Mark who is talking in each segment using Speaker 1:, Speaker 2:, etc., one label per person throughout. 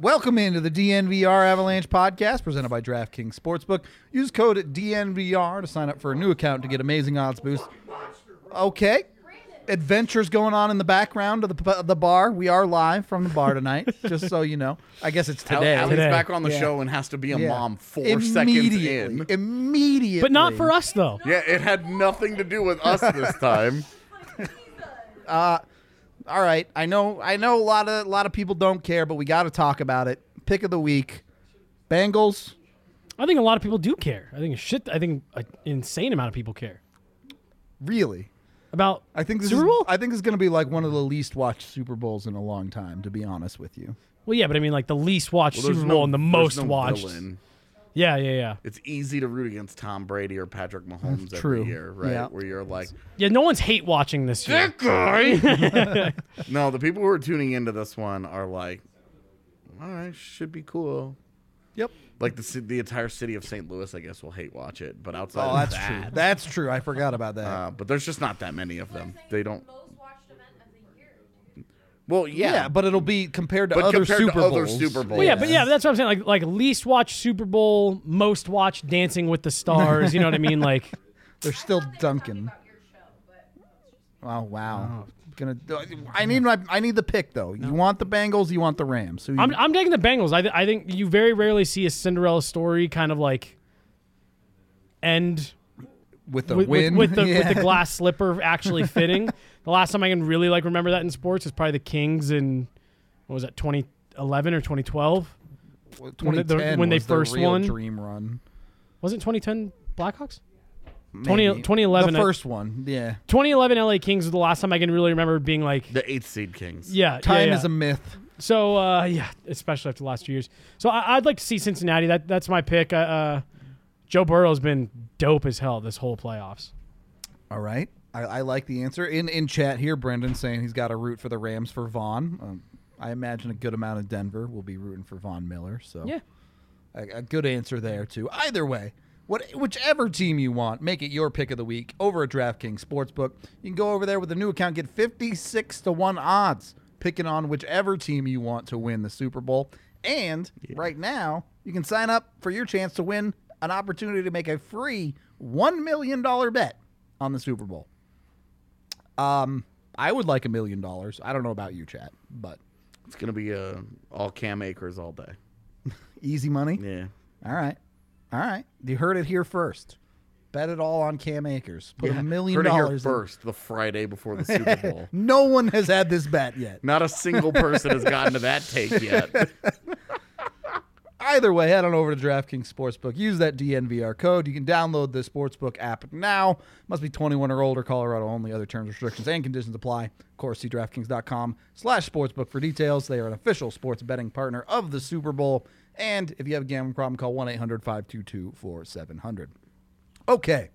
Speaker 1: Welcome into the DNVR Avalanche podcast presented by DraftKings Sportsbook. Use code DNVR to sign up for a new account to get amazing odds boosts. Okay. Adventures going on in the background of the, of the bar. We are live from the bar tonight, just so you know. I guess it's today.
Speaker 2: Allie's
Speaker 3: Today.
Speaker 2: back on the show and has to be a
Speaker 1: Yeah.
Speaker 2: mom four seconds
Speaker 1: immediately,
Speaker 2: in.
Speaker 1: Immediately.
Speaker 3: But not for us though.
Speaker 2: Yeah, it had nothing to do with us this time.
Speaker 1: All right. I know I know a lot of a lot of people don't care, but we gotta talk about it. Pick of the week. Bengals.
Speaker 3: I think a lot of people do care. I think shit. I think an insane amount of people care
Speaker 1: Really?
Speaker 3: about.
Speaker 1: I think this
Speaker 3: Super
Speaker 1: is,
Speaker 3: Bowl.
Speaker 1: I think this is going to be like one of the least watched Super Bowls in a long time, to be honest with you.
Speaker 3: well, yeah, but I mean, like the least watched
Speaker 2: Well, there's
Speaker 3: Super
Speaker 2: no-
Speaker 3: Bowl and the
Speaker 2: there's
Speaker 3: most
Speaker 2: no
Speaker 3: watched.
Speaker 2: villain.
Speaker 3: Yeah, yeah, yeah.
Speaker 2: It's easy to root against Tom Brady or Patrick Mahomes
Speaker 1: true.
Speaker 2: every year, right?
Speaker 1: Yeah.
Speaker 2: Where you're like,
Speaker 3: Yeah, no one's hate watching this year.
Speaker 2: that guy. no, the people who are tuning into this one are like, all right, should be cool.
Speaker 1: Yep.
Speaker 2: Like the ci- the entire city of St. Louis, I guess, will hate watch it. But outside,
Speaker 1: Oh,
Speaker 2: of
Speaker 1: that's
Speaker 2: that,
Speaker 1: true. That's true. I forgot about that.
Speaker 2: Uh, but there's just not that many of them. They don't.
Speaker 4: most watched event of the year.
Speaker 2: Well, yeah,
Speaker 1: yeah. but it'll be compared to
Speaker 2: But
Speaker 1: other
Speaker 2: compared to
Speaker 1: Super
Speaker 2: other
Speaker 1: Bowls.
Speaker 2: Super Bowls.
Speaker 3: Well, yeah, but yeah, that's what I'm saying. Like, like least watched Super Bowl, most watched Dancing with the Stars. You know what I mean? Like,
Speaker 1: They're still Duncan. Oh wow. Gonna. I need my. I need the pick though. You want the Bengals? You want the Rams? Who you,
Speaker 3: I'm, I'm taking the Bengals. I, th- I think you very rarely see a Cinderella story kind of like end
Speaker 1: with the
Speaker 3: with, with-
Speaker 1: win
Speaker 3: with the
Speaker 1: Yeah.
Speaker 3: with the glass slipper actually fitting. the last time I can really like remember that in sports is probably the Kings in what was that 2011 or 2012?
Speaker 1: 2010
Speaker 3: when they
Speaker 1: was their
Speaker 3: first
Speaker 1: real
Speaker 3: won.
Speaker 1: Dream run.
Speaker 3: Wasn't 2010 Blackhawks?
Speaker 1: Maybe.
Speaker 3: 20 2011,
Speaker 1: The
Speaker 3: I-
Speaker 1: first one. Yeah.
Speaker 3: 2011 LA Kings was the last time I can really remember being like
Speaker 2: the eighth seed Kings.
Speaker 3: yeah,
Speaker 1: Time
Speaker 3: yeah, yeah.
Speaker 1: is a myth.
Speaker 3: So uh, yeah, especially after the last two years. So I, I'd like to see Cincinnati. That that's my pick. Uh, uh, Joe Burrow's been dope as hell this whole playoffs.
Speaker 1: All right. I, I like the answer. In in chat here, Brendan saying he's got a root for the Rams for Vaughn. Um, I imagine a good amount of Denver will be rooting for Vaughn Miller. So
Speaker 3: Yeah.
Speaker 1: a, a good answer there too. Either way, what whichever team you want, make it your pick of the week over at DraftKings Sportsbook. You can go over there with a new account, get fifty six to one odds, picking on whichever team you want to win the Super Bowl. And right now, you can sign up for your chance to win an opportunity to make a free one million dollar bet on the Super Bowl. Um, I would like a million dollars. I don't know about you, chat, but
Speaker 2: It's gonna be uh, all Cam Akers all day.
Speaker 1: easy money.
Speaker 2: Yeah.
Speaker 1: All right. All right. You heard it here first. Bet it all on Cam Akers. Put a million
Speaker 2: Heard it here
Speaker 1: dollars in.
Speaker 2: first, the Friday before the Super Bowl.
Speaker 1: No one has had this bet yet.
Speaker 2: Not a single person has gotten to that take yet.
Speaker 1: Either way, head on over to DraftKings Sportsbook. Use that DNVR code. You can download the Sportsbook app now. Must be 21 or older, Colorado only. Other terms, restrictions, and conditions apply. Of course, see DraftKings.com slash sportsbook for details. They are an official sports betting partner of the Super Bowl. And if you have a gambling problem, call 1-800-522-4700. Okay,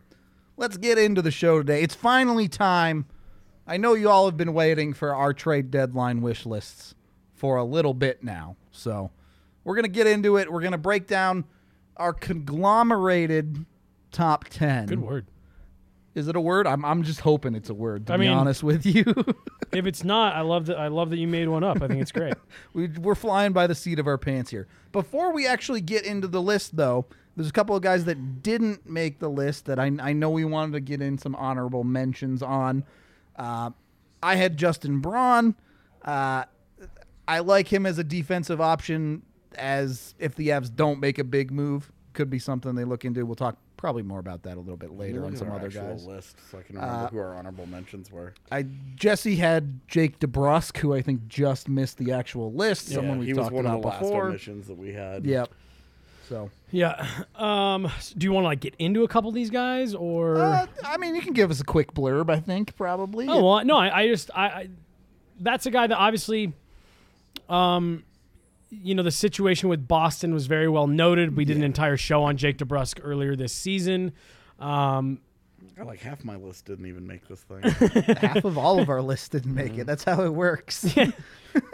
Speaker 1: let's get into the show today. It's finally time. I know you all have been waiting for our trade deadline wish lists for a little bit now. So we're going to get into it. We're going to break down our conglomerated top 10.
Speaker 3: Good word.
Speaker 1: Is it a word? I'm, I'm just hoping it's a word, to
Speaker 3: I
Speaker 1: be
Speaker 3: mean-
Speaker 1: honest with you.
Speaker 3: If it's not, I love that. I love that you made one up. I think it's great.
Speaker 1: we, we're flying by the seat of our pants here. Before we actually get into the list, though, there's a couple of guys that didn't make the list that I, I know we wanted to get in some honorable mentions on. Uh, I had Justin Braun. Uh, I like him as a defensive option. As if the Avs don't make a big move, could be something they look into. We'll talk probably more about that a little bit later on some other guys. Uh,
Speaker 2: list, so I can remember who our honorable mentions were.
Speaker 1: I Jesse had Jake DeBrusque, who I think just missed the actual list. someone we
Speaker 2: he was
Speaker 1: talked
Speaker 2: one
Speaker 1: about
Speaker 2: of the last
Speaker 1: before.
Speaker 2: omissions that we had.
Speaker 1: Yep. So,
Speaker 3: Yeah. Um. s- Do you want to like get into a couple of these guys or?
Speaker 1: uh, I mean, you can give us a quick blurb. I think probably.
Speaker 3: oh well, no. I, I just I, I. That's a guy that obviously. Um, you know, the situation with Boston was very well noted. We did an entire show on Jake DeBrusque earlier this season. Um,
Speaker 2: I like half my list didn't even make this thing.
Speaker 1: Half of all of our lists didn't make it. That's how it works.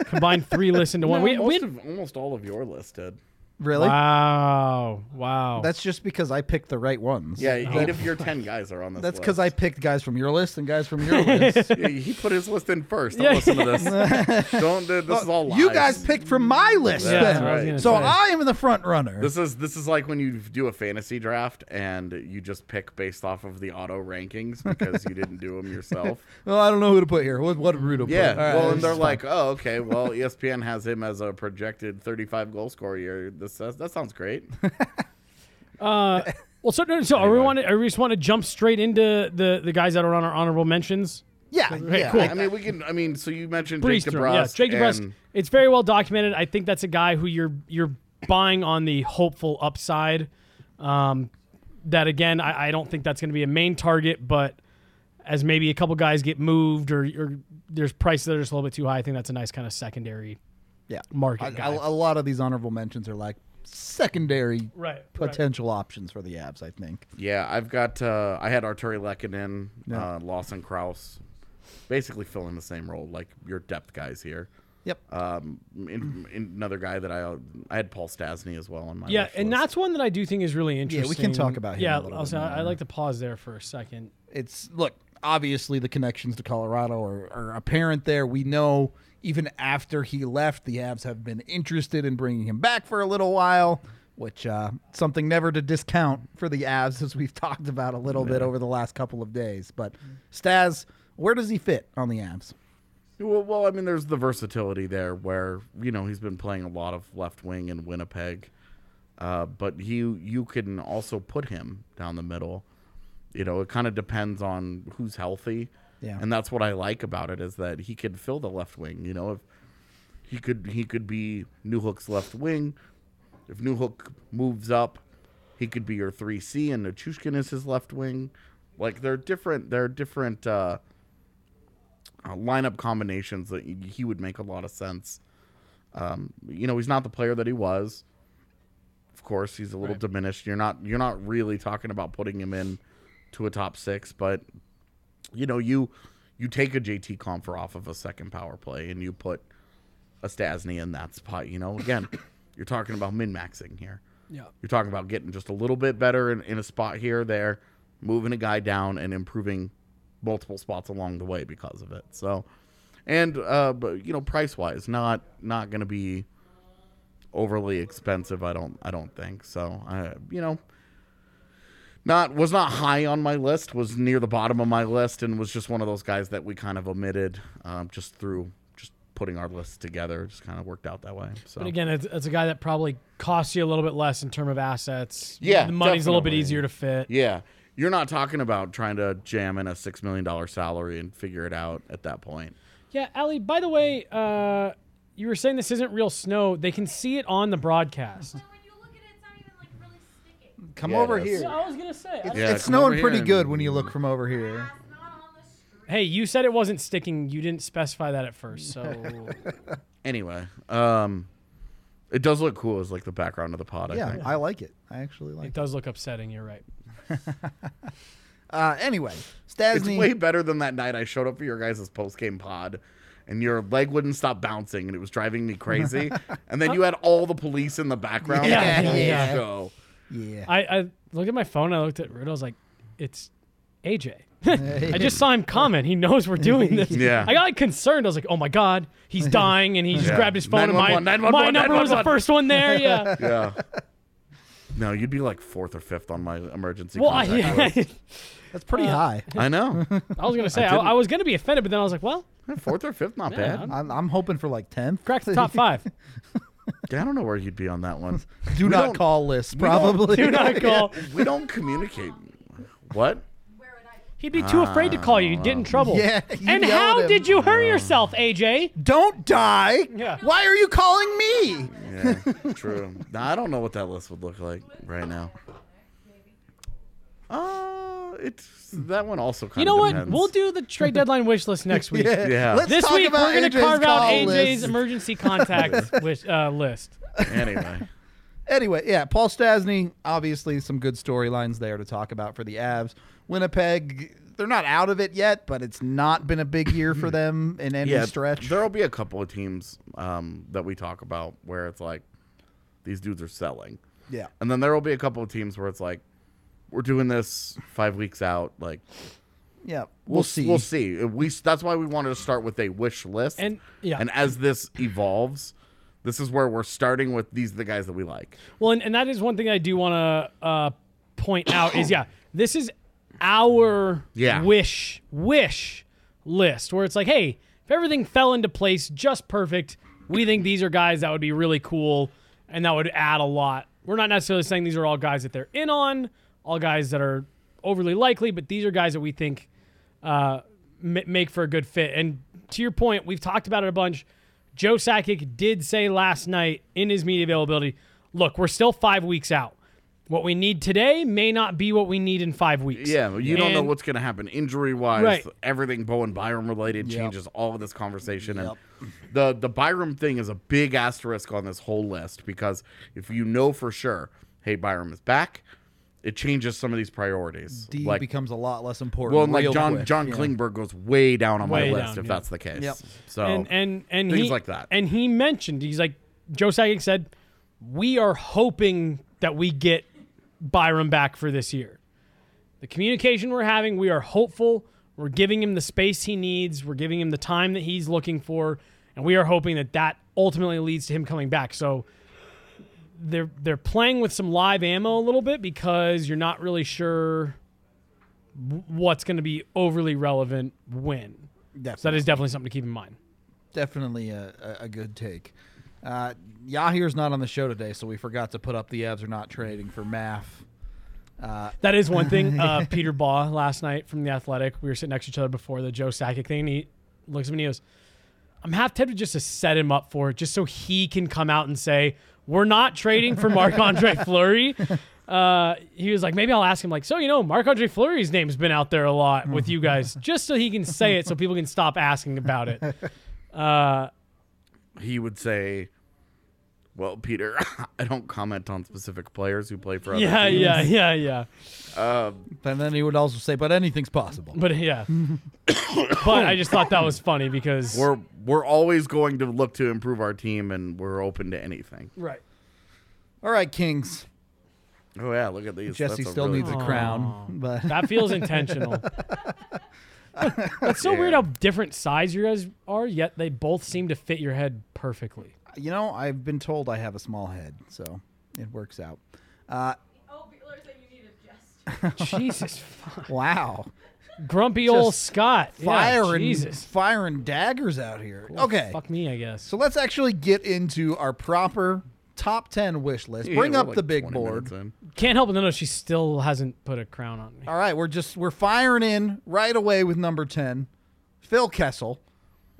Speaker 3: combine three lists into one.
Speaker 2: No,
Speaker 3: we,
Speaker 2: most
Speaker 3: we
Speaker 2: of- almost all of your list did.
Speaker 1: really?
Speaker 3: wow, wow.
Speaker 1: That's just because I picked the right ones.
Speaker 2: Yeah, eight of your ten guys are on this.
Speaker 1: That's
Speaker 2: because
Speaker 1: because I picked guys from your list and guys from your list.
Speaker 2: he put his list in first.
Speaker 3: Yeah.
Speaker 2: Don't listen to this. Don't. do- This is all lies.
Speaker 1: you guys picked from my list
Speaker 2: That's
Speaker 1: then.
Speaker 2: right. I was gonna
Speaker 1: So
Speaker 3: say.
Speaker 1: I am the front runner.
Speaker 2: This is this is like when you do a fantasy draft and you just pick based off of the auto rankings because you didn't do them yourself.
Speaker 1: well, I don't know who to put here. What, what route to
Speaker 2: Yeah.
Speaker 1: put? All right,
Speaker 2: well,
Speaker 1: this
Speaker 2: and they're
Speaker 1: is
Speaker 2: like, oh, okay. Well, ESPN has him as a projected 35 goal scorer. year. This that, that sounds great.
Speaker 3: Uh, well, so, no, so are we
Speaker 2: Anyway.
Speaker 3: want? Are we just want to jump straight into the the guys that are on our honorable mentions?
Speaker 1: yeah,
Speaker 3: Okay,
Speaker 1: yeah.
Speaker 3: cool.
Speaker 2: I mean, we can. I mean, so you mentioned
Speaker 3: Breeze
Speaker 2: Jake
Speaker 3: through 'em. yeah,
Speaker 2: DeBrusque.
Speaker 3: Jake DeBrusque.
Speaker 2: and-
Speaker 3: It's very well documented. I think that's a guy who you're you're buying on the hopeful upside. Um, that again, I, I don't think that's going to be a main target, but as maybe a couple guys get moved or, or there's prices that are just a little bit too high, I think that's a nice kind of secondary
Speaker 1: yeah.
Speaker 3: market
Speaker 1: I-
Speaker 3: guy.
Speaker 1: I- a lot of these honorable mentions are like secondary
Speaker 3: Right, right.
Speaker 1: potential options for the Avs. I think.
Speaker 2: Yeah, I've got. Uh, I had Arturi Lekkinen, uh, Lawson Krause, basically filling the same role, like your depth guys here.
Speaker 1: Yep.
Speaker 2: Um, in, in another guy that I I had Paul Stasny as well on my
Speaker 3: yeah,
Speaker 2: wish
Speaker 3: and
Speaker 2: list.
Speaker 3: that's one that I do think is really
Speaker 1: can
Speaker 3: interesting.
Speaker 1: talk about him
Speaker 3: Yeah,
Speaker 1: a little
Speaker 3: also,
Speaker 1: bit
Speaker 3: I, I like to pause there for a second.
Speaker 1: it's look obviously the connections to colorado are, are apparent there we know even after he left the avs have been interested in bringing him back for a little while which uh, something never to discount for the avs as we've talked about a little bit over the last couple of days but staz where does he fit on the avs
Speaker 2: Well, well, I mean, there's the versatility there, where you know he's been playing a lot of left wing in Winnipeg, uh, but he you can also put him down the middle. You know, it kind of depends on who's healthy,
Speaker 1: Yeah.
Speaker 2: and that's what I like about it is that he could fill the left wing. You know, if he could he could be New Hook's left wing. If New Hook moves up, he could be your three C, and Nachushkin is his left wing. Like they're different. They're different. Uh, uh, lineup combinations that y- he would make a lot of sense. Um, you know, he's not the player that he was. Of course, he's a little diminished. You're not you're not really talking about putting him in to a top six, but you know you you take a JT Comfer off of a second power play and you put a Stasny in that spot. You know, again, you're talking about min maxing here.
Speaker 3: Yeah.
Speaker 2: You're talking about getting just a little bit better in, in a spot here, there, moving a guy down and improving multiple spots along the way because of it. So, and uh, but you know, price wise, not not going to be overly expensive. I don't I don't think so. I you know. Not was not high on my list. Was near the bottom of my list, and was just one of those guys that we kind of omitted, um, just through just putting our lists together. Just kind of worked out that way. So
Speaker 1: Oh.
Speaker 3: But again, it's, it's a guy that probably costs you a little bit less in term of assets.
Speaker 2: Yeah,
Speaker 3: the money's a little bit
Speaker 2: definitely.
Speaker 3: easier to fit.
Speaker 2: Yeah. You're not talking about trying to jam in a $6 million salary and figure it out at that point.
Speaker 3: Yeah, Ali. By the way, uh, you were saying this isn't real snow. They can see it on the broadcast.
Speaker 4: When you look at it, it's not even like really sticking.
Speaker 1: come
Speaker 2: Yeah,
Speaker 1: over
Speaker 2: it is.
Speaker 1: here
Speaker 3: I was gonna say. I-
Speaker 2: Yeah,
Speaker 1: it's
Speaker 2: come over
Speaker 1: snowing
Speaker 2: here
Speaker 1: pretty
Speaker 2: and-
Speaker 1: good when you look from over here
Speaker 4: It's not on the street.
Speaker 3: hey, you said it wasn't sticking. You didn't specify that at first. So
Speaker 2: Anyway, um, it does look cool as like the background of the pod. I
Speaker 1: yeah
Speaker 2: think.
Speaker 1: i like it i actually
Speaker 3: it
Speaker 1: like it
Speaker 3: does look upsetting. You're right.
Speaker 1: uh, anyway
Speaker 2: it's
Speaker 1: stasny
Speaker 2: way better than that night I showed up for your guys' post game pod. And your leg wouldn't stop bouncing, and it was driving me crazy. and then you had all the police in the background.
Speaker 3: Yeah,
Speaker 2: the whole
Speaker 3: yeah.
Speaker 2: show.
Speaker 1: yeah
Speaker 3: I, I looked at my phone. I looked at Rudo. I was like, it's AJ. I just saw him comment. He knows we're doing this.
Speaker 2: Yeah.
Speaker 3: I got like, concerned. I was like, oh my god, he's dying, and he just
Speaker 2: Yeah.
Speaker 3: grabbed his phone. And my
Speaker 2: 911,
Speaker 3: my
Speaker 2: 911,
Speaker 3: number was the
Speaker 2: 911.
Speaker 3: first one there. Yeah.
Speaker 2: Yeah. No, you'd be like fourth or fifth on my emergency
Speaker 3: Well, I,
Speaker 2: contact list.
Speaker 1: that's pretty
Speaker 3: Uh,
Speaker 1: high
Speaker 2: I know.
Speaker 3: I was gonna say
Speaker 2: I
Speaker 3: I,
Speaker 2: didn't-
Speaker 3: I was gonna be offended, but then I was like, well,
Speaker 2: Fourth or fifth, not
Speaker 3: Yeah,
Speaker 2: bad.
Speaker 3: I'm-
Speaker 1: I'm, I'm hoping for like 10th
Speaker 3: crack the top five.
Speaker 2: Yeah, I don't know where you'd be on that one.
Speaker 1: do
Speaker 2: We
Speaker 1: not
Speaker 2: don't-
Speaker 1: call list
Speaker 2: don't-
Speaker 1: probably
Speaker 3: Do not call.
Speaker 2: We don't communicate. What?
Speaker 4: Where would I?
Speaker 3: He'd be too afraid to call you. You'd get in trouble.
Speaker 1: Ah. Yeah, you
Speaker 3: And
Speaker 1: yelled
Speaker 3: how
Speaker 1: him.
Speaker 3: did you hurt yourself, AJ?
Speaker 1: Don't die.
Speaker 3: Yeah.
Speaker 1: Why are you calling me?
Speaker 2: Yeah, true. Nah, I don't know what that list would look like right now. Uh, It's that one also kind
Speaker 3: You know
Speaker 2: of
Speaker 3: what?
Speaker 2: depends.
Speaker 3: We'll do the trade deadline wish list next week.
Speaker 1: Yeah.
Speaker 2: Yeah.
Speaker 1: Let's
Speaker 3: This
Speaker 1: talk
Speaker 3: week
Speaker 1: about
Speaker 3: we're gonna
Speaker 1: AJ's
Speaker 3: carve out
Speaker 1: call
Speaker 3: AJ's
Speaker 1: list.
Speaker 3: emergency contact wish, uh, list.
Speaker 2: anyway.
Speaker 1: Anyway, yeah, Paul Stasny, obviously some good storylines there to talk about for the Avs. Winnipeg, they're not out of it yet, but it's not been a big year for them in any
Speaker 2: Yeah,
Speaker 1: stretch.
Speaker 2: there'll be a couple of teams um, that we talk about where it's like these dudes are selling.
Speaker 1: Yeah.
Speaker 2: And then there will be a couple of teams where it's like we're doing this 5 weeks out like
Speaker 1: Yeah. We'll,
Speaker 2: we'll,
Speaker 1: see.
Speaker 2: We'll see. We that's why we wanted to start with a wish list.
Speaker 3: And- yeah.
Speaker 2: And as this evolves, this is where we're starting with these are the guys that we like.
Speaker 3: Well, and, and that is one thing I do want to uh, point out is yeah, this is our
Speaker 2: Yeah.
Speaker 3: wish wish list where it's like, hey, if everything fell into place just perfect, we think these are guys that would be really cool and that would add a lot. We're not necessarily saying these are all guys that they're in on, all guys that are overly likely, but these are guys that we think uh, m- make for a good fit. And to your point, we've talked about it a bunch. Joe Sakic did say last night in his media availability, look, we're still five weeks out. What we need today may not be what we need in five weeks.
Speaker 2: Yeah, you don't know
Speaker 3: And-
Speaker 2: what's going to happen injury wise.
Speaker 3: Right.
Speaker 2: Everything Bowen Byram related
Speaker 1: Yep.
Speaker 2: changes all of this conversation. And the the Byram thing is a big asterisk on this whole list because if you know for sure, hey, Byram is back, it changes some of these priorities.
Speaker 1: D
Speaker 2: like
Speaker 1: becomes a lot less important.
Speaker 2: well, and like
Speaker 1: real
Speaker 2: John
Speaker 1: quick.
Speaker 2: John
Speaker 1: Yeah.
Speaker 2: Klingberg goes way down on
Speaker 3: Way
Speaker 2: my list if
Speaker 3: down, yeah.
Speaker 2: that's the case.
Speaker 1: Yep.
Speaker 2: So
Speaker 3: and and and
Speaker 2: Oh, things
Speaker 3: he,
Speaker 2: like that.
Speaker 3: And he mentioned he's like Joe Sakic said, we are hoping that we get Byram back for this year. The communication we're having, we are hopeful. We're giving him the space he needs. We're giving him the time that he's looking for, and we are hoping that that ultimately leads to him coming back. So they're they're playing with some live ammo a little bit because you're not really sure w- what's going to be overly relevant when. So that
Speaker 1: Definitely,
Speaker 3: is definitely something to keep in mind.
Speaker 1: definitely a, a a good take. Uh, Yahir's not on the show today, so we forgot to put up the Avs are not trading for Math.
Speaker 3: That is one thing. Uh, Peter Baugh last night from the Athletic. We were sitting next to each other before the Joe Sakic thing. And he looks at me and he goes, "I'm half tempted just to set him up for it, just so he can come out and say we're not trading for Marc Andre Fleury." Uh, he was like, "Maybe I'll ask him like, so you know, Marc Andre Fleury's name's been out there a lot with you guys, just so he can say it, so people can stop asking about it."
Speaker 2: he would say. Well, Peter, I don't comment on specific players who play for other
Speaker 3: Yeah,
Speaker 2: teams.
Speaker 3: yeah, yeah, yeah.
Speaker 1: And then he would also say, but anything's possible.
Speaker 3: But yeah, but I just thought that was funny because
Speaker 2: we're we're always going to look to improve our team and we're open to anything.
Speaker 3: right.
Speaker 1: All right, Kings.
Speaker 2: Oh yeah, look at these.
Speaker 1: Jesse
Speaker 2: That's a
Speaker 1: still
Speaker 2: really
Speaker 1: needs a
Speaker 2: good-
Speaker 1: crown, but
Speaker 3: That feels intentional. It's so weird how different size you guys are, yet they both seem to fit your head perfectly.
Speaker 1: you know, I've been told I have a small head, so it works out.
Speaker 4: Oh, Bueller said you need a jest.
Speaker 3: Jesus, fuck.
Speaker 1: Wow.
Speaker 3: grumpy old
Speaker 1: Just
Speaker 3: Scott, Yeah,
Speaker 1: Firing
Speaker 3: Jesus,
Speaker 1: firing daggers out here. Okay.
Speaker 3: fuck me, I guess.
Speaker 1: So let's actually get into our proper top 10 wish list.
Speaker 2: Yeah,
Speaker 1: Bring
Speaker 2: we're
Speaker 1: up
Speaker 2: like
Speaker 1: the big
Speaker 2: 20
Speaker 1: board.
Speaker 2: minutes in.
Speaker 3: Can't help but notice she still hasn't put a crown on me.
Speaker 1: All right, we're just we're firing in right away with number 10, Phil Kessel.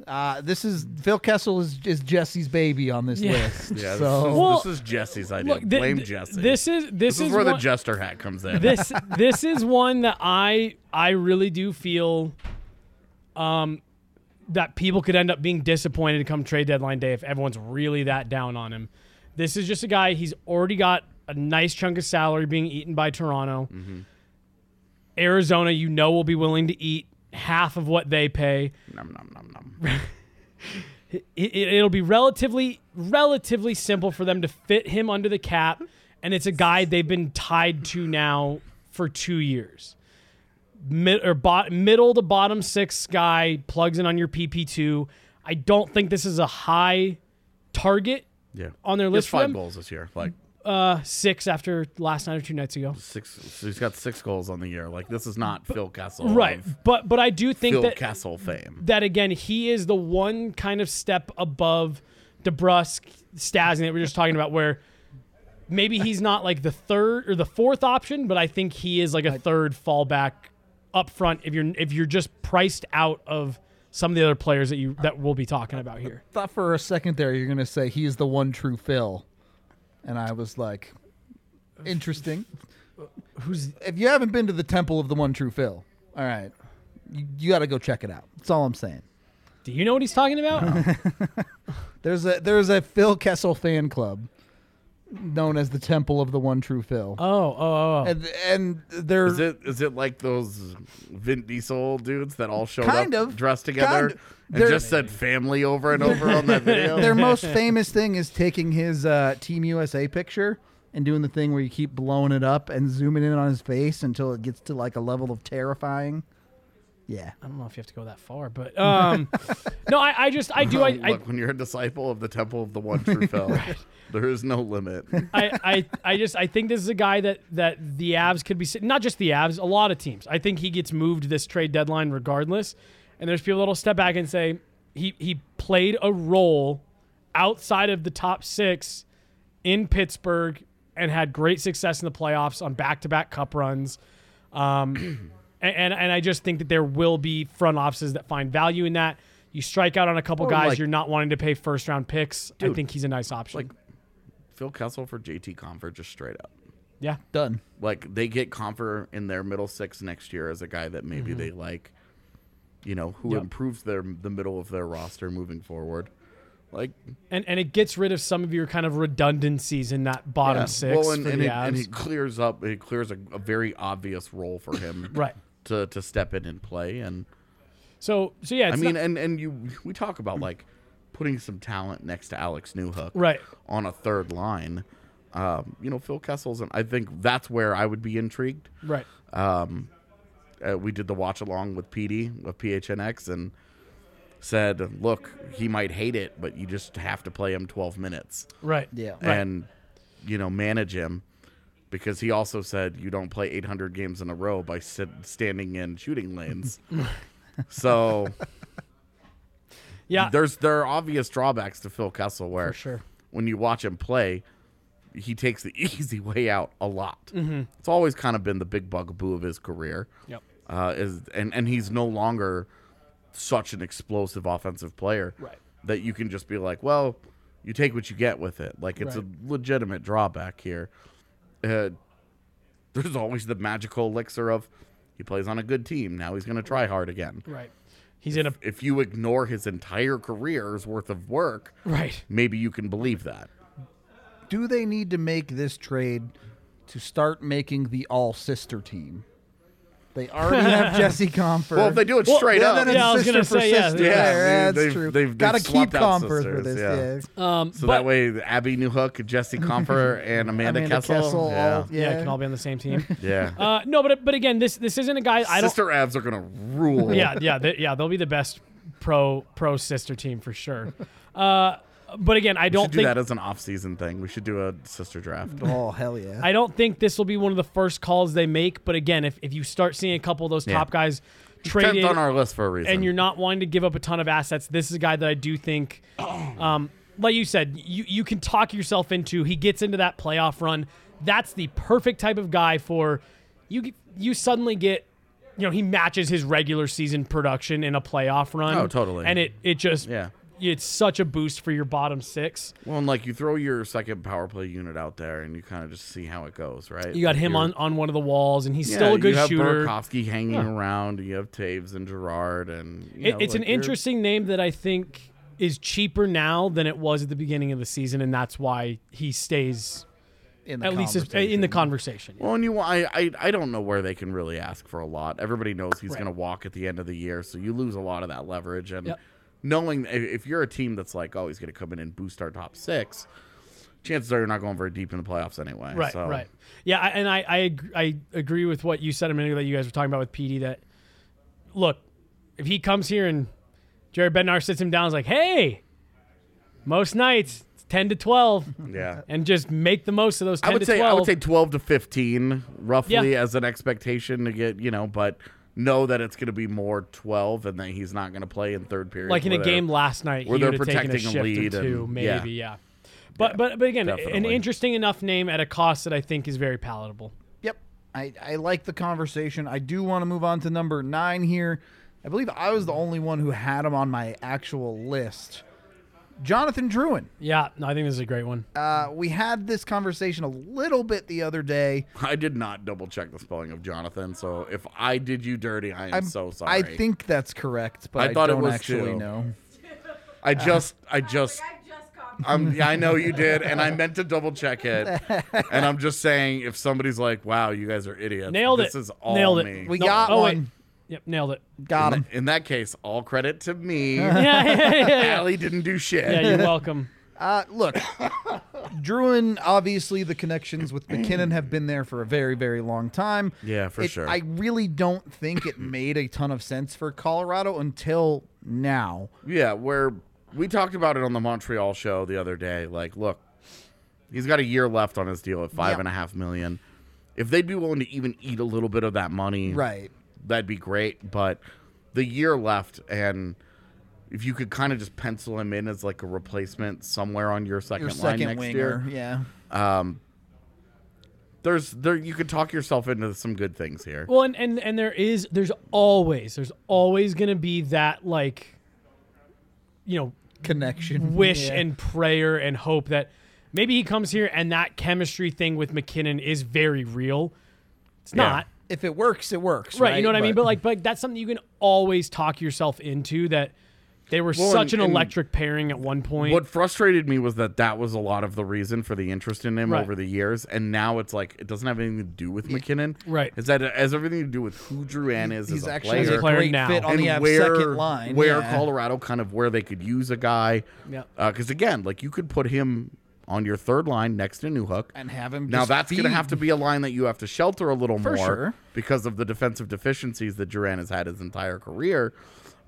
Speaker 1: Uh, this is Phil Kessel is, is Jesse's baby on this
Speaker 3: Yeah.
Speaker 1: list.
Speaker 2: Yeah, this,
Speaker 1: so
Speaker 2: is,
Speaker 3: Well,
Speaker 2: this is Jesse's idea.
Speaker 3: Look, thi-
Speaker 2: Blame
Speaker 3: thi-
Speaker 2: Jesse.
Speaker 3: This is this,
Speaker 2: This is where the
Speaker 3: one-
Speaker 2: jester hat comes in.
Speaker 3: this this is one that I I really do feel um that people could end up being disappointed come trade deadline day if everyone's really that down on him. This is just a guy he's already got a nice chunk of salary being eaten by Toronto. Arizona, you know, will be willing to eat half of what they pay.
Speaker 2: nom, nom, nom, nom.
Speaker 3: It, it, it'll be relatively relatively simple for them to fit him under the cap, and it's a guy they've been tied to now for two years. Mid, or bot, middle to bottom six guy plugs in on your PP two. I don't think this is a high target.
Speaker 2: Yeah.
Speaker 3: On their
Speaker 2: He has
Speaker 3: list for
Speaker 2: five
Speaker 3: them?
Speaker 2: goals this year. Like
Speaker 3: Uh, six after last night or two nights ago.
Speaker 2: six. So he's got six goals on the year. Like this is not Phil Castle.
Speaker 3: Right,
Speaker 2: of
Speaker 3: but but I do think
Speaker 2: Phil
Speaker 3: that
Speaker 2: Castle fame.
Speaker 3: that again, he is the one kind of step above DeBrusque, Stasny that we were just talking about, where maybe he's not like the third or the fourth option, but I think he is like a third fallback up front if you're if you're just priced out of some of the other players that you that we'll be talking about here.
Speaker 1: thought for a second there you're going to say he's the one true Phil. And I was like, interesting.
Speaker 3: Who's
Speaker 1: If you haven't been to the Temple of the One True Phil, all right, you, you got to go check it out. That's all I'm saying.
Speaker 3: do you know what he's talking about?
Speaker 1: There's a there's a Phil Kessel fan club known as the Temple of the One True Phil,
Speaker 3: oh, oh, oh, oh.
Speaker 1: and and they're
Speaker 2: Is it is it like those Vin Diesel dudes that all showed
Speaker 1: Kind
Speaker 2: up
Speaker 1: of.
Speaker 2: dressed
Speaker 1: Kind
Speaker 2: together
Speaker 1: of.
Speaker 2: and
Speaker 1: They're-
Speaker 2: just said family over and over on that video?
Speaker 1: their most famous thing is taking his uh, Team USA picture and doing the thing where you keep blowing it up and zooming in on his face until it gets to like a level of terrifying. Yeah.
Speaker 3: I don't know if you have to go that far, but um, no, I, I just I do I, I,
Speaker 2: Oh, Look, when you're a disciple of the Temple of the One True Fell, there is no limit.
Speaker 3: I, I I just I think this is a guy that that the Avs could be sit- not just the Avs, a lot of teams. I think he gets moved this trade deadline regardless, and there's people that'll step back and say he he played a role outside of the top six in Pittsburgh and had great success in the playoffs on back to back Cup runs. Um, and, and and I just think that there will be front offices that find value in that. You strike out on a couple
Speaker 2: Or
Speaker 3: guys
Speaker 2: like-
Speaker 3: you're not wanting to pay first round picks. I
Speaker 2: Dude,
Speaker 3: think he's a nice option.
Speaker 2: like- Phil Kessel for JT Confer just straight up.
Speaker 3: yeah.
Speaker 1: Done.
Speaker 2: Like they get Confer in their middle six next year as a guy that maybe
Speaker 1: Mm-hmm.
Speaker 2: they like, you know, who
Speaker 3: Yep.
Speaker 2: improves their the middle of their roster moving forward. Like
Speaker 3: and and it gets rid of some of your kind of redundancies in that bottom
Speaker 2: yeah.
Speaker 3: six
Speaker 2: well, and,
Speaker 3: for
Speaker 2: and,
Speaker 3: the
Speaker 2: it, and
Speaker 3: Avs.
Speaker 2: it clears up. It clears a, a very obvious role for him,
Speaker 3: Right.
Speaker 2: To to step in and play and.
Speaker 3: so so yeah, it's
Speaker 2: I mean,
Speaker 3: not-
Speaker 2: and and you we talk about like putting some talent next to Alex Newhook,
Speaker 3: Right.
Speaker 2: on a third line. Um, you know, Phil Kessel's, and I think that's where I would be intrigued.
Speaker 3: right.
Speaker 2: Uh, we did the watch along with PD with PHNX and said, look, he might hate it, but you just have to play him 12 minutes
Speaker 3: Right.
Speaker 1: Yeah.
Speaker 3: Right.
Speaker 2: and you know manage him because he also said you don't play 800 games in a row by sit, standing in shooting lanes. so
Speaker 3: yeah.
Speaker 2: there's there are obvious drawbacks to Phil Kessel where
Speaker 3: For sure.
Speaker 2: when you watch him play, he takes the easy way out a lot.
Speaker 3: Mm-hmm.
Speaker 2: It's always kind of been the big bugaboo of his career.
Speaker 3: Yep.
Speaker 2: Uh, is and and he's no longer such an explosive offensive player
Speaker 3: Right.
Speaker 2: that you can just be like, well, you take what you get with it. Like it's
Speaker 3: Right.
Speaker 2: a legitimate drawback here. Uh, there's always the magical elixir of he plays on a good team. Now he's going to try hard again
Speaker 3: Right. He's in a
Speaker 2: if you ignore his entire career's worth of work,
Speaker 3: right.
Speaker 2: maybe you can believe that.
Speaker 1: Do they need to make this trade to start making the all sister team? They already have Jesse Comfort.
Speaker 2: Well, if they do it straight
Speaker 1: yeah,
Speaker 2: up,
Speaker 1: then it's
Speaker 3: Yeah, I was
Speaker 1: sister
Speaker 3: gonna
Speaker 1: for
Speaker 3: say, yeah,
Speaker 1: sister.
Speaker 3: yeah.
Speaker 1: Yeah,
Speaker 2: Yeah,
Speaker 1: that's
Speaker 2: they've-
Speaker 1: true.
Speaker 2: they've- they've
Speaker 1: Gotta keep
Speaker 2: swapped out
Speaker 1: Comfort for
Speaker 2: sisters,
Speaker 1: this.
Speaker 2: yeah.
Speaker 1: Yeah.
Speaker 3: Um,
Speaker 2: so
Speaker 3: but-
Speaker 2: that way Abby Newhook, Jesse Comfer, and Amanda,
Speaker 1: Amanda
Speaker 2: Kessel,
Speaker 1: Kessel,
Speaker 2: yeah,
Speaker 1: all-
Speaker 2: yeah,
Speaker 3: yeah, it can all be on the same team.
Speaker 2: yeah.
Speaker 3: uh, no, but but again, this this isn't a guy. I don't.
Speaker 2: sister Avs are gonna rule.
Speaker 3: yeah, yeah, they, yeah. They'll be the best pro pro sister team for sure. Uh, but again, I
Speaker 2: we
Speaker 3: don't
Speaker 2: should do
Speaker 3: think
Speaker 2: that as an off-season thing. We should do a sister draft.
Speaker 1: Oh hell yeah!
Speaker 3: I don't think this will be one of the first calls they make. But again, if if you start seeing a couple of those
Speaker 2: Yeah.
Speaker 3: top guys
Speaker 2: Tenth
Speaker 3: traded
Speaker 2: on our list for a reason.
Speaker 3: and you're not wanting to give up a ton of assets, this is a guy that I do think, um, like you said, you you can talk yourself into. He gets into that playoff run. That's the perfect type of guy for you. get- You suddenly get, you know, he matches his regular season production in a playoff run.
Speaker 2: Oh, totally.
Speaker 3: And it it just
Speaker 2: Yeah.
Speaker 3: It's such a boost for your bottom six.
Speaker 2: well, and like you throw your second power play unit out there, and you kind of just see how it goes, right?
Speaker 3: You got
Speaker 2: Like,
Speaker 3: him
Speaker 2: you're-
Speaker 3: on, on one of the walls, and he's
Speaker 2: Yeah,
Speaker 3: still a good
Speaker 2: you have
Speaker 3: shooter.
Speaker 2: Burakovsky hanging
Speaker 3: Yeah.
Speaker 2: around. You have Taves and Gerard, and you
Speaker 3: It-
Speaker 2: know,
Speaker 3: it's
Speaker 2: like,
Speaker 3: an
Speaker 2: you're-
Speaker 3: interesting name that I think is cheaper now than it was at the beginning of the season, and that's why he stays
Speaker 1: in the
Speaker 3: at least as- in the conversation.
Speaker 2: Well, and you, I, I, I don't know where they can really ask for a lot. Everybody knows he's
Speaker 3: Right.
Speaker 2: going to walk at the end of the year, so you lose a lot of that leverage. And
Speaker 3: Yep.
Speaker 2: knowing i- if you're a team that's like, oh, he's going to come in and boost our top six, chances are you're not going very deep in the playoffs anyway.
Speaker 3: Right,
Speaker 2: so.
Speaker 3: right. Yeah, I- and I, I ag- I agree with what you said a minute ago that you guys were talking about with PD. That look, if he comes here and Jared Bednar sits him down, and is like, hey, most nights it's ten to twelve,
Speaker 2: Yeah.
Speaker 3: and just make the most of those ten
Speaker 2: I would
Speaker 3: to
Speaker 2: say
Speaker 3: twelve.
Speaker 2: I would say 12 to 15 roughly
Speaker 3: Yeah.
Speaker 2: as an expectation to get, you know, but know that it's going to be more 12 and that he's not going to play in third period.
Speaker 3: like in a
Speaker 2: where they're-
Speaker 3: game last night,
Speaker 2: where
Speaker 3: he
Speaker 2: they're
Speaker 3: would have taken a
Speaker 2: protecting a
Speaker 3: shift
Speaker 2: lead
Speaker 3: or
Speaker 2: and-
Speaker 3: two,
Speaker 2: yeah.
Speaker 3: maybe, yeah. But but but again, an
Speaker 2: definitely.
Speaker 3: interesting enough name at a cost that I think is very palatable.
Speaker 1: Yep. I, I like the conversation. I do want to move on to number nine here. I believe I was the only one who had him on my actual list. Jonathan Druin.
Speaker 3: Yeah, no, I think this is a great one.
Speaker 1: Uh, we had this conversation a little bit the other day.
Speaker 2: I did not double check the spelling of Jonathan, so if I did you dirty, I am
Speaker 1: I'm
Speaker 2: so sorry.
Speaker 1: I think that's correct, but I,
Speaker 2: I thought it
Speaker 1: don't
Speaker 2: was
Speaker 1: actually
Speaker 2: too.
Speaker 1: know.
Speaker 2: I just, I just,
Speaker 4: Like, I just caught you.
Speaker 2: I'm, yeah, I know you did, and I meant to double check it. And I'm just saying, if somebody's like, "Wow, you guys are idiots,"
Speaker 3: Nailed
Speaker 2: this
Speaker 3: it.
Speaker 2: is all
Speaker 3: nailed
Speaker 2: me.
Speaker 3: it.
Speaker 1: We
Speaker 3: No-
Speaker 1: got
Speaker 3: oh,
Speaker 1: one.
Speaker 3: wait. Yep, nailed it.
Speaker 1: Got
Speaker 2: In,
Speaker 1: him.
Speaker 2: th- in that case, all credit to me.
Speaker 3: Yeah, yeah, yeah, yeah.
Speaker 2: Allie didn't do shit.
Speaker 3: yeah you're welcome.
Speaker 1: Uh, look, Druin, obviously, the connections with McKinnon have been there for a very, very long time.
Speaker 2: Yeah, for
Speaker 1: It-
Speaker 2: sure.
Speaker 1: I really don't think it made a ton of sense for Colorado until now.
Speaker 2: Yeah, where we talked about it on the Montreal show the other day. Like, look, he's got a year left on his deal at five
Speaker 1: Yeah.
Speaker 2: and a half million. If they'd be willing to even eat a little bit of that money,
Speaker 1: Right.
Speaker 2: that'd be great. But the year left, and if you could kind of just pencil him in as like a replacement somewhere on your second
Speaker 1: Your
Speaker 2: line
Speaker 1: second
Speaker 2: next
Speaker 1: winger.
Speaker 2: year,
Speaker 1: Yeah.
Speaker 2: there's there you could talk yourself into some good things here.
Speaker 3: Well, and, and and there is there's always there's always gonna be that like, you know,
Speaker 1: Connection.
Speaker 3: wish
Speaker 1: Yeah.
Speaker 3: and prayer and hope that maybe he comes here and that chemistry thing with McKinnon is very real. It's not.
Speaker 1: If it works, it works. Right.
Speaker 3: Right, you know what I mean? But like but that's something you can always talk yourself into that they were
Speaker 2: Well,
Speaker 3: such
Speaker 2: and-
Speaker 3: an
Speaker 2: and
Speaker 3: electric pairing at one point.
Speaker 2: What frustrated me was that that was a lot of the reason for the interest in him
Speaker 3: Right.
Speaker 2: over the years, and now it's like it doesn't have anything to do with McKinnon.
Speaker 3: Right.
Speaker 2: Is that it has everything to do with who Drew Ann is
Speaker 1: he's
Speaker 2: as a
Speaker 1: actually
Speaker 2: player,
Speaker 1: a
Speaker 3: player
Speaker 1: great
Speaker 3: now.
Speaker 1: fit on
Speaker 2: and
Speaker 1: the
Speaker 2: where
Speaker 1: second line.
Speaker 2: where
Speaker 1: yeah.
Speaker 2: Colorado kind of where they could use a guy.
Speaker 3: Yeah.
Speaker 2: Because again, like you could put him on your third line next to Newhook
Speaker 1: And have him
Speaker 2: Now
Speaker 1: just
Speaker 2: that's going to
Speaker 1: feed.
Speaker 2: have to be a line that you have to shelter a little
Speaker 1: For
Speaker 2: more
Speaker 1: sure.
Speaker 2: because of the defensive deficiencies that Duran has had his entire career.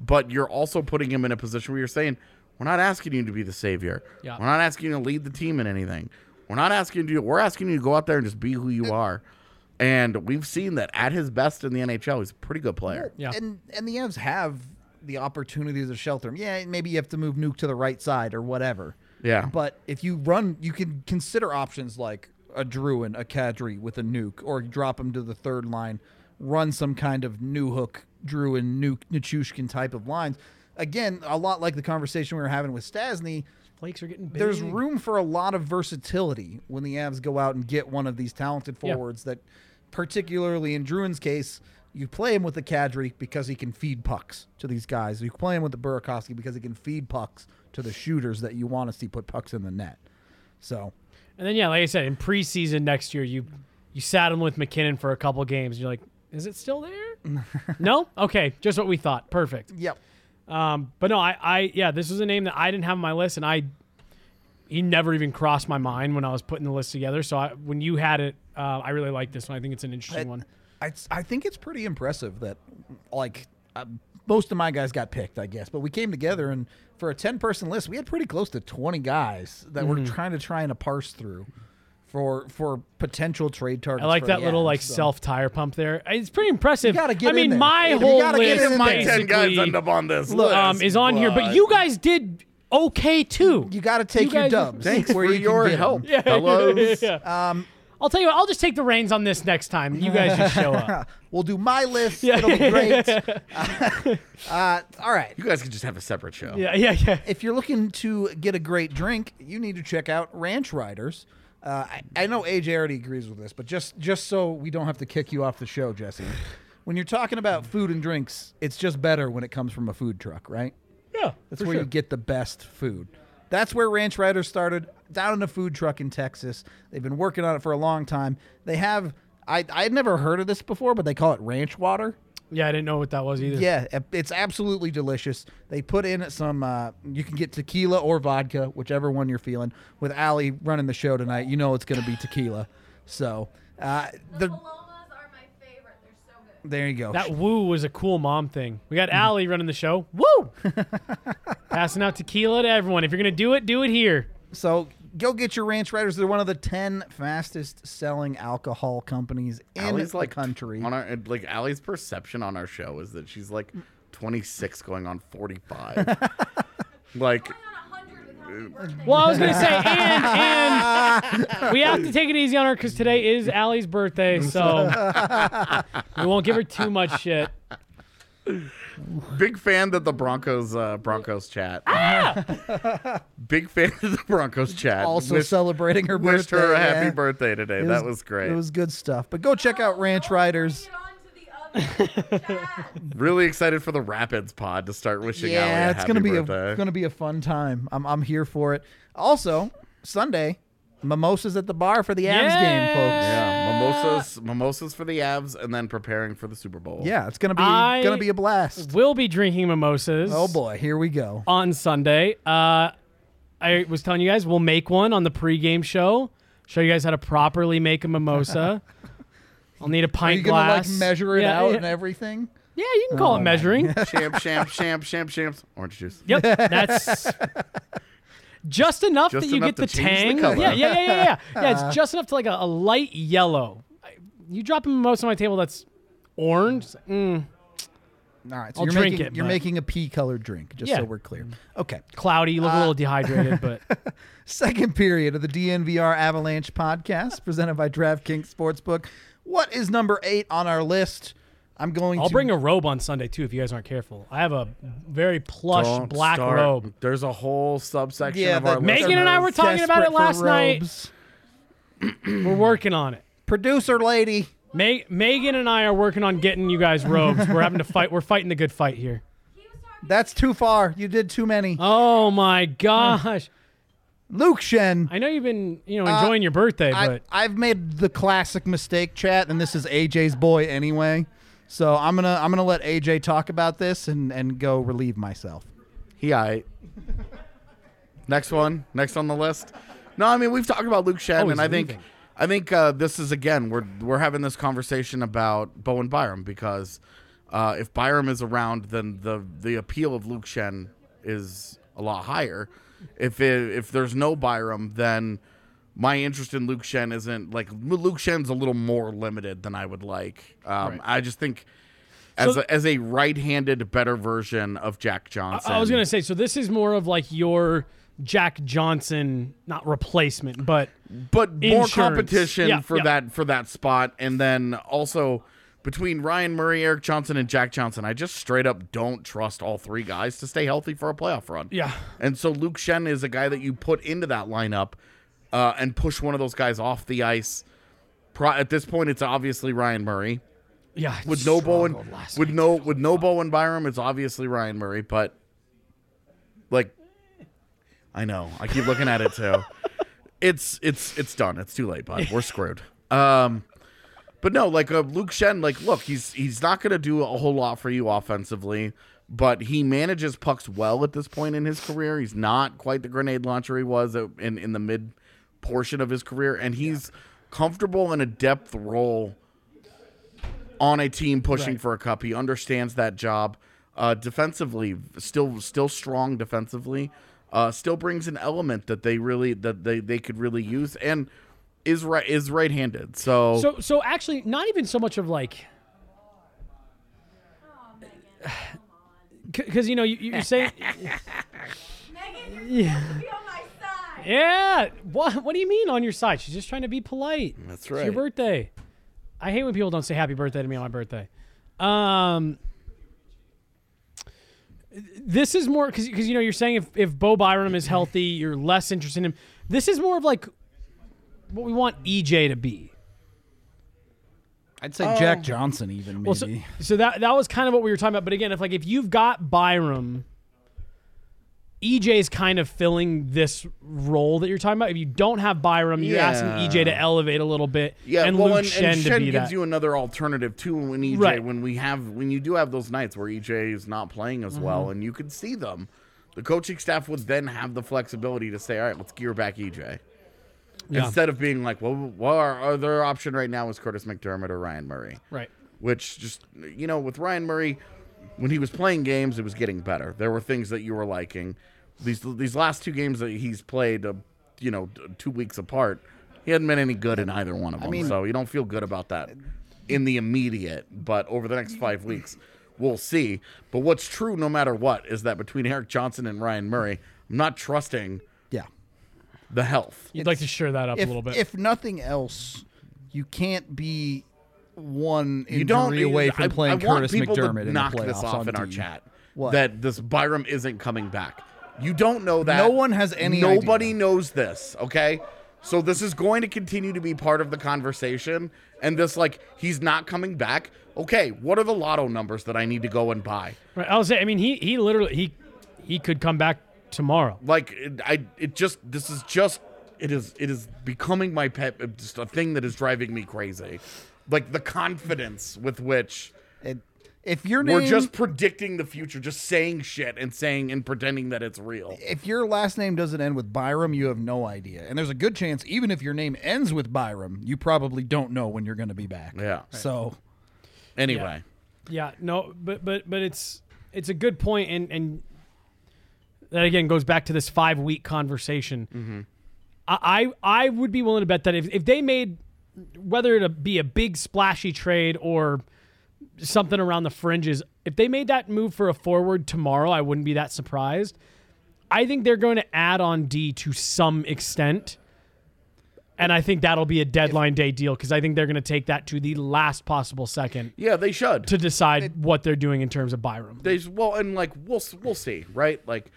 Speaker 2: But you're also putting him in a position where you're saying, we're not asking you to be the savior.
Speaker 3: Yeah.
Speaker 2: We're not asking you to lead the team in anything. We're not asking you to do We're asking you to go out there and just be who you are. And we've seen that at his best in the NHL, he's a pretty good player.
Speaker 3: Yeah.
Speaker 1: And and the Avs have the opportunity to shelter him. Yeah, maybe you have to move Nuke to the right side or whatever.
Speaker 2: Yeah.
Speaker 1: But if you run, you can consider options like a Druin, a Kadri with a Nuke, or drop him to the third line, run some kind of new hook Druin, Nuke, Nichushkin type of lines. Again, a lot like the conversation we were having with Stasny.
Speaker 3: Flakes are getting big.
Speaker 1: There's room for a lot of versatility when the Avs go out and get one of these talented
Speaker 3: Yeah.
Speaker 1: forwards that, particularly in Druin's case, you play him with the Kadri because he can feed pucks to these guys. You play him with the Burakovsky because he can feed pucks to the shooters that you want to see put pucks in the net. So
Speaker 3: And then yeah, like I said, in preseason next year, you you sat him with McKinnon for a couple games, and you're like, is it still there? no, okay, just what we thought. Perfect.
Speaker 1: Yep.
Speaker 3: Um, but no, I, I yeah, this was a name that I didn't have on my list, and I he never even crossed my mind when I was putting the list together. So I, when you had it, uh, I really like this one. I think it's an interesting one.
Speaker 1: I, I think it's pretty impressive that, like, uh, most of my guys got picked, I guess. But we came together, and for a 10 person list, we had pretty close to 20 guys that we're
Speaker 3: Mm-hmm.
Speaker 1: trying to trying to parse through for for potential trade targets.
Speaker 3: I like
Speaker 1: for
Speaker 3: that
Speaker 1: the
Speaker 3: little
Speaker 1: Avs,
Speaker 3: like
Speaker 1: so.
Speaker 3: self tire pump there. It's pretty impressive.
Speaker 1: gotta get
Speaker 3: I
Speaker 1: in
Speaker 3: mean,
Speaker 1: there.
Speaker 3: my
Speaker 1: You
Speaker 3: whole
Speaker 1: gotta get
Speaker 3: list
Speaker 1: in there.
Speaker 2: My ten
Speaker 3: basically,
Speaker 2: guys end up on this
Speaker 3: um,
Speaker 2: list,
Speaker 3: is on here, but you guys did okay too.
Speaker 1: You got to take your
Speaker 3: guys-
Speaker 1: dubs. Um,
Speaker 2: thanks
Speaker 1: where
Speaker 2: for
Speaker 1: you can
Speaker 2: your
Speaker 1: get 'em.
Speaker 2: help, fellows.
Speaker 3: I'll tell you what, I'll just take the reins on this next time. You guys just show up.
Speaker 1: We'll do my list. It'll be great. uh, all right.
Speaker 2: You guys could just have a separate show.
Speaker 3: Yeah, yeah, yeah.
Speaker 1: if you're looking to get a great drink, you need to check out Ranch Riders. Uh, I, I know AJ already agrees with this, but just just so we don't have to kick you off the show, Jesse, when you're talking about food and drinks, it's just better when it comes from a food truck, right?
Speaker 3: Yeah.
Speaker 1: That's where you get the best food. That's where Ranch Riders started, down in a food truck in Texas. They've been working on it for a long time. They have. I I'd never heard of this before, but they call it ranch water.
Speaker 3: Yeah, I didn't know what that was either.
Speaker 1: Yeah, it- it's absolutely delicious. They put in some. Uh, you can get tequila or vodka, whichever one you're feeling. With Allie running the show tonight, you know it's going to be tequila. So uh,
Speaker 4: The
Speaker 1: the,
Speaker 4: palomas are my favorite. They're so good.
Speaker 1: there you go.
Speaker 3: That woo was a cool mom thing. We
Speaker 1: Mm-hmm.
Speaker 3: got Allie running the show. Woo! Passing out tequila to everyone. If you're going to do it, do it here.
Speaker 1: so go get your Ranch Riders. They're one of the ten fastest selling alcohol companies in
Speaker 2: Allie's
Speaker 1: the
Speaker 2: like
Speaker 1: country.
Speaker 2: on our like Allie's perception on our show is that she's like 26 going on 45. like
Speaker 4: Going on 100 with how many birthdays.
Speaker 3: Well, I was going to say, and, and we have to take it easy on her because today is Allie's birthday, so we won't give her too much shit.
Speaker 2: Big fan that the Broncos uh, Broncos chat. Big fan of the Broncos chat.
Speaker 1: Also
Speaker 2: Wish-
Speaker 1: celebrating her
Speaker 2: wished
Speaker 1: birthday.
Speaker 2: her a happy
Speaker 1: yeah.
Speaker 2: birthday today.
Speaker 1: It
Speaker 2: that was great.
Speaker 1: It was good stuff. But go check out Ranch Riders.
Speaker 4: Bring it on to the other chat. Oh,
Speaker 2: really excited for the Rapids pod to start wishing Allie
Speaker 1: yeah,
Speaker 2: a
Speaker 1: it's
Speaker 2: happy
Speaker 1: gonna be
Speaker 2: birthday.
Speaker 1: a gonna be a fun time. I'm I'm here for it. Also, Sunday, mimosas at the bar for the Avs game, folks.
Speaker 2: yeah, mimosas, mimosas for the Avs, and then preparing for the Super Bowl.
Speaker 1: Yeah, it's gonna be
Speaker 3: I-
Speaker 1: gonna be a blast.
Speaker 3: We'll be drinking mimosas.
Speaker 1: Oh boy, here we go.
Speaker 3: On Sunday, uh, I was telling you guys we'll make one on the pregame show. Show you guys how to properly make a mimosa. I'll need a
Speaker 1: Are
Speaker 3: pint
Speaker 1: you gonna
Speaker 3: glass.
Speaker 1: like measure it
Speaker 3: yeah,
Speaker 1: out
Speaker 3: Yeah,
Speaker 1: and Oh, everything?
Speaker 3: yeah, you can call it measuring.
Speaker 2: Champ, champ, champ, champ, champs. Orange juice.
Speaker 3: Yep, that's just enough
Speaker 2: Just
Speaker 3: that you
Speaker 2: enough
Speaker 3: get the
Speaker 2: to change the color.
Speaker 3: tang. yeah, yeah, yeah, yeah, yeah. Yeah, it's just enough to like a, a light yellow. I- You drop a mimosa on my table that's orange. it's like, mm,
Speaker 1: All right, so
Speaker 3: I'll
Speaker 1: you're
Speaker 3: drink
Speaker 1: making
Speaker 3: it,
Speaker 1: you're
Speaker 3: but-
Speaker 1: making a pea colored drink, just
Speaker 3: Yeah.
Speaker 1: so we're clear. Okay.
Speaker 3: cloudy. You look
Speaker 2: Ah.
Speaker 3: a little dehydrated, but
Speaker 1: Second period of the DNVR Avalanche podcast presented by DraftKings Sportsbook. What is number eight on our list? I'm going
Speaker 3: I'll
Speaker 1: to
Speaker 3: bring a robe on Sunday too if you guys aren't careful. I have a very plush
Speaker 2: Don't
Speaker 3: black
Speaker 2: start.
Speaker 3: robe.
Speaker 2: There's a whole subsection
Speaker 1: yeah,
Speaker 2: of our
Speaker 1: the-
Speaker 2: list.
Speaker 3: Megan and I were talking about it
Speaker 1: Desperate for
Speaker 3: last night.
Speaker 1: robes.
Speaker 3: We're working on it.
Speaker 1: Producer lady.
Speaker 3: Ma- Megan and I are working on getting you guys robes. We're having to fight. We're fighting the good fight here.
Speaker 4: He was talking
Speaker 1: That's too far. You did too many.
Speaker 3: Oh my gosh!
Speaker 1: Luke Shen.
Speaker 3: I know you've been you know
Speaker 2: Uh,
Speaker 3: enjoying your birthday,
Speaker 1: I,
Speaker 3: but
Speaker 1: I've made the classic mistake, chat, and this is AJ's boy anyway. So I'm gonna I'm gonna let AJ talk about this and and go relieve myself.
Speaker 2: He aight. next one, next on the list. No, I mean we've talked about Luke Shen,
Speaker 3: Oh, he's
Speaker 2: and I think,
Speaker 3: leaving.
Speaker 2: I think uh, this is again we're we're having this conversation about Bowen Byram because uh, if Byram is around, then the the appeal of Luke Shen is a lot higher. If it, if there's no Byram, then my interest in Luke Shen isn't like Luke Shen's a little more limited than I would like. Um, I just think. As,
Speaker 3: So-
Speaker 2: a, as a right-handed better version of Jack Johnson.
Speaker 3: I was gonna say. So this is more of like your Jack Johnson, not replacement, but
Speaker 2: but more
Speaker 3: Insurance.
Speaker 2: competition
Speaker 3: Yeah,
Speaker 2: for
Speaker 3: yeah.
Speaker 2: that for that spot and then also between Ryan Murray, Eric Johnson and Jack Johnson, I just straight up don't trust all three guys to stay healthy for a playoff run.
Speaker 3: Yeah.
Speaker 2: And so Luke Shen is a guy that you put into that lineup uh, and push one of those guys off the ice. Pro- at this point it's obviously Ryan Murray.
Speaker 3: yeah,
Speaker 2: With no Bowen
Speaker 3: struggled last
Speaker 2: with
Speaker 3: night.
Speaker 2: no with no Bowen Byram, it's obviously Ryan Murray, but like I know. I keep looking at it too. It's it's it's done. It's too late, bud. We're screwed. Um but no, like uh, Luke Shen, like look, he's he's not going to do a whole lot for you offensively, but he manages pucks well at this point in his career. He's not quite the grenade launcher he was uh, in in the mid portion of his career, and he's comfortable in a depth role on a team pushing for a cup. He understands that job. Uh, defensively, still still strong defensively. Uh, still brings an element that they really that they, they could really use and is right is right handed.
Speaker 3: So so actually, not even so much of like. Because you know you, you say
Speaker 4: Megan, you're supposed to be on my side.
Speaker 3: yeah. What what do you mean on your side? She's just trying to be polite.
Speaker 2: That's
Speaker 3: It's
Speaker 2: right.
Speaker 3: your birthday. I hate when people don't say happy birthday to me on my birthday. Um, this is more because you know you're saying if if Bo Byram is healthy, you're less interested in him. This is more of like what we want EJ to be.
Speaker 1: I'd say Jack Johnson even maybe.
Speaker 3: Oh. Well, so, so that that was kind of what we were talking about. But again, if like if you've got Byram, EJ is kind of filling this role that you're talking about. If you don't have Byram, you're asking
Speaker 2: Yeah.
Speaker 3: EJ to elevate a little bit,
Speaker 2: Yeah,
Speaker 3: and
Speaker 2: well,
Speaker 3: Luke
Speaker 2: and,
Speaker 3: Shen
Speaker 2: and
Speaker 3: to
Speaker 2: Shen
Speaker 3: be
Speaker 2: gives
Speaker 3: that.
Speaker 2: you another alternative too. When EJ,
Speaker 3: Right.
Speaker 2: when we have, when you do have those nights where EJ is not playing as
Speaker 3: Mm-hmm.
Speaker 2: well, and you can see them, the coaching staff would then have the flexibility to say, "All right, let's gear back E EJ,"
Speaker 3: Yeah.
Speaker 2: instead of being like, "Well, well, our other option right now is Curtis McDermott or Ryan Murray."
Speaker 3: right.
Speaker 2: which just you know with Ryan Murray when he was playing games it was getting better there were things that you were liking these these last two games that he's played uh, you know t- two weeks apart he hadn't been any good in either one of them so you don't feel good about that in the immediate but over the next 5 weeks we'll see but what's true no matter what is that between Eric Johnson and Ryan Murray I'm not trusting
Speaker 1: yeah.
Speaker 2: the health
Speaker 3: You'd like to share that up
Speaker 1: If,
Speaker 3: a little bit.
Speaker 1: if nothing else, you can't be one injury
Speaker 2: You don't e-
Speaker 1: away from
Speaker 2: I- I
Speaker 1: playing
Speaker 2: want
Speaker 1: Curtis
Speaker 2: people to
Speaker 1: McDermott in
Speaker 2: knock
Speaker 1: the playoffs
Speaker 2: this off
Speaker 1: on
Speaker 2: in our
Speaker 1: D.
Speaker 2: chat.
Speaker 1: What?
Speaker 2: That this Byram isn't coming back. You don't know that.
Speaker 1: No one has any
Speaker 2: Nobody
Speaker 1: idea.
Speaker 2: knows this. Okay. So this is going to continue to be part of the conversation, and this like he's not coming back. Okay, what are the lotto numbers that I need to go and buy?
Speaker 3: Right, I'll say. I mean, he he literally he he could come back tomorrow.
Speaker 2: like it, I it just this is just it is it is becoming my pet just a thing that is driving me crazy. Like the confidence with which
Speaker 1: And if your name,
Speaker 2: we're just predicting the future, just saying shit and saying and pretending that it's real.
Speaker 1: if your last name doesn't end with Byram, you have no idea. And there's a good chance, even if your name ends with Byram, you probably don't know when you're going to be back.
Speaker 2: Yeah.
Speaker 1: So
Speaker 2: Anyway,
Speaker 3: Yeah, no, but but but it's it's a good point, and and that again goes back to this five week conversation. I, I I would be willing to bet that if if they made whether it be a big splashy trade or something around the fringes, if they made that move for a forward tomorrow, I wouldn't be that surprised. I think they're going to add on D to some extent. And I think that'll be a deadline day deal because I think they're going to take that to the last possible second
Speaker 2: yeah, they should.
Speaker 3: to decide what they're doing in terms of Byram.
Speaker 2: they well and like we'll s- we'll see, right? Like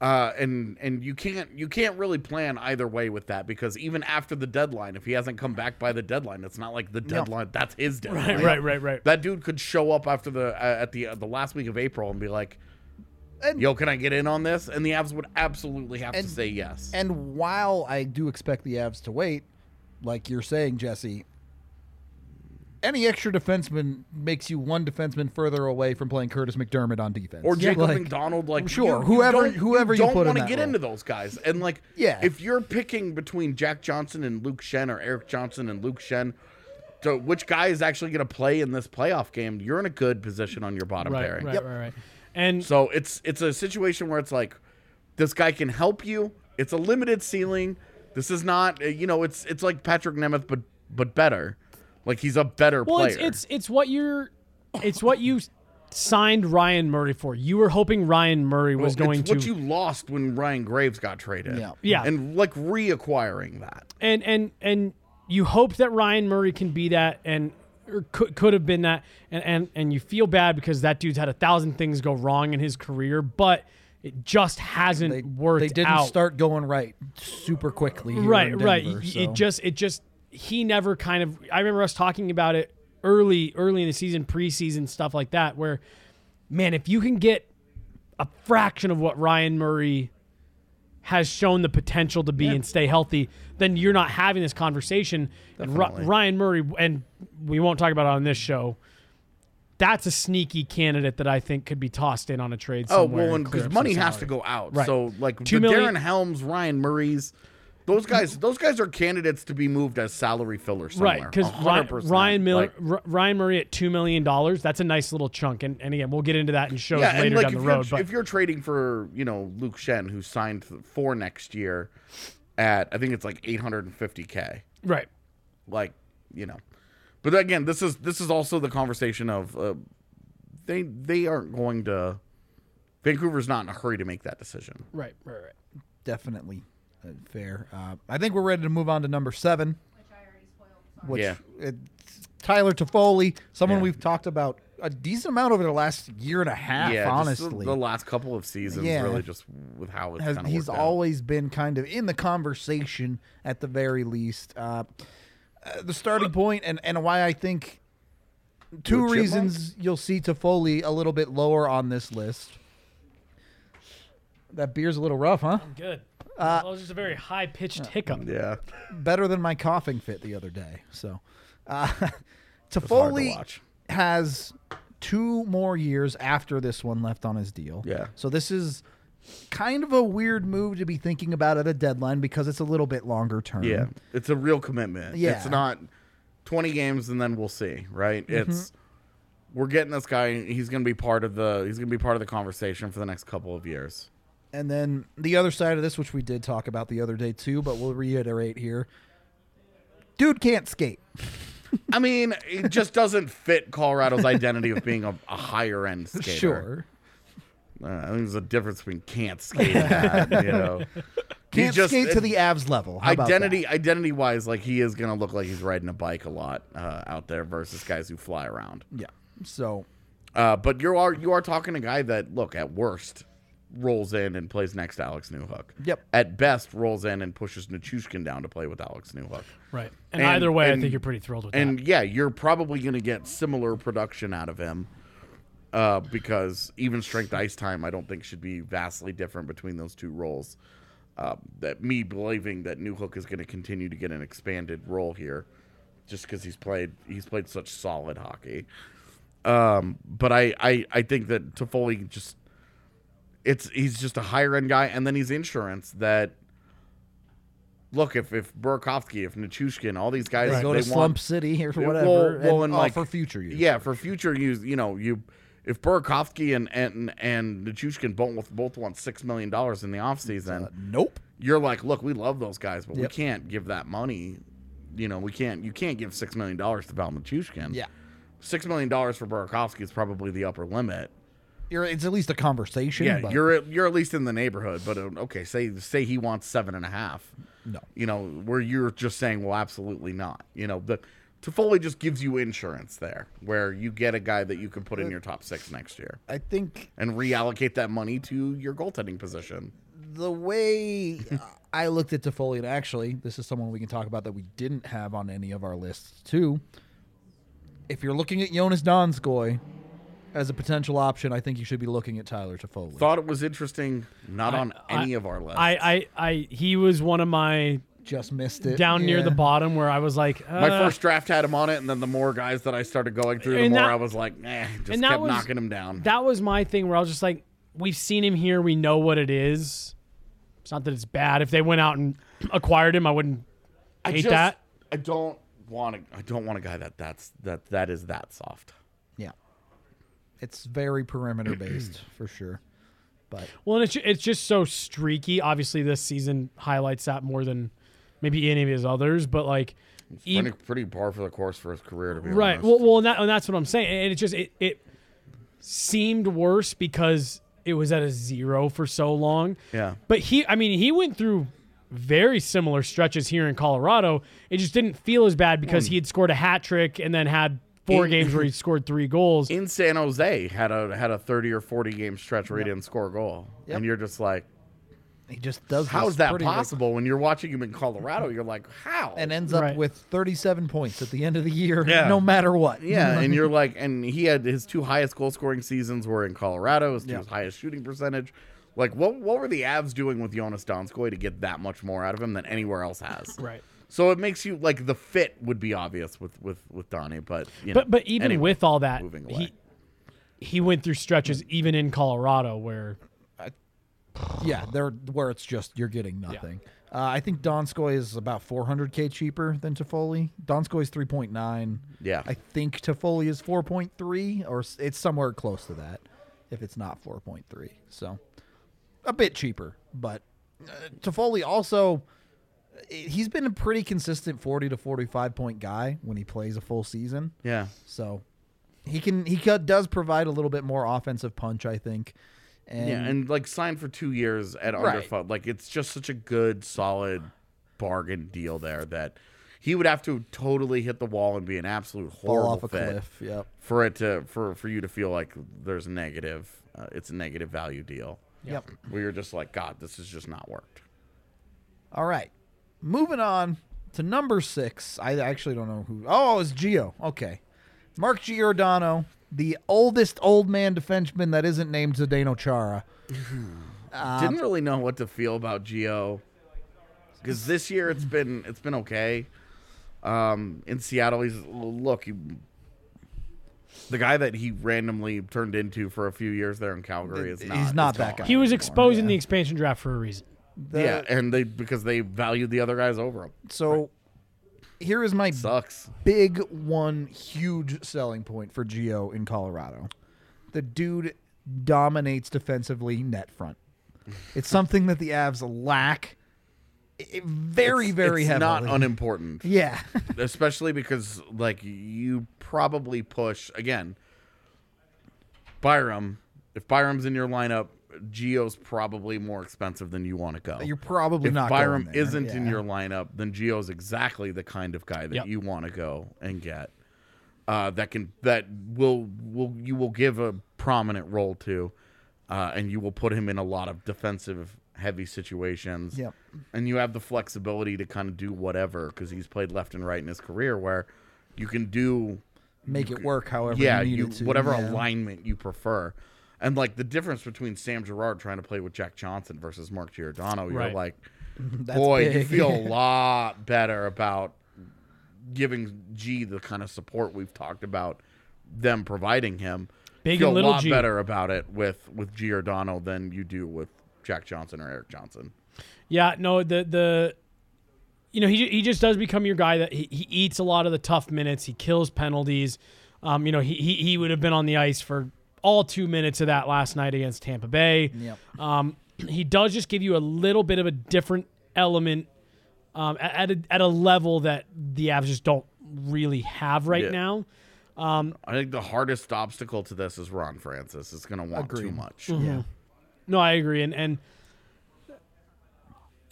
Speaker 2: uh and and you can't you can't really plan either way with that because even after the deadline, if he hasn't come back by the deadline, it's not like the deadline that's his deadline.
Speaker 3: right, right.
Speaker 2: That dude could show up after the uh, at the uh, the last week of April and be like, "Yo, can I get in on this?" And the Avs would absolutely have
Speaker 1: And-
Speaker 2: to say yes.
Speaker 1: And while I do expect the Avs to wait, like you're saying, Jesse, any extra defenseman makes you one defenseman further away from playing Curtis McDermott on defense.
Speaker 2: or Jacob
Speaker 1: Like,
Speaker 2: McDonald, like
Speaker 1: Sure,
Speaker 2: you- you
Speaker 1: whoever-
Speaker 2: don't-
Speaker 1: whoever you
Speaker 2: don't
Speaker 1: put in
Speaker 2: wanna
Speaker 1: that
Speaker 2: get
Speaker 1: role.
Speaker 2: into those guys, and like,
Speaker 1: Yeah.
Speaker 2: if you're picking between Jack Johnson and Luke Shen or Eric Johnson and Luke Shen, to which guy is actually going to play in this playoff game? You're in a good position on your bottom
Speaker 3: Right, right,
Speaker 2: pairing.
Speaker 3: right, right. And
Speaker 2: So it's it's a situation where it's like this guy can help you. It's a limited ceiling. This is not uh, you know it's it's like Patrick Nemeth but but better. Like he's a better
Speaker 3: well,
Speaker 2: player.
Speaker 3: it's, it's it's what you're, it's what you signed Ryan Murray for. You were hoping Ryan Murray was
Speaker 2: Well,
Speaker 3: going
Speaker 2: it's
Speaker 3: to,
Speaker 2: what you lost when Ryan Graves got traded.
Speaker 1: Yeah.
Speaker 3: Yeah.
Speaker 2: And like reacquiring that.
Speaker 3: and and and you hope that Ryan Murray can be that, and or could could have been that, and and and you feel bad because that dude's had a thousand things go wrong in his career, but it just hasn't
Speaker 1: they,
Speaker 3: worked.
Speaker 1: they didn't
Speaker 3: out.
Speaker 1: start going right super quickly. here
Speaker 3: right
Speaker 1: in
Speaker 3: right
Speaker 1: Denver,
Speaker 3: Y-
Speaker 1: so.
Speaker 3: it just it just he never kind of i remember us talking about it early early in the season preseason stuff like that where man if you can get a fraction of what ryan murray has shown the potential to be and stay healthy then you're not having this conversation and Ri-
Speaker 2: Definitely.
Speaker 3: ryan murray and we won't talk about it on this show that's a sneaky candidate that I think could be tossed in on a trade.
Speaker 2: Oh
Speaker 3: somewhere
Speaker 2: well,
Speaker 3: and clear
Speaker 2: because
Speaker 3: up some
Speaker 2: money has
Speaker 3: salary.
Speaker 2: to go out.
Speaker 3: Right.
Speaker 2: So like
Speaker 3: Two
Speaker 2: the
Speaker 3: million-
Speaker 2: Darren Helms, Ryan Murray's, those guys, those guys are candidates to be moved as salary fillers. Somewhere.
Speaker 3: Right, because
Speaker 2: 100%.
Speaker 3: Ryan Miller,
Speaker 2: Like,
Speaker 3: R- Ryan Murray at two million dollars. That's a nice little chunk, and, and again, we'll get into that in shows
Speaker 2: yeah, and
Speaker 3: later
Speaker 2: like
Speaker 3: down
Speaker 2: if,
Speaker 3: the
Speaker 2: you're,
Speaker 3: road. But
Speaker 2: if you're trading for you know Luke Shen, who signed th- for next year at I think it's like 850k,
Speaker 3: right,
Speaker 2: like you know, but again, this is this is also the conversation of uh, they they aren't going to Vancouver's not in a hurry to make that decision.
Speaker 3: right, right, right.
Speaker 1: definitely uh, fair. Uh, I think we're ready to move on to number seven. Which
Speaker 2: Yeah.
Speaker 1: it- Tyler Toffoli, someone
Speaker 2: Yeah.
Speaker 1: we've talked about a decent amount over the last year and a half.
Speaker 2: just the-
Speaker 1: honestly,
Speaker 2: the, last couple of seasons
Speaker 1: Yeah.
Speaker 2: really just with how it's
Speaker 1: has,
Speaker 2: kind of
Speaker 1: he's
Speaker 2: worked
Speaker 1: always been kind of in the conversation at the very least. Uh, uh, the starting point and and why I think two
Speaker 2: With Chipmunk?
Speaker 1: reasons you'll see Toffoli a little bit lower on this list. That beer's a little rough, huh?
Speaker 3: Good. Uh, that was just a very high pitched hiccup.
Speaker 2: out. yeah,
Speaker 1: Better than my coughing fit the other day. So, uh,
Speaker 2: hard to
Speaker 1: Toffoli
Speaker 2: watch.
Speaker 1: has two more years after this one left on his deal.
Speaker 2: Yeah.
Speaker 1: So this is kind of a weird move to be thinking about at a deadline because it's a little bit longer term.
Speaker 2: yeah, it's a real commitment.
Speaker 1: Yeah.
Speaker 2: it's not twenty games and then we'll see, right?
Speaker 1: Mm-hmm.
Speaker 2: It's we're getting this guy. He's gonna be part of the he's gonna be part of the conversation for the next couple of years.
Speaker 1: And then the other side of this, which we did talk about the other day too, but we'll reiterate here. Dude can't skate.
Speaker 2: I mean, it just doesn't fit Colorado's identity of being a, a higher end skater.
Speaker 1: Sure.
Speaker 2: Uh, I think there's a difference between can't skate and that, you know.
Speaker 1: Can't
Speaker 2: just-
Speaker 1: skate to the Avs level. How about that?
Speaker 2: identity identity wise, like he is gonna look like he's riding a bike a lot uh, out there versus guys who fly around.
Speaker 1: Yeah. So
Speaker 2: Uh, but you are you are talking a guy that look at worst rolls in and plays next to Alex Newhook.
Speaker 1: Yep.
Speaker 2: At best rolls in and pushes Nichushkin down to play with Alex Newhook.
Speaker 3: Right. And,
Speaker 2: And-
Speaker 3: either way, I
Speaker 2: and-
Speaker 3: think you're pretty thrilled with
Speaker 2: And
Speaker 3: that.
Speaker 2: yeah, you're probably going to get similar production out of him uh, because even strength ice time, I don't think should be vastly different between those two roles. Uh, that me believing that New Hook is going to continue to get an expanded role here, just because he's played he's played such solid hockey. Um, but I, I I think that Toffoli just it's he's just a higher end guy, and then he's insurance that. Look, if if Burakovsky, if Nichushkin, all these guys
Speaker 1: they go to
Speaker 2: they
Speaker 1: Slump
Speaker 2: want,
Speaker 1: City or
Speaker 2: yeah,
Speaker 1: whatever.
Speaker 2: well,
Speaker 1: and,
Speaker 2: and
Speaker 1: oh,
Speaker 2: like-
Speaker 1: for future use.
Speaker 2: Yeah, for future use, you know, you if Burakovsky and and and Nichushkin both both want six million dollars in the offseason,
Speaker 1: Nope.
Speaker 2: you're like, look, we love those guys, but we
Speaker 1: Yep.
Speaker 2: can't give that money. You know, we can't. You can't give six million dollars to Val Nichushkin.
Speaker 1: Yeah.
Speaker 2: six million dollars for Burakovsky is probably the upper limit.
Speaker 1: You're, it's at least a conversation.
Speaker 2: Yeah,
Speaker 1: but
Speaker 2: you're at- you're at least in the neighborhood. But uh, okay, say say he wants seven and a half.
Speaker 1: No.
Speaker 2: you know where you're just saying, well, absolutely not. You know, the Toffoli just gives you insurance there, where you get a guy that you could put in your top six next year
Speaker 1: I think
Speaker 2: and reallocate that money to your goaltending position.
Speaker 1: the way I looked at Toffoli, and actually, this is someone we can talk about that we didn't have on any of our lists too. If you're looking at Jonas Donskoy as a potential option, I think you should be looking at Tyler Toffoli.
Speaker 2: Thought it was interesting, not on
Speaker 3: I-
Speaker 2: any of our lists.
Speaker 3: I, I, I, he was one of my
Speaker 1: Just missed it
Speaker 3: down near
Speaker 1: Yeah.
Speaker 3: the bottom where I was like,
Speaker 2: my
Speaker 3: uh,
Speaker 2: first draft had him on it, and then the more guys that I started going through, the
Speaker 3: And
Speaker 2: more
Speaker 3: that-
Speaker 2: I was like, eh, just
Speaker 3: and that
Speaker 2: kept
Speaker 3: was-
Speaker 2: knocking him down.
Speaker 3: That was my thing where I was just like, we've seen him here. We know what it is. It's not that it's bad. If they went out and acquired him, I wouldn't
Speaker 2: I
Speaker 3: hate that.
Speaker 2: I don't want to. I don't want a guy that that's that that is that soft.
Speaker 1: Yeah, it's very perimeter based for sure. But
Speaker 3: Well, and it's, it's just so streaky. Obviously, this season highlights that more than maybe any of his others. But like, e-
Speaker 2: Pretty, pretty par for the course for his career, to be
Speaker 3: right?
Speaker 2: honest.
Speaker 3: Well, well, and, that, and that's what I'm saying. And it just it, it seemed worse because it was at a zero for so long.
Speaker 2: Yeah.
Speaker 3: But he, I mean, he went through very similar stretches here in Colorado. It just didn't feel as bad
Speaker 2: Mm.
Speaker 3: because he had scored a hat trick and then had four
Speaker 2: In-
Speaker 3: games where he scored three goals.
Speaker 2: in San Jose had a had a thirty or forty game stretch where he didn't score a goal,
Speaker 1: Yep.
Speaker 2: and you're just like,
Speaker 1: he just does.
Speaker 2: how
Speaker 1: this
Speaker 2: is that
Speaker 1: pretty reg-
Speaker 2: possible? When you're watching him in Colorado, you're like, how?
Speaker 1: And ends
Speaker 3: Right.
Speaker 1: up with 37 points at the end of the year,
Speaker 2: Yeah.
Speaker 1: no matter what.
Speaker 2: yeah, and you're like, and he had his two highest goal scoring seasons were in Colorado. His two
Speaker 1: Yeah.
Speaker 2: highest shooting percentage. Like, what what were the Avs doing with Jonas Donskoy to get that much more out of him than anywhere else has?
Speaker 3: Right.
Speaker 2: So it makes you like the fit would be obvious with with with Donnie, but you know,
Speaker 3: But but even
Speaker 2: anyway,
Speaker 3: with all that,
Speaker 2: moving away.
Speaker 3: he he went through stretches even in Colorado where
Speaker 1: Yeah, they're where it's just you're getting nothing. Uh, I think Donskoy is about 400k cheaper than Toffoli. Donskoy is 3.9.
Speaker 2: Yeah.
Speaker 1: I think Toffoli is 4.3, or s- it's somewhere close to that, if it's not 4.3. So a bit cheaper, but uh, Toffoli also i- he's been a pretty consistent 40 to 45 point guy when he plays a full season.
Speaker 2: yeah,
Speaker 1: So he can he co- does provide a little bit more offensive punch, I think. And,
Speaker 2: yeah, and like signed for two years at under
Speaker 1: Right.
Speaker 2: five. Like it's just such a good, solid bargain deal there that he would have to totally hit the wall and be an absolute
Speaker 1: fall
Speaker 2: horrible
Speaker 1: off a
Speaker 2: fit
Speaker 1: cliff. Yep.
Speaker 2: for it to for for you to feel like there's negative. Uh, it's a negative value deal
Speaker 1: Yep.
Speaker 2: where you're just like, God, this has just not worked.
Speaker 1: All right. Moving on to number six. I actually don't know who. Oh, it's Gio. Okay. Mark Giordano, the oldest old man defenseman that isn't named Zdeno Chara. Um,
Speaker 2: Didn't really know what to feel about Geo because this year it's been it's been okay. Um, in Seattle, he's look he, the guy that he randomly turned into for a few years there in Calgary is not.
Speaker 1: He's
Speaker 2: is
Speaker 1: not that
Speaker 2: gone.
Speaker 1: guy.
Speaker 3: he was
Speaker 1: anymore,
Speaker 3: exposed in
Speaker 1: yeah.
Speaker 3: the expansion draft for a reason.
Speaker 1: The-
Speaker 2: yeah, and they because they valued the other guys over him.
Speaker 1: So here is my
Speaker 2: Sucks.
Speaker 1: big one huge selling point for Geo in Colorado. The dude dominates defensively net front. It's something that the Avs lack i- i- very, very
Speaker 2: it's
Speaker 1: heavily.
Speaker 2: not unimportant.
Speaker 1: yeah.
Speaker 2: especially because like you probably push again Byram if Byram's in your lineup Geo's probably more expensive than you want to go.
Speaker 1: You're probably
Speaker 2: if
Speaker 1: not
Speaker 2: Byram
Speaker 1: going there,
Speaker 2: isn't in
Speaker 1: yeah.
Speaker 2: your lineup, then Geo's exactly the kind of guy that
Speaker 3: Yep.
Speaker 2: you want to go and get. Uh, that can that will will you will give a prominent role to, uh, and you will put him in a lot of defensive heavy situations.
Speaker 1: Yep.
Speaker 2: And you have the flexibility to kind of do whatever because he's played left and right in his career where you can do
Speaker 1: Make it work however
Speaker 2: yeah,
Speaker 1: you need
Speaker 2: you,
Speaker 1: it to.
Speaker 2: whatever
Speaker 1: yeah.
Speaker 2: alignment you prefer. And like the difference between Sam Gerard trying to play with Jack Johnson versus Mark Giordano, you're
Speaker 3: Right.
Speaker 2: like, boy, you
Speaker 1: big.
Speaker 2: feel a lot better about giving G the kind of support we've talked about them providing him.
Speaker 3: Big
Speaker 2: feel
Speaker 3: and little
Speaker 2: a lot
Speaker 3: G.
Speaker 2: better about it with with Giordano than you do with Jack Johnson or Eric Johnson.
Speaker 3: Yeah, no, the the you know, he ju- he just does become your guy that he, he eats a lot of the tough minutes, he kills penalties. Um, you know, he, he he would have been on the ice for all 2 minutes of that last night against Tampa Bay.
Speaker 1: Yep.
Speaker 3: Um, he does just give you a little bit of a different element um, a- at a, at a level that the Avs just don't really have right
Speaker 2: Yeah.
Speaker 3: now.
Speaker 2: I think the hardest obstacle to this is Ron Francis. It's going to want too
Speaker 1: Agreed. Mm-hmm.
Speaker 2: much.
Speaker 1: Yeah.
Speaker 3: No, I agree, and and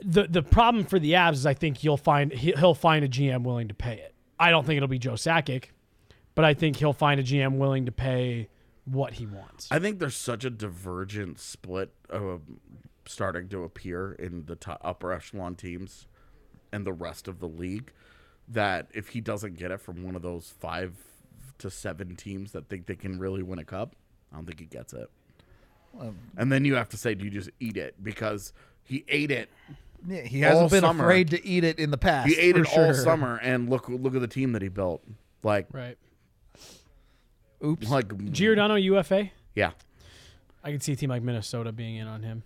Speaker 3: the the problem for the Avs is I think you'll find he- he'll find a GM willing to pay it. I don't think it'll be Joe Sakic, but I think he'll find a GM willing to pay what he wants.
Speaker 2: I think there's such a divergent split uh, starting to appear in the to upper echelon teams and the rest of the league that if he doesn't get it from one of those five to seven teams that think they can really win a cup, I don't think he gets it.
Speaker 1: Um,
Speaker 2: and then you have to say, do you just eat it? Because he ate it.
Speaker 1: Yeah, he
Speaker 2: all
Speaker 1: hasn't been
Speaker 2: summer.
Speaker 1: afraid to eat it in the past.
Speaker 2: He ate
Speaker 1: for
Speaker 2: it all
Speaker 1: sure.
Speaker 2: summer, and look look at the team that he built. Like
Speaker 3: right,
Speaker 1: Oops.
Speaker 2: like
Speaker 3: Giordano UFA.
Speaker 2: yeah.
Speaker 3: I can see a team like Minnesota being in on him.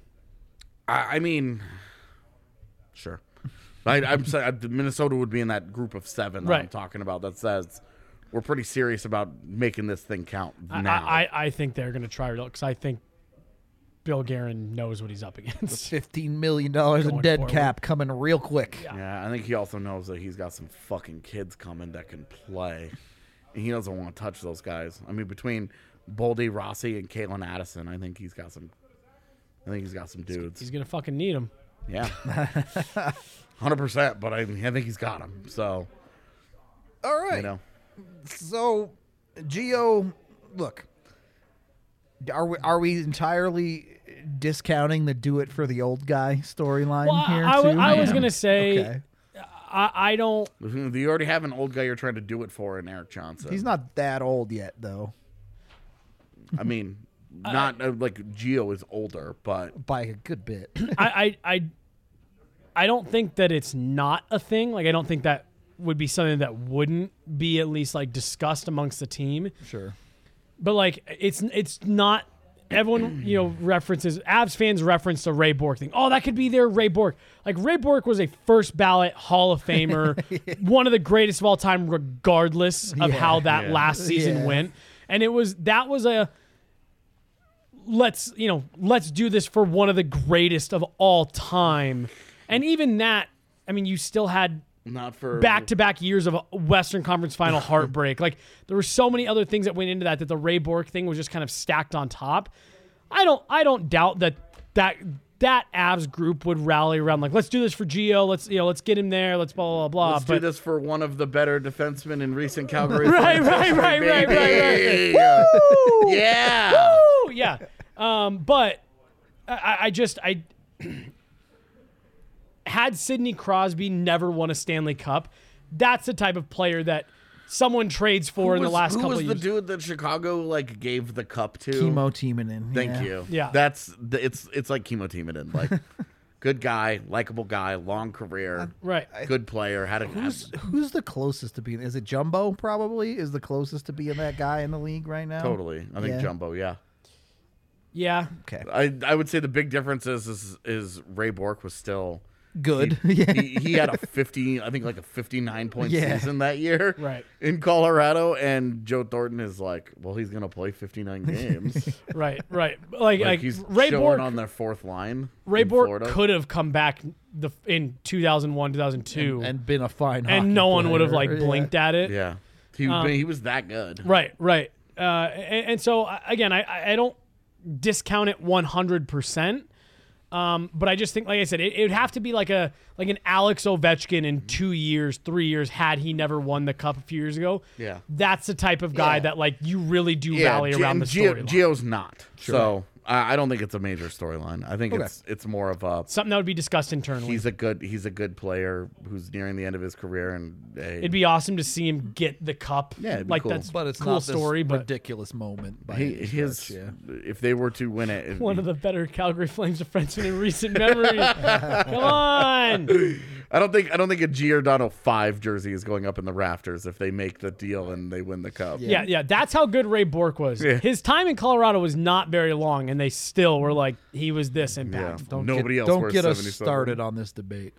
Speaker 2: I, I mean, sure. I, I'm saying Minnesota would be in that group of seven that I'm
Speaker 3: Right.
Speaker 2: talking about that says we're pretty serious about making this thing count
Speaker 3: I-
Speaker 2: now.
Speaker 3: I, I I think they're going to try it because I think Bill Guerin knows what he's up against.
Speaker 1: Fifteen million dollars in
Speaker 3: Going
Speaker 1: dead
Speaker 3: forward.
Speaker 1: cap coming real quick.
Speaker 2: yeah, I think he also knows that he's got some fucking kids coming that can play, and he doesn't want to touch those guys. I mean, between Boldy Rossi and Caitlin Addison, I think he's got some. I think he's got some dudes.
Speaker 3: He's going to fucking need him.
Speaker 2: yeah, hundred percent. But I, I think he's got them. So
Speaker 1: All right.
Speaker 2: you know,
Speaker 1: So, Geo, look, are we are we entirely discounting the "do it for the old guy" storyline
Speaker 3: Well,
Speaker 1: here?
Speaker 3: I, I wa-
Speaker 1: too?
Speaker 3: I was going to say
Speaker 1: Okay.
Speaker 3: I, I don't.
Speaker 2: you already have an old guy you're trying to do it for in Eric Johnson.
Speaker 1: he's not that old yet, though.
Speaker 2: I mean, not uh, like Geo is older, but
Speaker 1: By a good bit.
Speaker 3: I, I, I, I don't think that it's not a thing. Like, I don't think that would be something that wouldn't be at least like discussed amongst the team.
Speaker 1: sure.
Speaker 3: But like, it's it's not. Everyone, you know, references Avs fans reference the Ray Bork thing. Oh, that could be their Ray Bork. Like Ray Bork was a first ballot Hall of Famer, one of the greatest of all time, regardless of how that last season
Speaker 1: Yeah.
Speaker 3: went. And it was that was a let's you know let's do this for one of the greatest of all time and even that i mean you still had
Speaker 2: not for
Speaker 3: back-to-back years of a western conference final heartbreak like there were so many other things that went into that that the ray bork thing was just kind of stacked on top i don't i don't doubt that that that avs group would rally around like let's do this for geo let's you know let's get him there let's blah blah blah
Speaker 2: Let's do
Speaker 3: but
Speaker 2: this for one of the better defensemen in recent Calgary.
Speaker 3: right right right right right right
Speaker 2: Yeah. yeah.
Speaker 3: Woo! yeah. Um, but I- I, I just I had Sidney Crosby never won a Stanley Cup. That's the type of player that someone trades for in
Speaker 2: Who
Speaker 3: the
Speaker 2: was-
Speaker 3: last
Speaker 2: who
Speaker 3: couple
Speaker 2: was
Speaker 3: of
Speaker 2: the
Speaker 3: years.
Speaker 2: dude that Chicago like gave the cup to?
Speaker 1: Chemo teaming in.
Speaker 2: Thank
Speaker 1: yeah.
Speaker 2: you.
Speaker 3: Yeah.
Speaker 2: That's the, it's it's like chemo teaming in like good guy, likable guy, long career,
Speaker 3: Uh, right.
Speaker 2: good player, had a
Speaker 1: Who's who's the closest to being? Is it Jumbo? Probably is the closest to being that guy in the league right now.
Speaker 2: totally. I think
Speaker 1: Yeah.
Speaker 2: Jumbo, yeah.
Speaker 3: Yeah.
Speaker 1: Okay.
Speaker 2: I, I would say the big difference is is, is Ray Bork was still
Speaker 1: Good.
Speaker 2: He,
Speaker 1: yeah.
Speaker 2: he, he had a 50, I think like a 59 point
Speaker 1: Yeah.
Speaker 2: season that year
Speaker 3: Right.
Speaker 2: in Colorado. And Joe Thornton is like, well, he's going to play 59 games. like,
Speaker 3: Right. Right. Like like,
Speaker 2: he's
Speaker 3: Ray
Speaker 2: showing
Speaker 3: Bork.
Speaker 2: on their fourth line.
Speaker 3: Ray
Speaker 2: in
Speaker 3: Bork
Speaker 2: Florida.
Speaker 3: could have come back the in 2001 2002 and,
Speaker 1: And been a fine. hockey
Speaker 3: no one would have
Speaker 1: player.
Speaker 3: like blinked at it.
Speaker 2: Yeah.
Speaker 3: Um,
Speaker 2: He, he was that good.
Speaker 3: Right, right. Uh, and, and so I- again, I, I- I don't discount it 100%. Um, but I just think, like I said, it, it would have to be like a like an Alex Ovechkin in
Speaker 2: Mm-hmm.
Speaker 3: two years, three years, had he never won the cup a few years ago.
Speaker 2: Yeah.
Speaker 3: that's the type of guy
Speaker 2: Yeah.
Speaker 3: that like you really do rally
Speaker 2: Ge-
Speaker 3: around
Speaker 2: and
Speaker 3: the
Speaker 2: Geo-
Speaker 3: storyline.
Speaker 2: Geo's not. So I, I don't think it's a major storyline. I think it's it's more of a
Speaker 3: Something that would be discussed internally.
Speaker 2: he's a good he's a good player who's nearing the end of his career and hey,
Speaker 3: It'd be awesome to see him get the cup.
Speaker 2: Yeah, it'd be
Speaker 3: like
Speaker 2: cool.
Speaker 3: that's
Speaker 1: But it's
Speaker 3: cool
Speaker 1: not
Speaker 3: story,
Speaker 1: this
Speaker 3: but
Speaker 1: ridiculous moment. By
Speaker 2: he,
Speaker 1: any
Speaker 2: his
Speaker 1: stretch, yeah.
Speaker 2: if they were to win it,
Speaker 3: one of the better Calgary Flames defensemen in recent memory. Come on.
Speaker 2: I don't think I don't think a Giordano five jersey is going up in the rafters if they make the deal and they win the cup.
Speaker 3: Yeah, yeah, that's how good Ray Bork was.
Speaker 2: Yeah.
Speaker 3: His time in Colorado was not very long, and they still were like, he was this
Speaker 2: Yeah.
Speaker 3: impact.
Speaker 2: Nobody
Speaker 1: Get-
Speaker 2: else.
Speaker 1: Don't
Speaker 2: wears
Speaker 1: get us
Speaker 2: 77.
Speaker 1: started on this debate.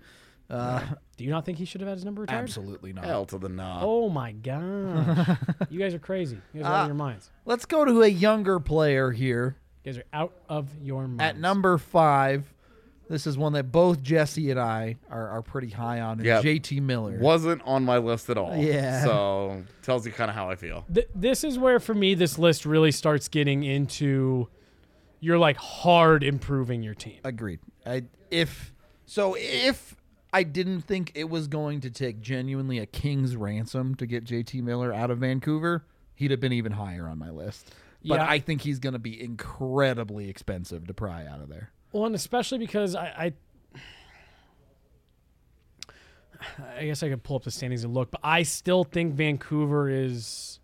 Speaker 3: Do you not think he should have had his number retired?
Speaker 1: Absolutely not.
Speaker 2: Hell to the nah.
Speaker 3: Oh my gosh. you guys are crazy. You guys are out of your minds.
Speaker 1: Let's go to a younger player here
Speaker 3: You guys are out of your minds.
Speaker 1: at number five. This is one that both Jesse and I are, are pretty high on.
Speaker 2: Yeah.
Speaker 1: JT Miller.
Speaker 2: Wasn't on my list at all.
Speaker 1: Yeah.
Speaker 2: So tells you kind of how I feel.
Speaker 3: Th- this is where for me this list really starts getting into you're like hard improving your team.
Speaker 1: Agreed. I, if so, if I didn't think it was going to take genuinely a king's ransom to get JT Miller out of Vancouver, he'd have been even higher on my list. But
Speaker 3: Yeah.
Speaker 1: I think he's going to be incredibly expensive to pry out of there.
Speaker 3: Well, and especially because I, I, I guess I could pull up the standings and look, but I still think Vancouver is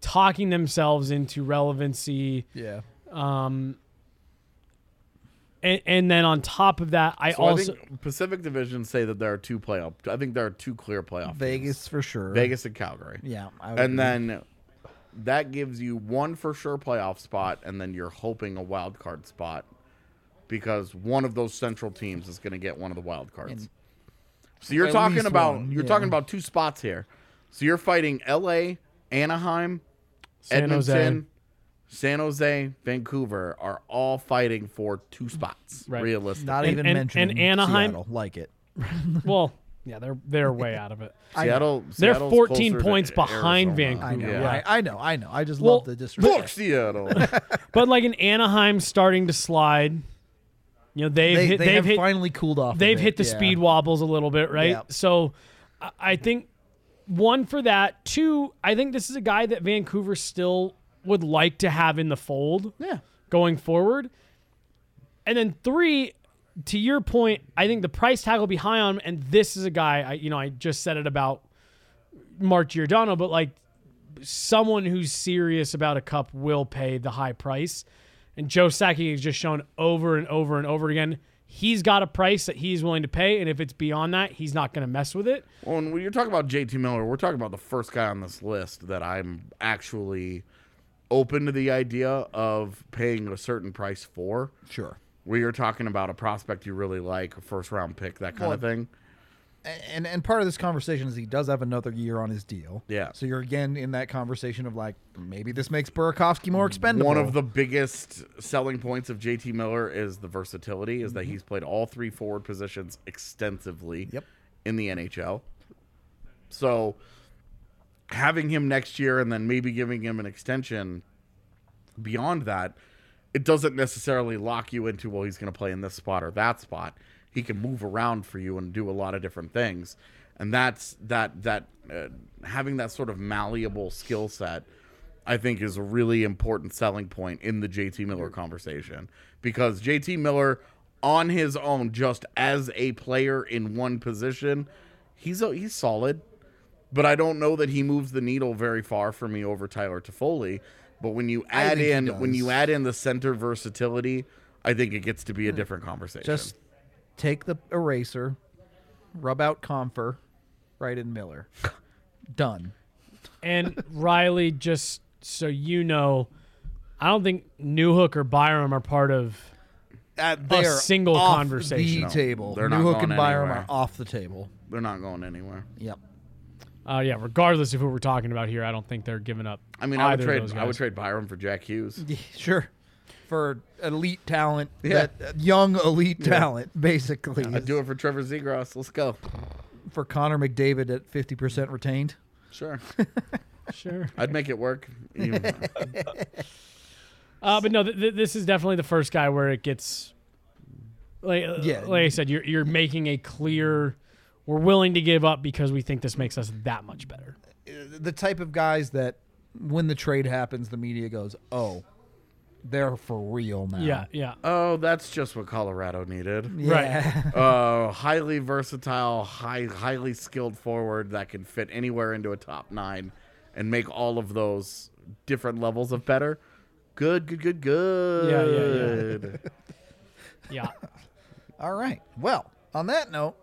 Speaker 3: talking themselves into relevancy.
Speaker 1: Yeah.
Speaker 3: And, and then on top of that, I
Speaker 2: So
Speaker 3: also
Speaker 2: I think Pacific Division say that there are two playoff. I think there are two clear playoff.
Speaker 1: Vegas for sure.
Speaker 2: Vegas and Calgary.
Speaker 1: Yeah. I would agree.
Speaker 2: And then that gives you one for sure playoff spot, and then you're hoping a wild card spot because one of those central teams is going to get one of the wild cards. so you're
Speaker 1: At
Speaker 2: talking
Speaker 1: least
Speaker 2: about
Speaker 1: one,
Speaker 2: you're
Speaker 1: yeah.
Speaker 2: talking about two spots here. So you're fighting L.A., Anaheim,
Speaker 3: San Jose.
Speaker 2: Edmonton, San Jose, Vancouver are all fighting for two spots.
Speaker 3: Right.
Speaker 2: Realistically,
Speaker 1: not
Speaker 3: and-
Speaker 1: even
Speaker 3: and-
Speaker 1: mentioning
Speaker 3: and Anaheim-
Speaker 1: Seattle. like it.
Speaker 3: well, yeah, they're they're way out of it.
Speaker 2: Seattle.
Speaker 3: They're
Speaker 2: Seattle's
Speaker 3: 14
Speaker 2: closer to
Speaker 3: points behind
Speaker 2: Arizona.
Speaker 1: I
Speaker 3: Vancouver.
Speaker 1: know.
Speaker 3: Yeah.
Speaker 1: I, I know. I know. I just
Speaker 3: Well,
Speaker 1: love the disrespect.
Speaker 2: Fuck Seattle.
Speaker 3: But like in Anaheim starting to slide, you know they've
Speaker 1: They,
Speaker 3: hit,
Speaker 1: they
Speaker 3: they've
Speaker 1: have
Speaker 3: hit
Speaker 1: finally cooled off. a
Speaker 3: they've
Speaker 1: bit,
Speaker 3: hit the
Speaker 1: yeah.
Speaker 3: speed wobbles a little bit, right?
Speaker 1: Yep.
Speaker 3: So I- I think one for that. Two, I think this is a guy that Vancouver still would like to have in the fold
Speaker 2: yeah.
Speaker 3: going forward. And then three, to your point, I think the price tag will be high on him. And this is a guy, I, you know, I just said it about Mark Giordano, but like someone who's serious about a cup will pay the high price. And Joe Sakic has just shown over and over and over again he's got a price that he's willing to pay, and if it's beyond that, he's not going to mess with it.
Speaker 2: Well, and when you're talking about JT Miller, we're talking about the first guy on this list that I'm actually open to the idea of paying a certain price for.
Speaker 1: Sure.
Speaker 2: Where you're talking about a prospect you really like, a first round pick, that kind of
Speaker 1: Well,
Speaker 2: thing.
Speaker 1: and and part of this conversation is he does have another year on his deal.
Speaker 2: Yeah.
Speaker 1: So you're again in that conversation of like maybe this makes Burakovsky more expendable.
Speaker 2: One of the biggest selling points of JT Miller is the versatility, is that he's played all three forward positions extensively
Speaker 1: Mm-hmm. Yep.
Speaker 2: in the NHL. So having him next year and then maybe giving him an extension beyond that, it doesn't necessarily lock you into, well, he's going to play in this spot or that spot. He can move around for you and do a lot of different things. And that's that, that, uh, having that sort of malleable skill set, I think is a really important selling point in the JT Miller conversation because JT Miller on his own, just as a player in one position, he's, a, he's solid but I don't know that he moves the needle very far for me over Tyler Toffoli. But when you add
Speaker 1: think he
Speaker 2: in when
Speaker 1: does.
Speaker 2: you add in the center versatility, I think it gets to be a different conversation.
Speaker 1: Hmm. just take the eraser, rub out Comfer, right in Miller. Done.
Speaker 3: And Riley, just so you know, I don't think Newhook or Byram are part of.
Speaker 1: At
Speaker 3: single
Speaker 1: off
Speaker 3: conversation.
Speaker 1: The
Speaker 3: No,
Speaker 1: table.
Speaker 2: they're not
Speaker 1: Newhook
Speaker 2: going
Speaker 1: and Byram
Speaker 2: anywhere.
Speaker 1: are off the table.
Speaker 2: they're not going anywhere.
Speaker 1: Yep.
Speaker 3: Uh, yeah, regardless of who we're talking about here, I don't think they're giving up.
Speaker 2: I mean, I would
Speaker 3: either of
Speaker 2: trade
Speaker 3: those
Speaker 2: I would
Speaker 3: guys.
Speaker 2: trade Byram for Jack Hughes.
Speaker 1: Sure. For elite talent,
Speaker 2: Yeah.
Speaker 1: that- uh, young elite talent, basically.
Speaker 2: I'd do it for Trevor Zegras. Let's go.
Speaker 1: for Connor McDavid at fifty percent retained.
Speaker 2: Sure,
Speaker 3: Sure.
Speaker 2: I'd make it work. You-
Speaker 3: Uh, but no, th- th- this is definitely the first guy where it gets like uh,
Speaker 1: Yeah.
Speaker 3: like I said, you're you're making a clear we're willing to give up because we think this makes us that much better.
Speaker 1: the type of guys that when the trade happens, the media goes, "Oh, they're for real now."
Speaker 3: Yeah, yeah.
Speaker 2: Oh, that's just what Colorado needed.
Speaker 3: Right.
Speaker 2: Uh, highly versatile, high, highly skilled forward that can fit anywhere into a top nine and make all of those different levels of better. Good, good, good, good. Yeah, yeah, yeah.
Speaker 3: Yeah.
Speaker 1: All right. Well, on that note,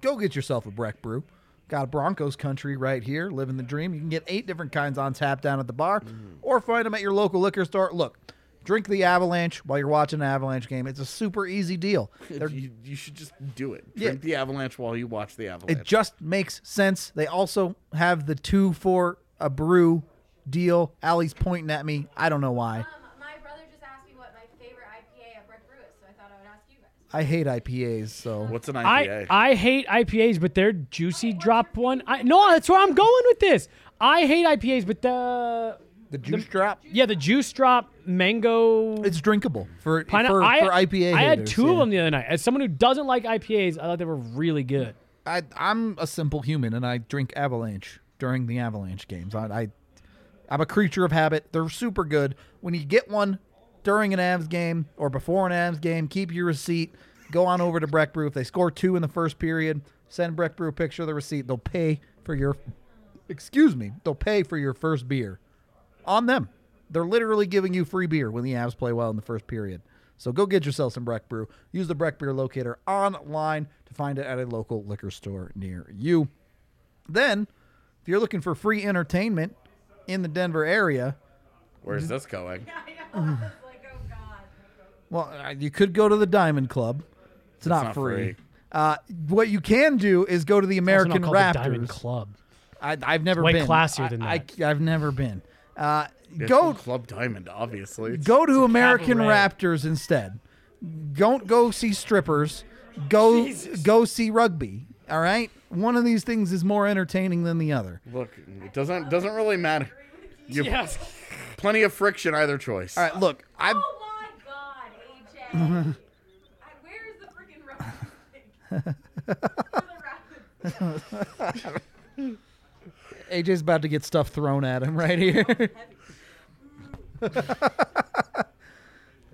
Speaker 1: go get yourself a Breck Brew. Got Broncos country right here, living the dream. You can get eight different kinds on tap down at the bar or find them at your local liquor store. Look, drink the Avalanche while you're watching an Avalanche game. It's a super easy deal. They're
Speaker 2: you, you should just do it.
Speaker 1: Yeah.
Speaker 2: Drink the avalanche while you watch the avalanche.
Speaker 1: It just makes sense. They also have the two for a brew deal. Allie's pointing at me. I don't know why.
Speaker 4: Um, my brother just asked me what my favorite IPA at Brick Brew is, so I thought I would ask you guys.
Speaker 1: I hate IPAs, so
Speaker 2: What's an
Speaker 3: I
Speaker 2: IPA?
Speaker 3: I hate IPAs, but their juicy drop one. I no, that's where I'm going with this. I hate IPAs, but the
Speaker 1: the juice drop.
Speaker 3: yeah, the juice drop mango
Speaker 1: It's drinkable for
Speaker 3: pine-
Speaker 1: for,
Speaker 3: I,
Speaker 1: for IPA.
Speaker 3: I had
Speaker 1: haters,
Speaker 3: two of
Speaker 1: yeah.
Speaker 3: them the other night. As someone who doesn't like IPAs, I thought they were really good.
Speaker 1: I, I'm a simple human, and I drink Avalanche during the Avalanche games. I, I I'm a creature of habit. They're super good. When you get one during an Avs game or before an Avs game, keep your receipt. Go on over to Breck Brew. If they score two in the first period, send Breck Brew a picture of the receipt. They'll pay for your, excuse me, they'll pay for your first beer on them. They're literally giving you free beer when the Avs play well in the first period. So go get yourself some Breck Brew. Use the Breck Beer Locator online to find it at a local liquor store near you. Then, if you're looking for free entertainment in the Denver area,
Speaker 2: Where's this going?
Speaker 4: I know. I was like, oh god.
Speaker 1: well, uh, you could go to the Diamond Club. It's not,
Speaker 2: not
Speaker 1: free.
Speaker 2: free.
Speaker 1: Uh, what you can do is go to the
Speaker 3: Also not
Speaker 1: American
Speaker 3: called the Diamond
Speaker 1: Raptors.
Speaker 3: Club.
Speaker 1: I, I've never
Speaker 3: Way
Speaker 1: been.
Speaker 3: classier than
Speaker 1: I,
Speaker 3: that.
Speaker 1: I, have never been. Uh,
Speaker 2: It's
Speaker 1: go
Speaker 2: Club Diamond, obviously.
Speaker 1: Go to American
Speaker 3: cabaret.
Speaker 1: Raptors instead. Don't go see strippers. Go go see rugby. All right. One of these things is more entertaining than the other.
Speaker 2: Look, it doesn't doesn't really matter. You
Speaker 3: Yes.
Speaker 2: plenty of friction either choice.
Speaker 1: All right. Look, I've
Speaker 4: Oh my god, AJ. I, where's the freaking Raptors thing? Where's the Raptors?
Speaker 1: AJ's about to get stuff thrown at him right here.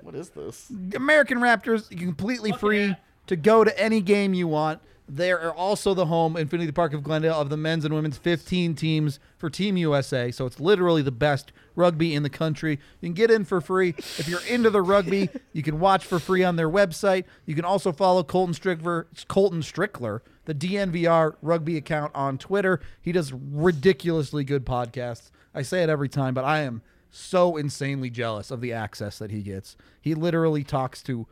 Speaker 2: What is this?
Speaker 1: Mm. American Raptors completely free to go to any game you want. They are also the home, Infinity Park of Glendale, of the men's and women's 15 teams for Team USA. So it's literally the best rugby in the country. You can get in for free. If you're into the rugby, you can watch for free on their website. You can also follow Colton Strickler, Colton Strickler, the DNVR rugby account on Twitter. He does ridiculously good podcasts. I say it every time, but I am so insanely jealous of the access that he gets. He literally talks to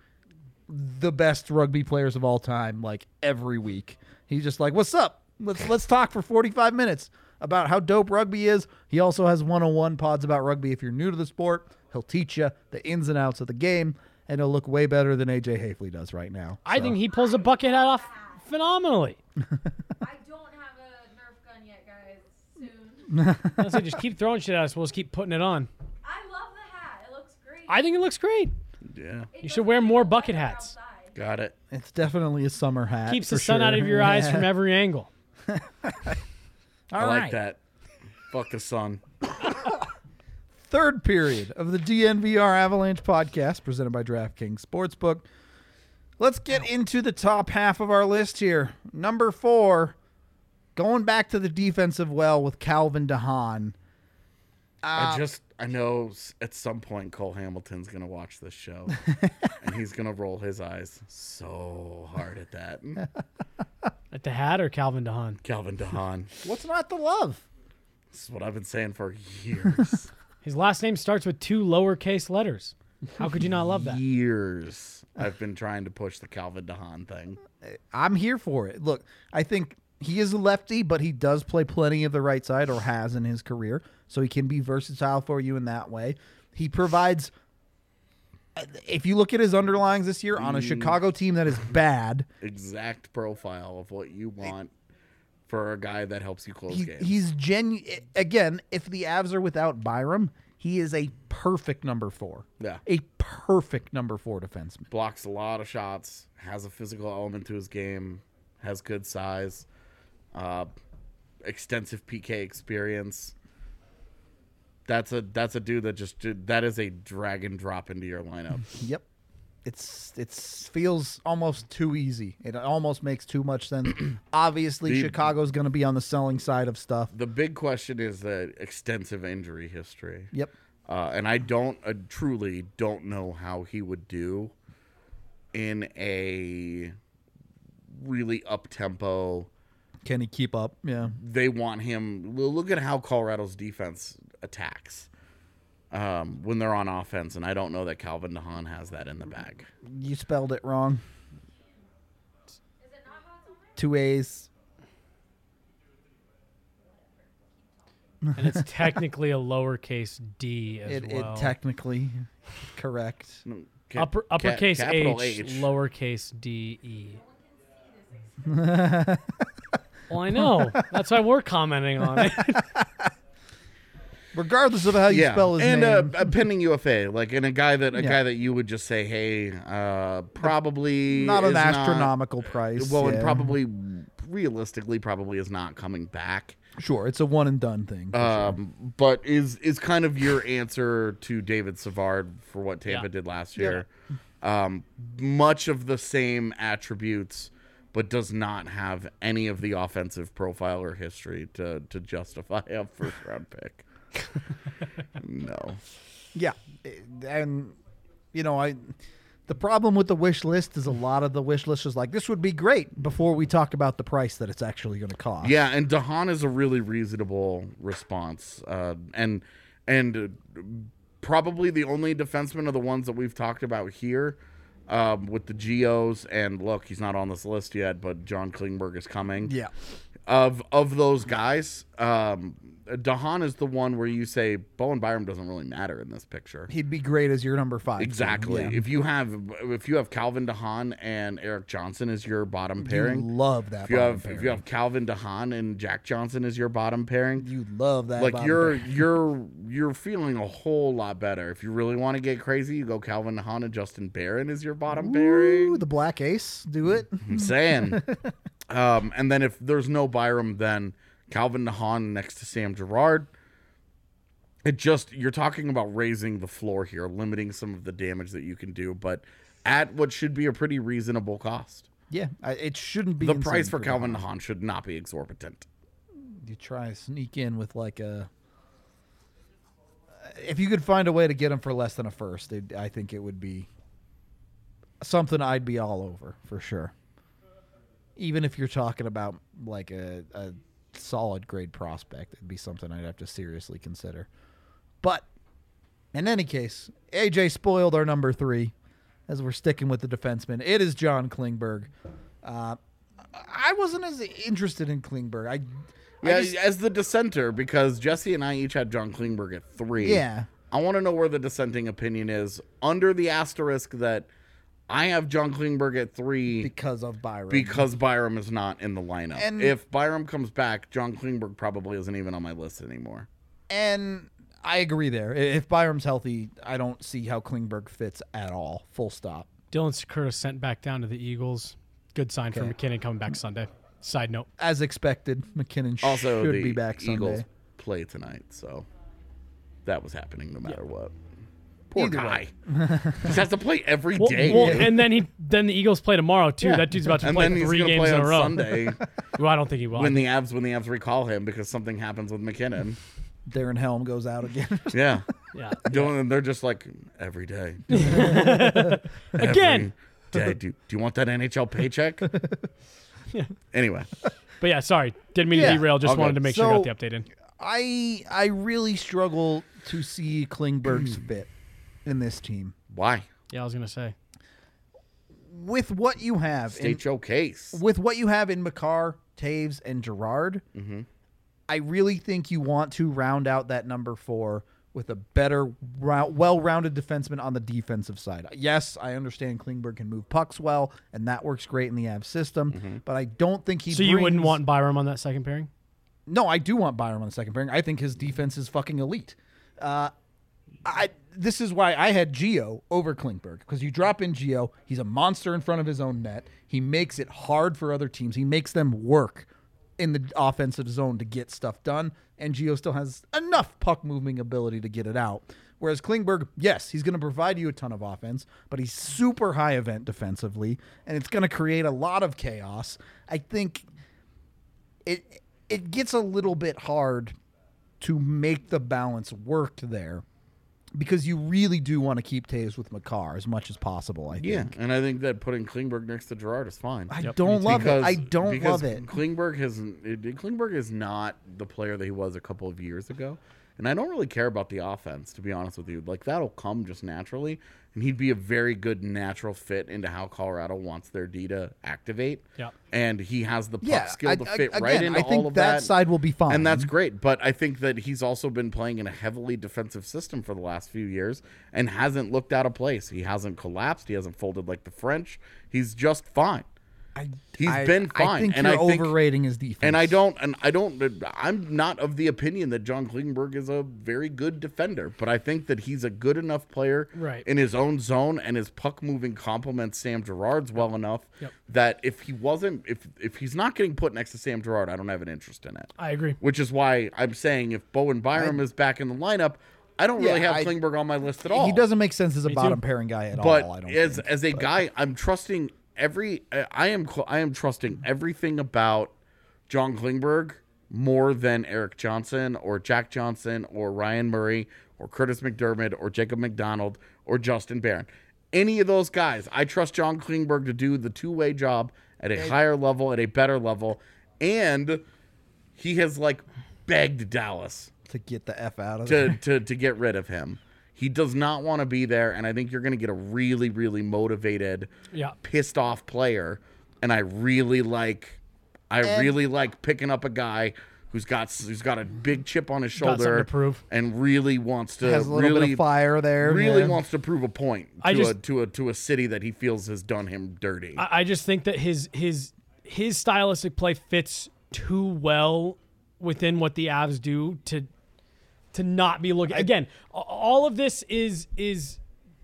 Speaker 1: the best rugby players of all time like every week. He's just like, "What's up? Let's let's talk for 45 minutes about how dope rugby is." He also has one-on-one pods about rugby if you're new to the sport. He'll teach you the ins and outs of the game and he'll look way better than AJ Hafley does right now.
Speaker 3: I
Speaker 1: So-
Speaker 3: think he pulls a bucket hat off phenomenally.
Speaker 4: I don't have a Nerf gun yet, guys. Soon.
Speaker 3: I say just keep throwing shit at us. We'll just keep putting it on.
Speaker 4: I love the hat. It looks great.
Speaker 3: I think it looks great.
Speaker 2: Yeah,
Speaker 4: It
Speaker 3: you should
Speaker 4: doesn't
Speaker 3: wear more
Speaker 4: look like
Speaker 3: bucket
Speaker 4: we're
Speaker 3: hats.
Speaker 4: outside.
Speaker 2: got it.
Speaker 1: it's definitely a summer hat.
Speaker 3: Keeps
Speaker 1: for
Speaker 3: the sun out
Speaker 1: sure.
Speaker 3: of your eyes from every angle.
Speaker 1: All
Speaker 2: I like
Speaker 1: right.
Speaker 2: that. Fuck the sun.
Speaker 1: third period of the DNVR Avalanche podcast presented by DraftKings Sportsbook. Let's get into the top half of our list here. Number four, going back to the defensive well with Calvin DeHaan.
Speaker 2: I
Speaker 1: Um,
Speaker 2: just I know s- at some point Cole Hamilton's gonna watch this show, and he's gonna roll his eyes so hard at that.
Speaker 3: At the hat or Calvin DeHaan?
Speaker 2: Calvin DeHaan.
Speaker 1: What's not to love?
Speaker 2: This is what I've been saying for years.
Speaker 3: His last name starts with two lowercase letters. How could you not love that?
Speaker 2: years. I've been trying to push the Calvin DeHaan thing.
Speaker 1: I'm here for it. Look, I think he is a lefty, but he does play plenty of the right side or has in his career, so he can be versatile for you in that way. He provides if you look at his underlyings this year on a Chicago team that is bad,
Speaker 2: Exact profile of what you want for a guy that helps you close
Speaker 1: he,
Speaker 2: games.
Speaker 1: he's genu Again, if the Avs are without Byram, He is a perfect number four.
Speaker 2: Yeah.
Speaker 1: A perfect number four defenseman.
Speaker 2: blocks a lot of shots, has a physical element to his game, has good size, uh, extensive PK experience. That's a that's a dude that just did- that is a drag and drop into your lineup.
Speaker 1: Yep. It's it's feels almost too easy. It almost makes too much sense. Obviously,
Speaker 2: The-
Speaker 1: Chicago's going to be on the selling side of stuff.
Speaker 2: the big question is the extensive injury history.
Speaker 1: Yep.
Speaker 2: Uh, and I don't I truly don't know how he would do in a really up tempo
Speaker 1: Can he keep up? Yeah.
Speaker 2: they want him. well, Look at how Colorado's defense attacks um, when they're on offense, and I don't know that Calvin DeHaan has that in the bag.
Speaker 1: You spelled it wrong.
Speaker 4: Is it not hot somewhere?
Speaker 1: Two A's.
Speaker 3: and it's technically a lowercase d as
Speaker 1: It,
Speaker 3: well.
Speaker 1: it technically correct.
Speaker 2: Ca-
Speaker 3: Upper,
Speaker 2: ca-
Speaker 3: uppercase
Speaker 2: capital
Speaker 3: H,
Speaker 2: H.
Speaker 3: lowercase d e. well, I know. That's why we're commenting on it.
Speaker 1: Regardless of how you
Speaker 2: yeah,
Speaker 1: spell his
Speaker 2: and uh,
Speaker 1: name.
Speaker 2: a pending UFA, like and a guy that a
Speaker 1: Yeah.
Speaker 2: guy that you would just say, hey, uh, probably
Speaker 1: not an
Speaker 2: is
Speaker 1: astronomical price.
Speaker 2: well, and
Speaker 1: yeah.
Speaker 2: probably realistically, probably is not coming back.
Speaker 1: Sure, it's a one and done thing.
Speaker 2: Um, but is is kind of your answer to David Savard for what Tampa
Speaker 3: Yeah.
Speaker 2: did last year? Um, much of the same attributes, but does not have any of the offensive profile or history to to justify a first round pick. no,
Speaker 1: Yeah, eh, and you know, I the problem with the wish list is a lot of the wish list is like this would be great before we talk about the price that it's actually going to cost.
Speaker 2: yeah, and Dahan is a really reasonable response, uh, and and uh, probably the only defenseman of the ones that we've talked about here um, with the geos. And look, he's not on this list yet, but John Klingberg is coming.
Speaker 1: yeah,
Speaker 2: Of of those guys, um, Dahan is the one where you say Bowen Byram doesn't really matter in this picture.
Speaker 1: he'd be great as your number five. too.
Speaker 2: Exactly.
Speaker 1: Yeah.
Speaker 2: If you have if you have Calvin Dahan and Eric Johnson as your bottom pairing,
Speaker 1: you love that.
Speaker 2: if you
Speaker 1: bottom
Speaker 2: have if
Speaker 1: pairing.
Speaker 2: you have Calvin Dahan and Jack Johnson as your bottom pairing,
Speaker 1: You love that.
Speaker 2: like
Speaker 1: bottom
Speaker 2: you're
Speaker 1: pairing.
Speaker 2: you're you're feeling a whole lot better. If you really want to get crazy, you go Calvin Dahan and Justin Barron is your bottom
Speaker 1: Ooh,
Speaker 2: pairing.
Speaker 1: the black ace, do it.
Speaker 2: I'm saying. um, and then if there's no Byram, then Calvin Dahan next to Sam Gerard. It just you're talking about raising the floor here, limiting some of the damage that you can do, but at what should be a pretty reasonable cost.
Speaker 1: yeah, I, it shouldn't be
Speaker 2: The
Speaker 1: insane
Speaker 2: price for
Speaker 1: that.
Speaker 2: Calvin Dahan should not be exorbitant.
Speaker 1: You try to sneak in with like a. If you could find a way to get him for less than a first, it, I think it would be something I'd be all over for sure. Even if you're talking about like a, a solid grade prospect, it'd be something I'd have to seriously consider. But in any case, AJ spoiled our number three as we're sticking with the defenseman. It is John Klingberg. Uh, I wasn't as interested in Klingberg. I, I
Speaker 2: Yeah,
Speaker 1: just-
Speaker 2: as the dissenter, because Jesse and I each had John Klingberg at three.
Speaker 1: Yeah.
Speaker 2: I want to know where the dissenting opinion is under the asterisk that I have John Klingberg at three
Speaker 1: because of Byron.
Speaker 2: because Byram is not in the lineup.
Speaker 1: And-
Speaker 2: if Byram comes back, John Klingberg probably isn't even on my list anymore.
Speaker 1: and I agree there. I- If Byram's healthy, I don't see how Klingberg fits at all. Full stop.
Speaker 3: Dylan Sakura sent back down to the Eagles. Good sign for McKinnon coming back Sunday. Side note.
Speaker 1: As expected, McKinnon
Speaker 2: Also,
Speaker 1: should
Speaker 2: the
Speaker 1: be back Sunday.
Speaker 2: Eagles play tonight, so that was happening no matter what. Poor
Speaker 1: Either
Speaker 2: guy. he has to play every day.
Speaker 3: Well, well, and then he then the Eagles play tomorrow too. That dude's about to
Speaker 2: and
Speaker 3: play
Speaker 2: then he's
Speaker 3: three
Speaker 2: gonna play
Speaker 3: games in a
Speaker 2: on
Speaker 3: row.
Speaker 2: Sunday.
Speaker 3: Well, I don't think he will.
Speaker 2: when the abs when the abs recall him because something happens with McKinnon.
Speaker 1: Darren Helm goes out again.
Speaker 2: Yeah.
Speaker 3: yeah.
Speaker 2: Dylan and they're just like every day.
Speaker 3: Again.
Speaker 2: Day, do, do you want that NHL paycheck? Anyway,
Speaker 3: But yeah, sorry. Didn't mean
Speaker 1: Yeah,
Speaker 3: to derail. Just
Speaker 2: all
Speaker 3: wanted
Speaker 2: good.
Speaker 3: to make sure I got
Speaker 1: So-
Speaker 3: the update in.
Speaker 1: I I really struggle to see Klingberg's fit in this team.
Speaker 2: why?
Speaker 3: Yeah, I was gonna say.
Speaker 1: With what you have in-
Speaker 2: State your case.
Speaker 1: with what you have in McCarr, Taves, and Gerard, I really think you want to round out that number four with a better, rou- well-rounded defenseman on the defensive side. Yes, I understand Klingberg can move pucks well, and that works great in the AV system, but I don't think he.
Speaker 3: So you wouldn't
Speaker 1: brings-
Speaker 3: want Byram on that second pairing?
Speaker 1: No, I do want Byram on the second pairing. I think his defense is fucking elite. Uh, I this is why I had Geo over Klingberg because you drop in Geo, he's a monster in front of his own net. He makes it hard for other teams. He makes them work in the offensive zone to get stuff done. And Geo still has enough puck moving ability to get it out. Whereas Klingberg, yes, he's going to provide you a ton of offense, but he's super high event defensively, and it's going to create a lot of chaos. I think it it gets a little bit hard to make the balance work there because you really do want to keep Taves with Makar as much as possible. I think.
Speaker 2: Yeah, and I think that putting Klingberg next to Gerard is fine.
Speaker 1: I don't love
Speaker 2: because,
Speaker 1: it. I don't
Speaker 2: because
Speaker 1: love it.
Speaker 2: Klingberg hasn't. it- Klingberg is not the player that he was a couple of years ago, and I don't really care about the offense to be honest with you. Like that'll come just naturally, and he'd be a very good natural fit into how Colorado wants their D to activate.
Speaker 3: Yep.
Speaker 2: and he has the puck
Speaker 1: Yeah,
Speaker 2: skill
Speaker 1: I-
Speaker 2: to
Speaker 1: I-
Speaker 2: fit right
Speaker 1: again,
Speaker 2: into
Speaker 1: I think
Speaker 2: all of
Speaker 1: that
Speaker 2: that.
Speaker 1: side will be fine.
Speaker 2: and that's great. But I think that he's also been playing in a heavily defensive system for the last few years and hasn't looked out of place. He hasn't collapsed. He hasn't folded like the French. He's just fine.
Speaker 1: I,
Speaker 2: He's
Speaker 1: I-
Speaker 2: been
Speaker 1: I
Speaker 2: fine,
Speaker 1: think
Speaker 2: and
Speaker 1: you're
Speaker 2: I think-
Speaker 1: overrating his defense.
Speaker 2: And I don't, and I don't, I'm not of the opinion that John Klingberg is a very good defender, but I think that he's a good enough player
Speaker 3: Right.
Speaker 2: in his own zone, and his puck moving complements Sam Gerard's well enough
Speaker 3: Yep.
Speaker 2: that if he wasn't, if if he's not getting put next to Sam Gerard, I don't have an interest in it.
Speaker 3: I agree.
Speaker 2: Which is why I'm saying if Bowen Byram is back in the lineup, I don't really
Speaker 1: Yeah,
Speaker 2: have
Speaker 1: I-
Speaker 2: Klingberg on my list at all
Speaker 1: He doesn't make sense as a
Speaker 3: too.
Speaker 1: bottom pairing guy at
Speaker 2: but
Speaker 1: all. I don't
Speaker 2: as
Speaker 1: think.
Speaker 2: as a guy, I'm trusting every. I I am cl- I am trusting everything about John Klingberg more than Eric Johnson or Jack Johnson or Ryan Murray or Curtis McDermott or Jacob McDonald or Justin Barron. Any of those guys, I trust John Klingberg to do the two way job at a higher level, at a better level, and he has like begged Dallas
Speaker 1: to get the f out of
Speaker 2: to,
Speaker 1: it.
Speaker 2: to to get rid of him. He does not want to be there, and I think you're going to get a really, really motivated,
Speaker 3: Yeah.
Speaker 2: pissed off player. And I really like, I really like picking up a guy who's got s- who's got a big chip on his
Speaker 3: Got something
Speaker 2: shoulder
Speaker 3: to prove.
Speaker 2: and really wants to
Speaker 1: Has a little
Speaker 2: really
Speaker 1: bit of fire there.
Speaker 2: Really
Speaker 1: yeah.
Speaker 2: wants to prove a point to
Speaker 3: I
Speaker 2: a
Speaker 3: just-
Speaker 2: to a to a city that he feels has done him dirty.
Speaker 3: I, I just think that his his his stylistic play fits too well within what the Avs do to to not be looking again. a- All of this is is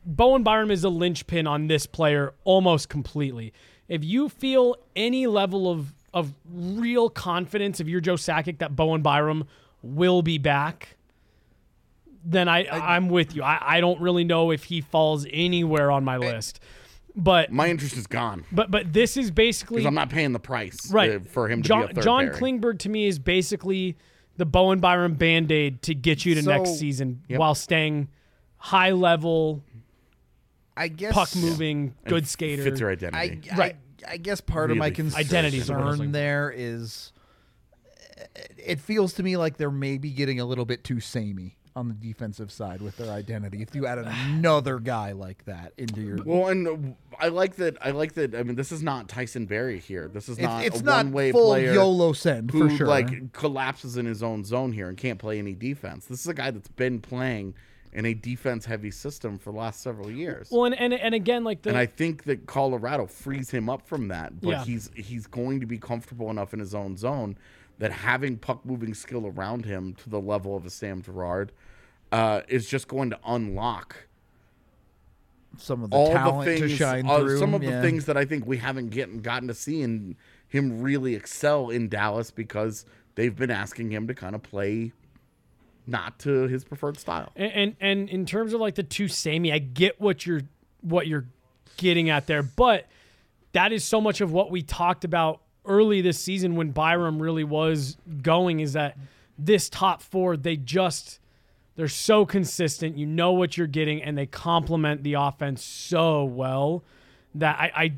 Speaker 3: Bowen Byram is a linchpin on this player almost completely. If you feel any level of of real confidence, if you're Joe Sakic, that Bowen Byram will be back. Then I, I am with you. I, I don't really know if he falls anywhere on my list, but
Speaker 2: My interest is gone
Speaker 3: but but this is basically
Speaker 2: because I'm not paying the price
Speaker 3: right
Speaker 2: uh, for him to
Speaker 3: John,
Speaker 2: be a third
Speaker 3: John
Speaker 2: pairing.
Speaker 3: Klingberg to me is basically the Bowen Byron band aid to get you to
Speaker 1: So-
Speaker 3: next season while staying high level,
Speaker 1: I guess
Speaker 3: puck moving, good skater.
Speaker 2: fits your
Speaker 1: I,
Speaker 2: identity.
Speaker 1: I-
Speaker 3: Right.
Speaker 1: I guess part of my
Speaker 2: Really
Speaker 1: concern
Speaker 2: fits.
Speaker 3: Identity is the word I was looking
Speaker 1: concern
Speaker 3: for.
Speaker 1: there is it feels to me like they're maybe getting a little bit too samey on the defensive side with their identity. If you add another guy like that into your
Speaker 2: Well, and uh, I like that. I like that. I mean, this is not Tyson Berry here. This is not
Speaker 1: it's
Speaker 2: a
Speaker 1: not
Speaker 2: one-way
Speaker 1: full
Speaker 2: player
Speaker 1: YOLO send
Speaker 2: who
Speaker 1: for sure.
Speaker 2: like collapses in his own zone here and can't play any defense. This is a guy that's been playing in a defense-heavy system for the last several years.
Speaker 3: Well, and, and and again, like the
Speaker 2: and I think that Colorado frees him up from that, but
Speaker 3: Yeah.
Speaker 2: he's he's going to be comfortable enough in his own zone that having puck moving skill around him to the level of a Sam Gerard uh, is just going to unlock
Speaker 1: some of the
Speaker 2: all
Speaker 1: talent
Speaker 2: the things,
Speaker 1: to shine
Speaker 2: uh,
Speaker 1: through.
Speaker 2: some of
Speaker 1: yeah.
Speaker 2: the things that I think we haven't get, gotten to see and him really excel in Dallas because they've been asking him to kind of play not to his preferred style.
Speaker 3: and, and and in terms of like the two samey, I get what you're what you're getting at there, but that is so much of what we talked about early this season when Byram really was going is that this top four they just they're so consistent. You know what you're getting, and they complement the offense so well that I, I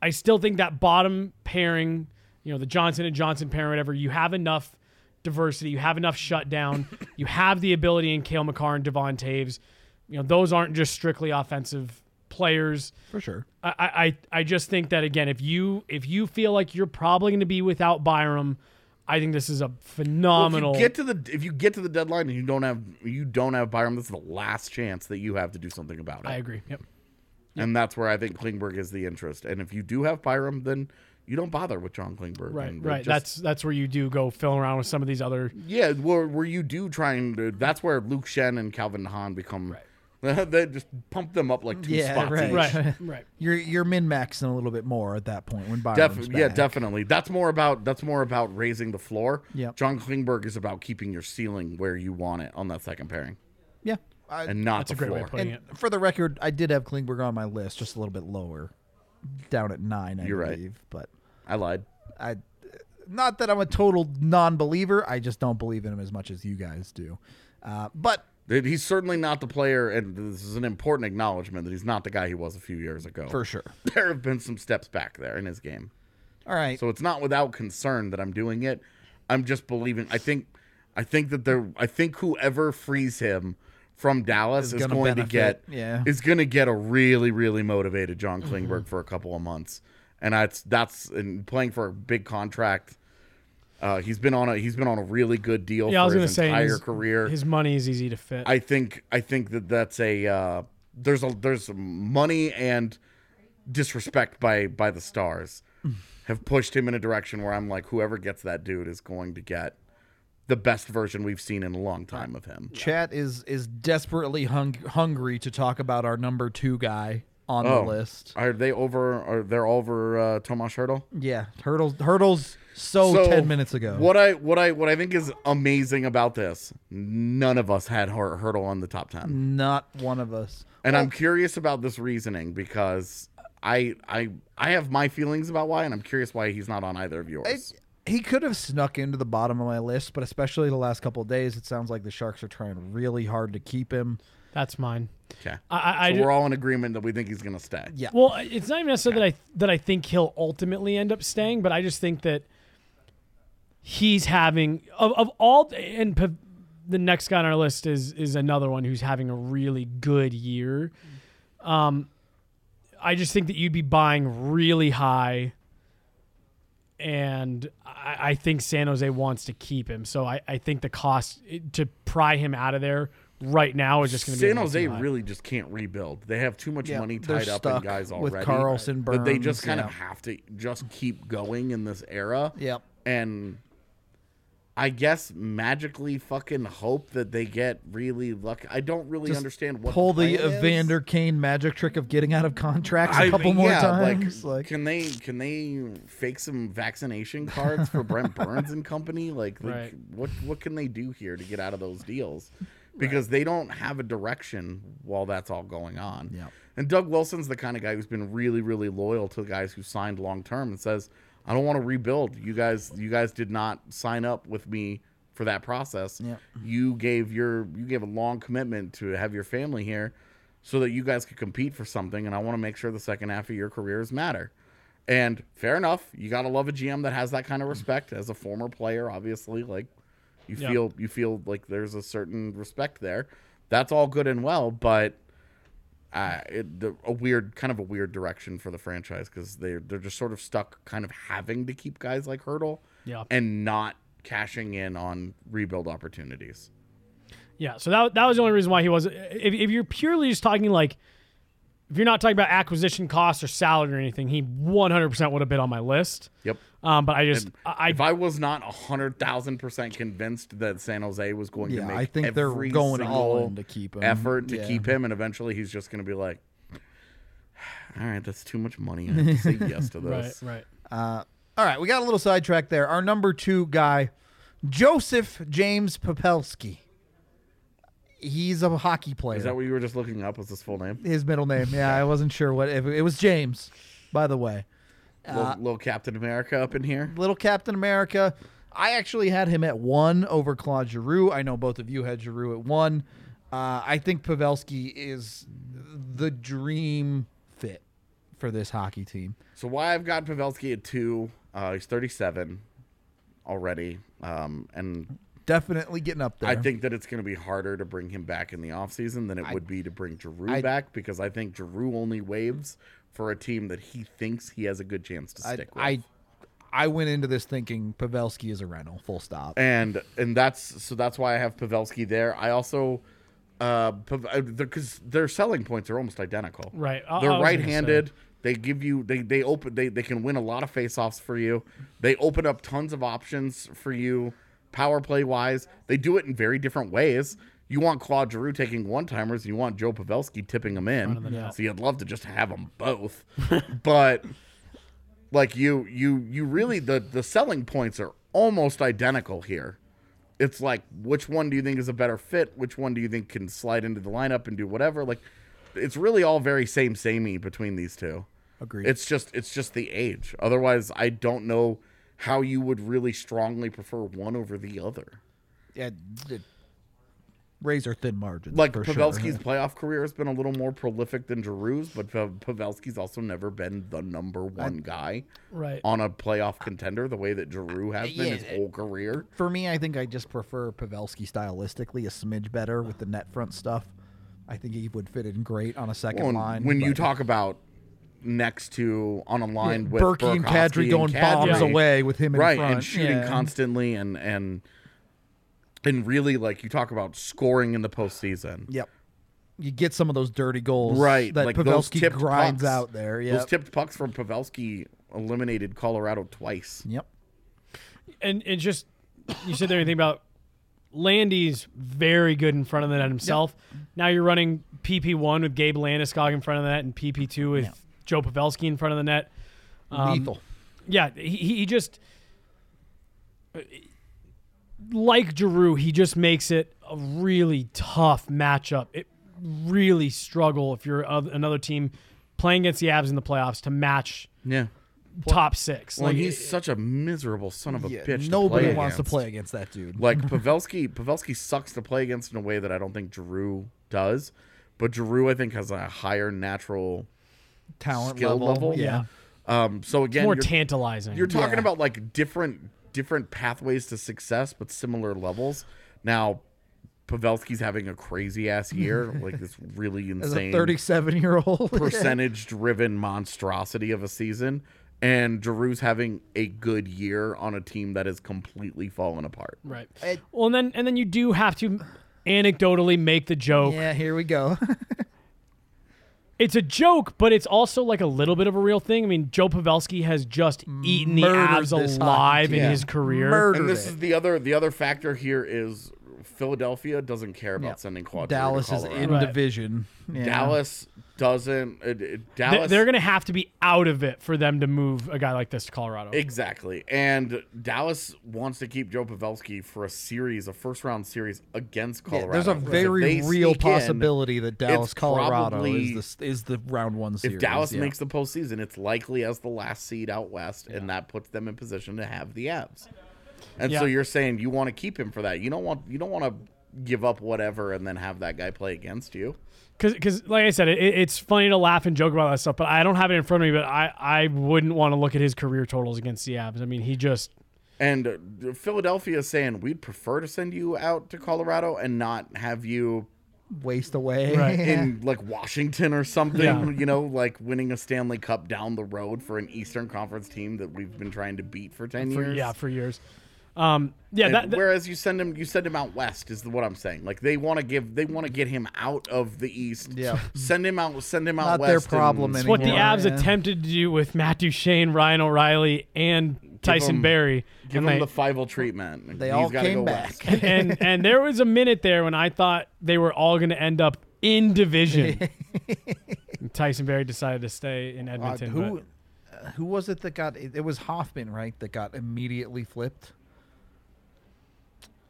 Speaker 3: I still think that bottom pairing, you know, the Johnson and Johnson pairing, whatever, you have enough diversity, you have enough shutdown, you have the ability in Kale McCarr and Devon Taves. You know, those aren't just strictly offensive players.
Speaker 1: for sure.
Speaker 3: I, I, I- I just think that again, if you if you feel like you're probably going to be without Byram, I think this is a phenomenal.
Speaker 2: If you get to the if you get to the deadline and you don't have you don't have Byram, this is the last chance that you have to do something about it.
Speaker 3: I agree. Yep.
Speaker 2: And that's where I think Klingberg is the interest. And if you do have Byram, then you don't bother with John Klingberg.
Speaker 3: Right,
Speaker 2: and they
Speaker 3: right.
Speaker 2: just-
Speaker 3: that's that's where you do go fiddling around with some of these other.
Speaker 2: yeah, where, where you do try and uh, that's where Luke Shen and Calvin Hahn become. they just pump them up like two
Speaker 1: Yeah,
Speaker 2: spots.
Speaker 1: right.
Speaker 2: each.
Speaker 3: Right, right.
Speaker 1: You're you're min maxing a little bit more at that point when Byron's
Speaker 2: Def- yeah,
Speaker 1: back.
Speaker 2: definitely. That's more about that's more about raising the floor.
Speaker 1: Yep.
Speaker 2: John Klingberg is about keeping your ceiling where you want it on that second pairing,
Speaker 1: Yeah. I-
Speaker 2: and not
Speaker 3: That's
Speaker 2: the
Speaker 3: a great way
Speaker 2: floor.
Speaker 3: of putting
Speaker 1: and for the record, I did have Klingberg on my list, just a little bit lower, down at nine. I
Speaker 2: You're right.
Speaker 1: believe, but
Speaker 2: I lied.
Speaker 1: I, not that I'm a total non-believer. I just don't believe in him as much as you guys do. Uh, but
Speaker 2: That He's certainly not the player, and this is an important acknowledgement that he's not the guy he was a few years ago.
Speaker 1: for sure.
Speaker 2: There have been some steps back there in his game.
Speaker 1: All right.
Speaker 2: So it's not without concern that I'm doing it. I'm just believing. I think, I think that there. I think whoever frees him from Dallas is,
Speaker 1: gonna
Speaker 2: going
Speaker 1: benefit,
Speaker 2: to get
Speaker 1: yeah.
Speaker 2: is going to get a really really motivated John Klingberg for a couple of months, and that's that's and playing for a big contract. Uh, he's been on a he's been on a really good deal
Speaker 3: Yeah, I
Speaker 2: for
Speaker 3: was going to
Speaker 2: his
Speaker 3: say
Speaker 2: entire
Speaker 3: his,
Speaker 2: career.
Speaker 3: his money is easy to fit.
Speaker 2: I think I think that that's a uh, there's a there's some money and disrespect by by the stars have pushed him in a direction where I'm like whoever gets that dude is going to get the best version we've seen in a long time of him.
Speaker 1: Chat is is desperately hung- hungry to talk about our number two guy on the list.
Speaker 2: Are they over? Are they over uh, Tomas Hurdle?
Speaker 1: Yeah, hurdles hurdles. So, Oh, ten minutes ago,
Speaker 2: What I what I what I think is amazing about this, none of us had Hur- Hurdle on the top ten.
Speaker 1: Not one of us.
Speaker 2: And I'm curious about this reasoning because I I I have my feelings about why, and I'm curious why he's not on either of yours.
Speaker 1: He could have snuck into the bottom of my list, but especially the last couple of days, it sounds like the Sharks are trying really hard to keep him.
Speaker 3: That's mine.
Speaker 2: okay.
Speaker 3: I, I, I
Speaker 2: so
Speaker 3: do-
Speaker 2: we're all in agreement that we think he's gonna stay.
Speaker 1: Yeah.
Speaker 3: Well, it's not even necessarily that I that I think he'll ultimately end up staying, but I just think that he's having of, of all and p- the next guy on our list is is another one who's having a really good year. Um, I just think that you'd be buying really high, and I, I think San Jose wants to keep him, so I, I think the cost to pry him out of there right now is just going to be a
Speaker 2: San
Speaker 3: little
Speaker 2: Jose
Speaker 3: too high.
Speaker 2: really just can't rebuild. They have too much
Speaker 1: Yeah,
Speaker 2: money
Speaker 1: they're
Speaker 2: tied up in
Speaker 1: stuck
Speaker 2: guys already.
Speaker 1: with Carlson,
Speaker 2: but they just
Speaker 1: Burns,
Speaker 2: kind of
Speaker 1: yeah.
Speaker 2: have to just keep going in this era.
Speaker 1: Yep.
Speaker 2: And I guess magically fucking hope that they get really lucky. I don't really
Speaker 1: Just
Speaker 2: understand what
Speaker 1: Pull the
Speaker 2: plan is.
Speaker 1: Evander Kane magic trick of getting out of contracts
Speaker 2: I
Speaker 1: a couple
Speaker 2: mean,
Speaker 1: more
Speaker 2: yeah,
Speaker 1: times.
Speaker 2: Like,
Speaker 1: Like,
Speaker 2: can they can they fake some vaccination cards for Brent Burns and company? Like, like,
Speaker 3: Right.
Speaker 2: what what can they do here to get out of those deals? Because they don't have a direction while that's all going on.
Speaker 1: Yeah.
Speaker 2: And Doug Wilson's the kind of guy who's been really, really loyal to the guys who signed long term and says, I don't want to rebuild. You guys you guys did not sign up with me for that process.
Speaker 1: Yeah.
Speaker 2: You gave your you gave a long commitment to have your family here so that you guys could compete for something and I want to make sure the second half of your careers matter. And fair enough, you gotta love a GM that has that kind of respect as a former player, obviously. Like you
Speaker 3: Yeah.
Speaker 2: feel you feel like there's a certain respect there. That's all good and well, but uh, it, the, a weird kind of a weird direction for the franchise because they they're just sort of stuck, kind of having to keep guys like Hurdle,
Speaker 3: Yeah.
Speaker 2: and not cashing in on rebuild opportunities.
Speaker 3: Yeah, so that that was the only reason why he wasn't. If, if you're purely just talking like, if you're not talking about acquisition costs or salary or anything, he 100% would have been on my list.
Speaker 2: Yep.
Speaker 3: Um, but I just I,
Speaker 2: if I was not hundred thousand percent convinced that San Jose was going to
Speaker 1: Yeah,
Speaker 2: make,
Speaker 1: I think they're
Speaker 2: every
Speaker 1: going all
Speaker 2: single
Speaker 1: in to keep him.
Speaker 2: effort to
Speaker 1: Yeah.
Speaker 2: keep him, and eventually he's just going to be like, "All right, that's too much money. I have to say yes to
Speaker 3: right
Speaker 2: this."
Speaker 3: right
Speaker 1: all right, we got a little sidetracked there. Our number two guy, Joseph James Papelski. He's a hockey player.
Speaker 2: Is that what you were just looking up? Was his full name?
Speaker 1: His middle name. Yeah, I wasn't sure what if it was James, by the way.
Speaker 2: little, little Captain America up in here.
Speaker 1: Little Captain America. I actually had him at one over Claude Giroux. I know both of you had Giroux at one. Uh, I think Pavelski is the dream fit for this hockey team.
Speaker 2: So why I've got Pavelski at two? Uh, he's 37 already, um, and
Speaker 1: Definitely getting up there.
Speaker 2: I think that it's going to be harder to bring him back in the offseason than it would be to bring Giroux
Speaker 1: I-
Speaker 2: back because I think Giroux only waves for a team that he thinks he has a good chance to
Speaker 1: I
Speaker 2: stick with.
Speaker 1: I, I went into this thinking Pavelski is a rental. Full stop.
Speaker 2: and and that's so that's why I have Pavelski there. I also Uh, because their selling points are almost identical.
Speaker 3: Right. I-
Speaker 2: they're
Speaker 3: I was gonna say.
Speaker 2: right-handed. They give you they they open they, they can win a lot of faceoffs for you. They open up tons of options for you, power play wise. They do it in very different ways. You want Claude Giroux taking one timers, you want Joe Pavelski tipping them in. So you'd love to just have them both, but like you you you really the the selling points are almost identical here it's like which one do you think is a better fit which one do you think can slide into the lineup and do whatever like it's really all very same samey between these two
Speaker 1: Agreed.
Speaker 2: it's just it's just the age otherwise i don't know how you would really strongly prefer one over the other
Speaker 1: yeah, d- razor thin margins.
Speaker 2: like
Speaker 1: for sure.
Speaker 2: Pavelski's playoff career has been a little more prolific than Giroux's, but Pa- Pavelski's also never been the number one guy
Speaker 3: Right.
Speaker 2: on a playoff contender the way that Giroux has been his
Speaker 1: Uh, Yeah.
Speaker 2: whole career.
Speaker 1: For me, I think I just prefer Pavelski stylistically a smidge better with the net front stuff. I think he would fit in great on a second
Speaker 2: Well, and
Speaker 1: line.
Speaker 2: when you
Speaker 1: but-
Speaker 2: talk about next to on a line with
Speaker 1: Berkey and Kadri
Speaker 2: Burakovsky
Speaker 1: going bombs
Speaker 2: Kadri,
Speaker 1: away with him in
Speaker 2: right,
Speaker 1: front,
Speaker 2: and shooting
Speaker 1: yeah.
Speaker 2: constantly, and and and really like you talk about scoring in the postseason,
Speaker 1: yep, you get some of those dirty goals,
Speaker 2: right?
Speaker 1: That
Speaker 2: like those
Speaker 1: Pavelski
Speaker 2: tipped
Speaker 1: grinds
Speaker 2: pucks,
Speaker 1: out there. Yeah,
Speaker 2: those tipped pucks from Pavelski eliminated Colorado twice.
Speaker 1: yep.
Speaker 3: and and just you said there anything about Landy's very good in front of the net himself. Now you're running PP one with Gabe Landeskog in front of the net and PP two with Joe Pavelski in front of the net. Um,
Speaker 1: Lethal.
Speaker 3: Yeah, he, he he just like Giroux, he just makes it a really tough matchup. It really struggle if you're a, another team playing against the Abs in the playoffs to match
Speaker 2: Yeah.
Speaker 3: top six.
Speaker 2: Well,
Speaker 3: like
Speaker 2: he's such a miserable son of a
Speaker 1: Yeah,
Speaker 2: bitch.
Speaker 1: nobody
Speaker 2: to play
Speaker 1: wants to
Speaker 2: against.
Speaker 1: play against that dude.
Speaker 2: Like Pavelski, Pavelski sucks to play against in a way that I don't think Giroux does. But Giroux, I think, has a higher natural
Speaker 1: Talent
Speaker 2: skill
Speaker 1: level,
Speaker 2: level.
Speaker 1: yeah.
Speaker 2: Um, so again,
Speaker 3: more
Speaker 2: you're,
Speaker 3: tantalizing.
Speaker 2: you're talking
Speaker 1: Yeah.
Speaker 2: about like different different pathways to success, but similar levels. Now, Pavelski's having a crazy ass year, like this really
Speaker 1: As a
Speaker 2: insane
Speaker 1: 37 year old,
Speaker 2: percentage driven monstrosity of a season, and Giroux's having a good year on a team that is completely fallen apart.
Speaker 3: Right. well, and then and then you do have to anecdotally make the joke.
Speaker 1: yeah, here we go.
Speaker 3: It's a joke, but it's also like a little bit of a real thing. I mean, Joe Pavelski has just eaten the
Speaker 1: Murdered
Speaker 3: abs
Speaker 1: this hockey
Speaker 3: alive
Speaker 1: team.
Speaker 3: in
Speaker 1: Yeah.
Speaker 3: his career.
Speaker 1: Murdered
Speaker 2: And this
Speaker 1: it.
Speaker 2: is the other the other factor here is Philadelphia doesn't care about
Speaker 1: Yeah.
Speaker 2: sending Claude Giroux to
Speaker 1: Dallas is
Speaker 2: Colorado.
Speaker 1: in
Speaker 3: Right.
Speaker 1: division. Yeah.
Speaker 2: Dallas doesn't. It, it,
Speaker 3: They-
Speaker 2: Dallas.
Speaker 3: They're going to have to be out of it for them to move a guy like this to Colorado.
Speaker 2: exactly, and Dallas wants to keep Joe Pavelski for a series, a first round series against
Speaker 1: Yeah,
Speaker 2: Colorado.
Speaker 1: there's a
Speaker 2: Because if
Speaker 1: very
Speaker 2: they
Speaker 1: real
Speaker 2: sneak in,
Speaker 1: possibility that Dallas, Colorado
Speaker 2: probably-
Speaker 1: is the is the round one
Speaker 2: If
Speaker 1: series.
Speaker 2: Dallas
Speaker 1: yeah.
Speaker 2: makes the postseason, it's likely as the last seed out west, and that puts them in position to have the Avs. And so
Speaker 3: Yeah.
Speaker 2: you're saying you want to keep him for that. You don't want you don't want to give up whatever and then have that guy play against you.
Speaker 3: Because, like I said, it, it's funny to laugh and joke about that stuff, but I don't have it in front of me, but I, I wouldn't want to look at his career totals against the abs. I mean, he just.
Speaker 2: And uh, Philadelphia is saying we'd prefer to send you out to Colorado and not have you
Speaker 1: waste away.
Speaker 3: Right.
Speaker 2: in like Washington or something,
Speaker 3: Yeah.
Speaker 2: you know, like winning a Stanley Cup down the road for an Eastern Conference team that we've been trying to beat for 10
Speaker 3: For,
Speaker 2: years.
Speaker 3: yeah, for years. Um, yeah,
Speaker 2: And
Speaker 3: that, that-
Speaker 2: whereas you send him, you send him out west is what I'm saying. Like they want to give, they want to get him out of the east.
Speaker 1: Yeah.
Speaker 2: send him out, send him out
Speaker 1: Not their
Speaker 2: west.
Speaker 1: problem
Speaker 2: and
Speaker 3: what the
Speaker 1: anymore,
Speaker 3: Abs
Speaker 1: yeah.
Speaker 3: attempted to do with Matt Duchene, Ryan O'Reilly, and Tyson
Speaker 2: him-
Speaker 3: Berry.
Speaker 2: Give
Speaker 3: and
Speaker 2: him
Speaker 3: they-
Speaker 2: the fival treatment.
Speaker 1: They
Speaker 2: He's
Speaker 1: all
Speaker 2: gotta
Speaker 1: came
Speaker 2: go
Speaker 1: back.
Speaker 2: west.
Speaker 3: and and there was a minute there when I thought they were all going to end up in division. And Tyson Berry decided to stay in
Speaker 1: Uh,
Speaker 3: Edmonton.
Speaker 1: who
Speaker 3: but-
Speaker 1: uh, who was it that got it, it was Hoffman, right? That got immediately flipped.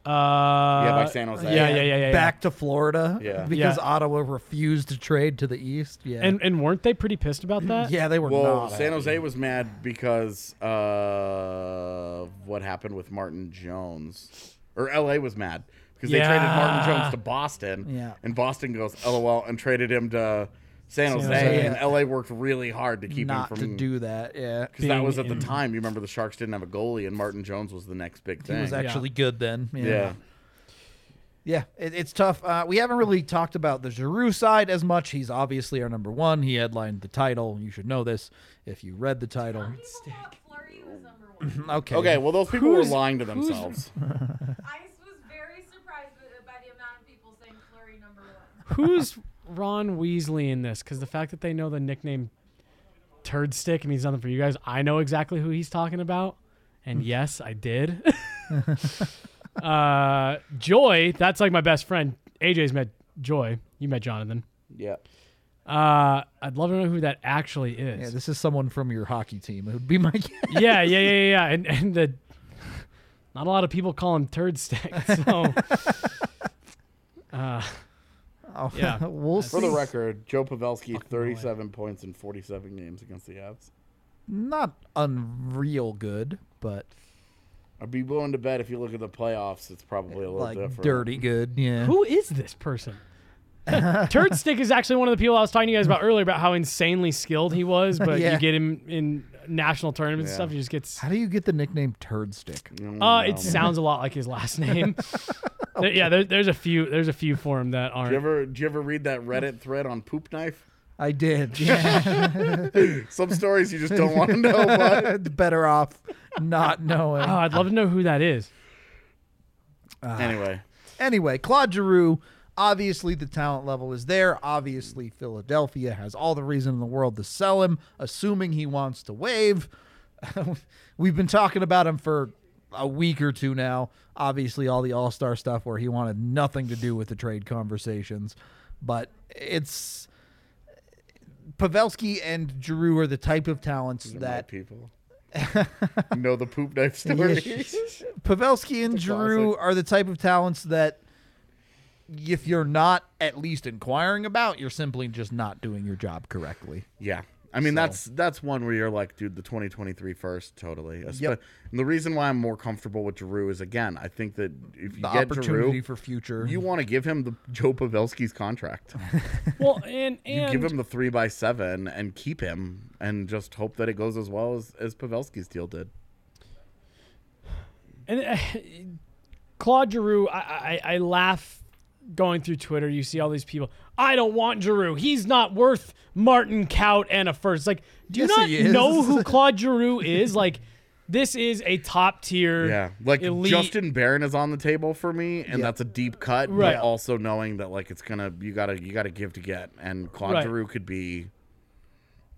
Speaker 3: uh,
Speaker 2: Yeah, by San Jose.
Speaker 3: Yeah, yeah, yeah, yeah. yeah.
Speaker 1: Back to Florida.
Speaker 2: Yeah.
Speaker 1: Because
Speaker 3: Yeah.
Speaker 1: Ottawa refused to trade to the East. Yeah.
Speaker 3: And and weren't they pretty pissed about that?
Speaker 1: yeah, they were
Speaker 2: Well,
Speaker 1: not.
Speaker 2: San
Speaker 1: happy.
Speaker 2: Jose was mad because uh, what happened with Martin Jones, or LA was mad because they traded Martin
Speaker 3: Yeah.
Speaker 2: Jones to Boston,
Speaker 1: Yeah.
Speaker 2: and Boston goes LOL and traded him to San Jose,
Speaker 3: Jose.
Speaker 2: and LA worked really hard to keep
Speaker 1: not
Speaker 2: him
Speaker 1: to
Speaker 2: from
Speaker 1: do that. Yeah.
Speaker 2: because that was at
Speaker 3: being
Speaker 2: the time. You remember the Sharks didn't have a goalie, and Martin Jones was the next big thing.
Speaker 1: He was actually good then.
Speaker 2: yeah.
Speaker 1: Yeah, it, it's tough. Uh, we haven't really talked about the Giroux side as much. He's obviously our number one. He headlined the title. You should know this if you read the title.
Speaker 4: People thought Flurry was number one.
Speaker 1: Okay.
Speaker 2: Okay, well, those people
Speaker 3: Who's-
Speaker 2: were lying to
Speaker 3: who's-
Speaker 2: themselves.
Speaker 4: I was very surprised with- by the amount of people saying Flurry number one.
Speaker 3: Who's Ron Weasley in this? Because the fact that they know the nickname turd stick means nothing for you guys. I know exactly who he's talking about, and
Speaker 1: Hmm.
Speaker 3: yes, I did. uh, Joy, that's like my best friend. AJ's met Joy. You met Jonathan.
Speaker 2: Yeah.
Speaker 3: Uh, I'd love to know who that actually
Speaker 1: Yeah,
Speaker 3: is.
Speaker 1: this is someone from your hockey team. It would be my guess.
Speaker 3: yeah, yeah, yeah, yeah, yeah. And and the not a lot of people call him turd stick. So uh,
Speaker 1: Oh,
Speaker 3: Yeah.
Speaker 1: we'll see.
Speaker 2: For the record, Joe Pavelski, 37 points in 47 games against the Avs.
Speaker 1: Not unreal good, but
Speaker 2: I'd be willing to bet if you look at the playoffs, it's probably a little
Speaker 1: like
Speaker 2: different.
Speaker 1: dirty good. Yeah.
Speaker 3: who is this person? turd stick is actually one of the people I was talking to you guys about earlier about how insanely skilled he was, but
Speaker 1: Yeah.
Speaker 3: you get him in national tournaments and
Speaker 2: Yeah.
Speaker 3: stuff, he just gets.
Speaker 1: How do you get the nickname Turd Stick?
Speaker 2: Mm,
Speaker 3: Uh,
Speaker 2: no.
Speaker 3: it sounds a lot like his last name. There- yeah, there, there's a few. There's a few for him that
Speaker 2: Do you
Speaker 3: aren't.
Speaker 2: ever do you ever read that Reddit thread on poop knife?
Speaker 1: I did. Yeah.
Speaker 2: Some stories you just don't want to know. But
Speaker 1: Better off not knowing.
Speaker 3: Oh, I'd love to know who that is.
Speaker 1: Ah.
Speaker 2: anyway,
Speaker 1: Anyway, Claude Giroux, obviously the talent level is there. Obviously, Philadelphia has all the reason in the world to sell him, assuming he wants to waive. We've been talking about him for a week or two now. Obviously, all the All Star stuff where he wanted nothing to do with the trade conversations, but it's. Pavelski and Giroux are the type of talents that
Speaker 2: that people know the poop knife story.
Speaker 1: Pavelski and Drew
Speaker 2: classic.
Speaker 1: are the type of talents that if you're not at least inquiring about, you're simply just not doing your job correctly.
Speaker 2: Yeah. I mean that's that's one where you're like, dude, the 2023 first totally. Espe-
Speaker 1: Yep.
Speaker 2: And the reason why I'm more comfortable with Giroux is again, I think that if you
Speaker 1: The
Speaker 2: get
Speaker 1: opportunity
Speaker 2: Giroux,
Speaker 1: for future.
Speaker 2: you want to give him the Joe Pavelski's contract.
Speaker 3: Well, and and
Speaker 2: you give him the three by seven and keep him, and just hope that it goes as well as as Pavelski's deal did.
Speaker 3: And uh, Claude Giroux, I, I, I laugh going through Twitter. You see all these people. I don't want Giroux. He's not worth Martin Kaut and a first. It's Like, do you
Speaker 1: Yes,
Speaker 3: not
Speaker 1: he is.
Speaker 3: know who Claude Giroux is? Like, this is a top tier.
Speaker 2: Yeah, like
Speaker 3: elite.
Speaker 2: Justin Barron is on the table for me, and that's a deep cut.
Speaker 3: Right.
Speaker 2: But also knowing that like it's gonna you gotta you gotta give to get, and Claude
Speaker 3: Right.
Speaker 2: Giroux could be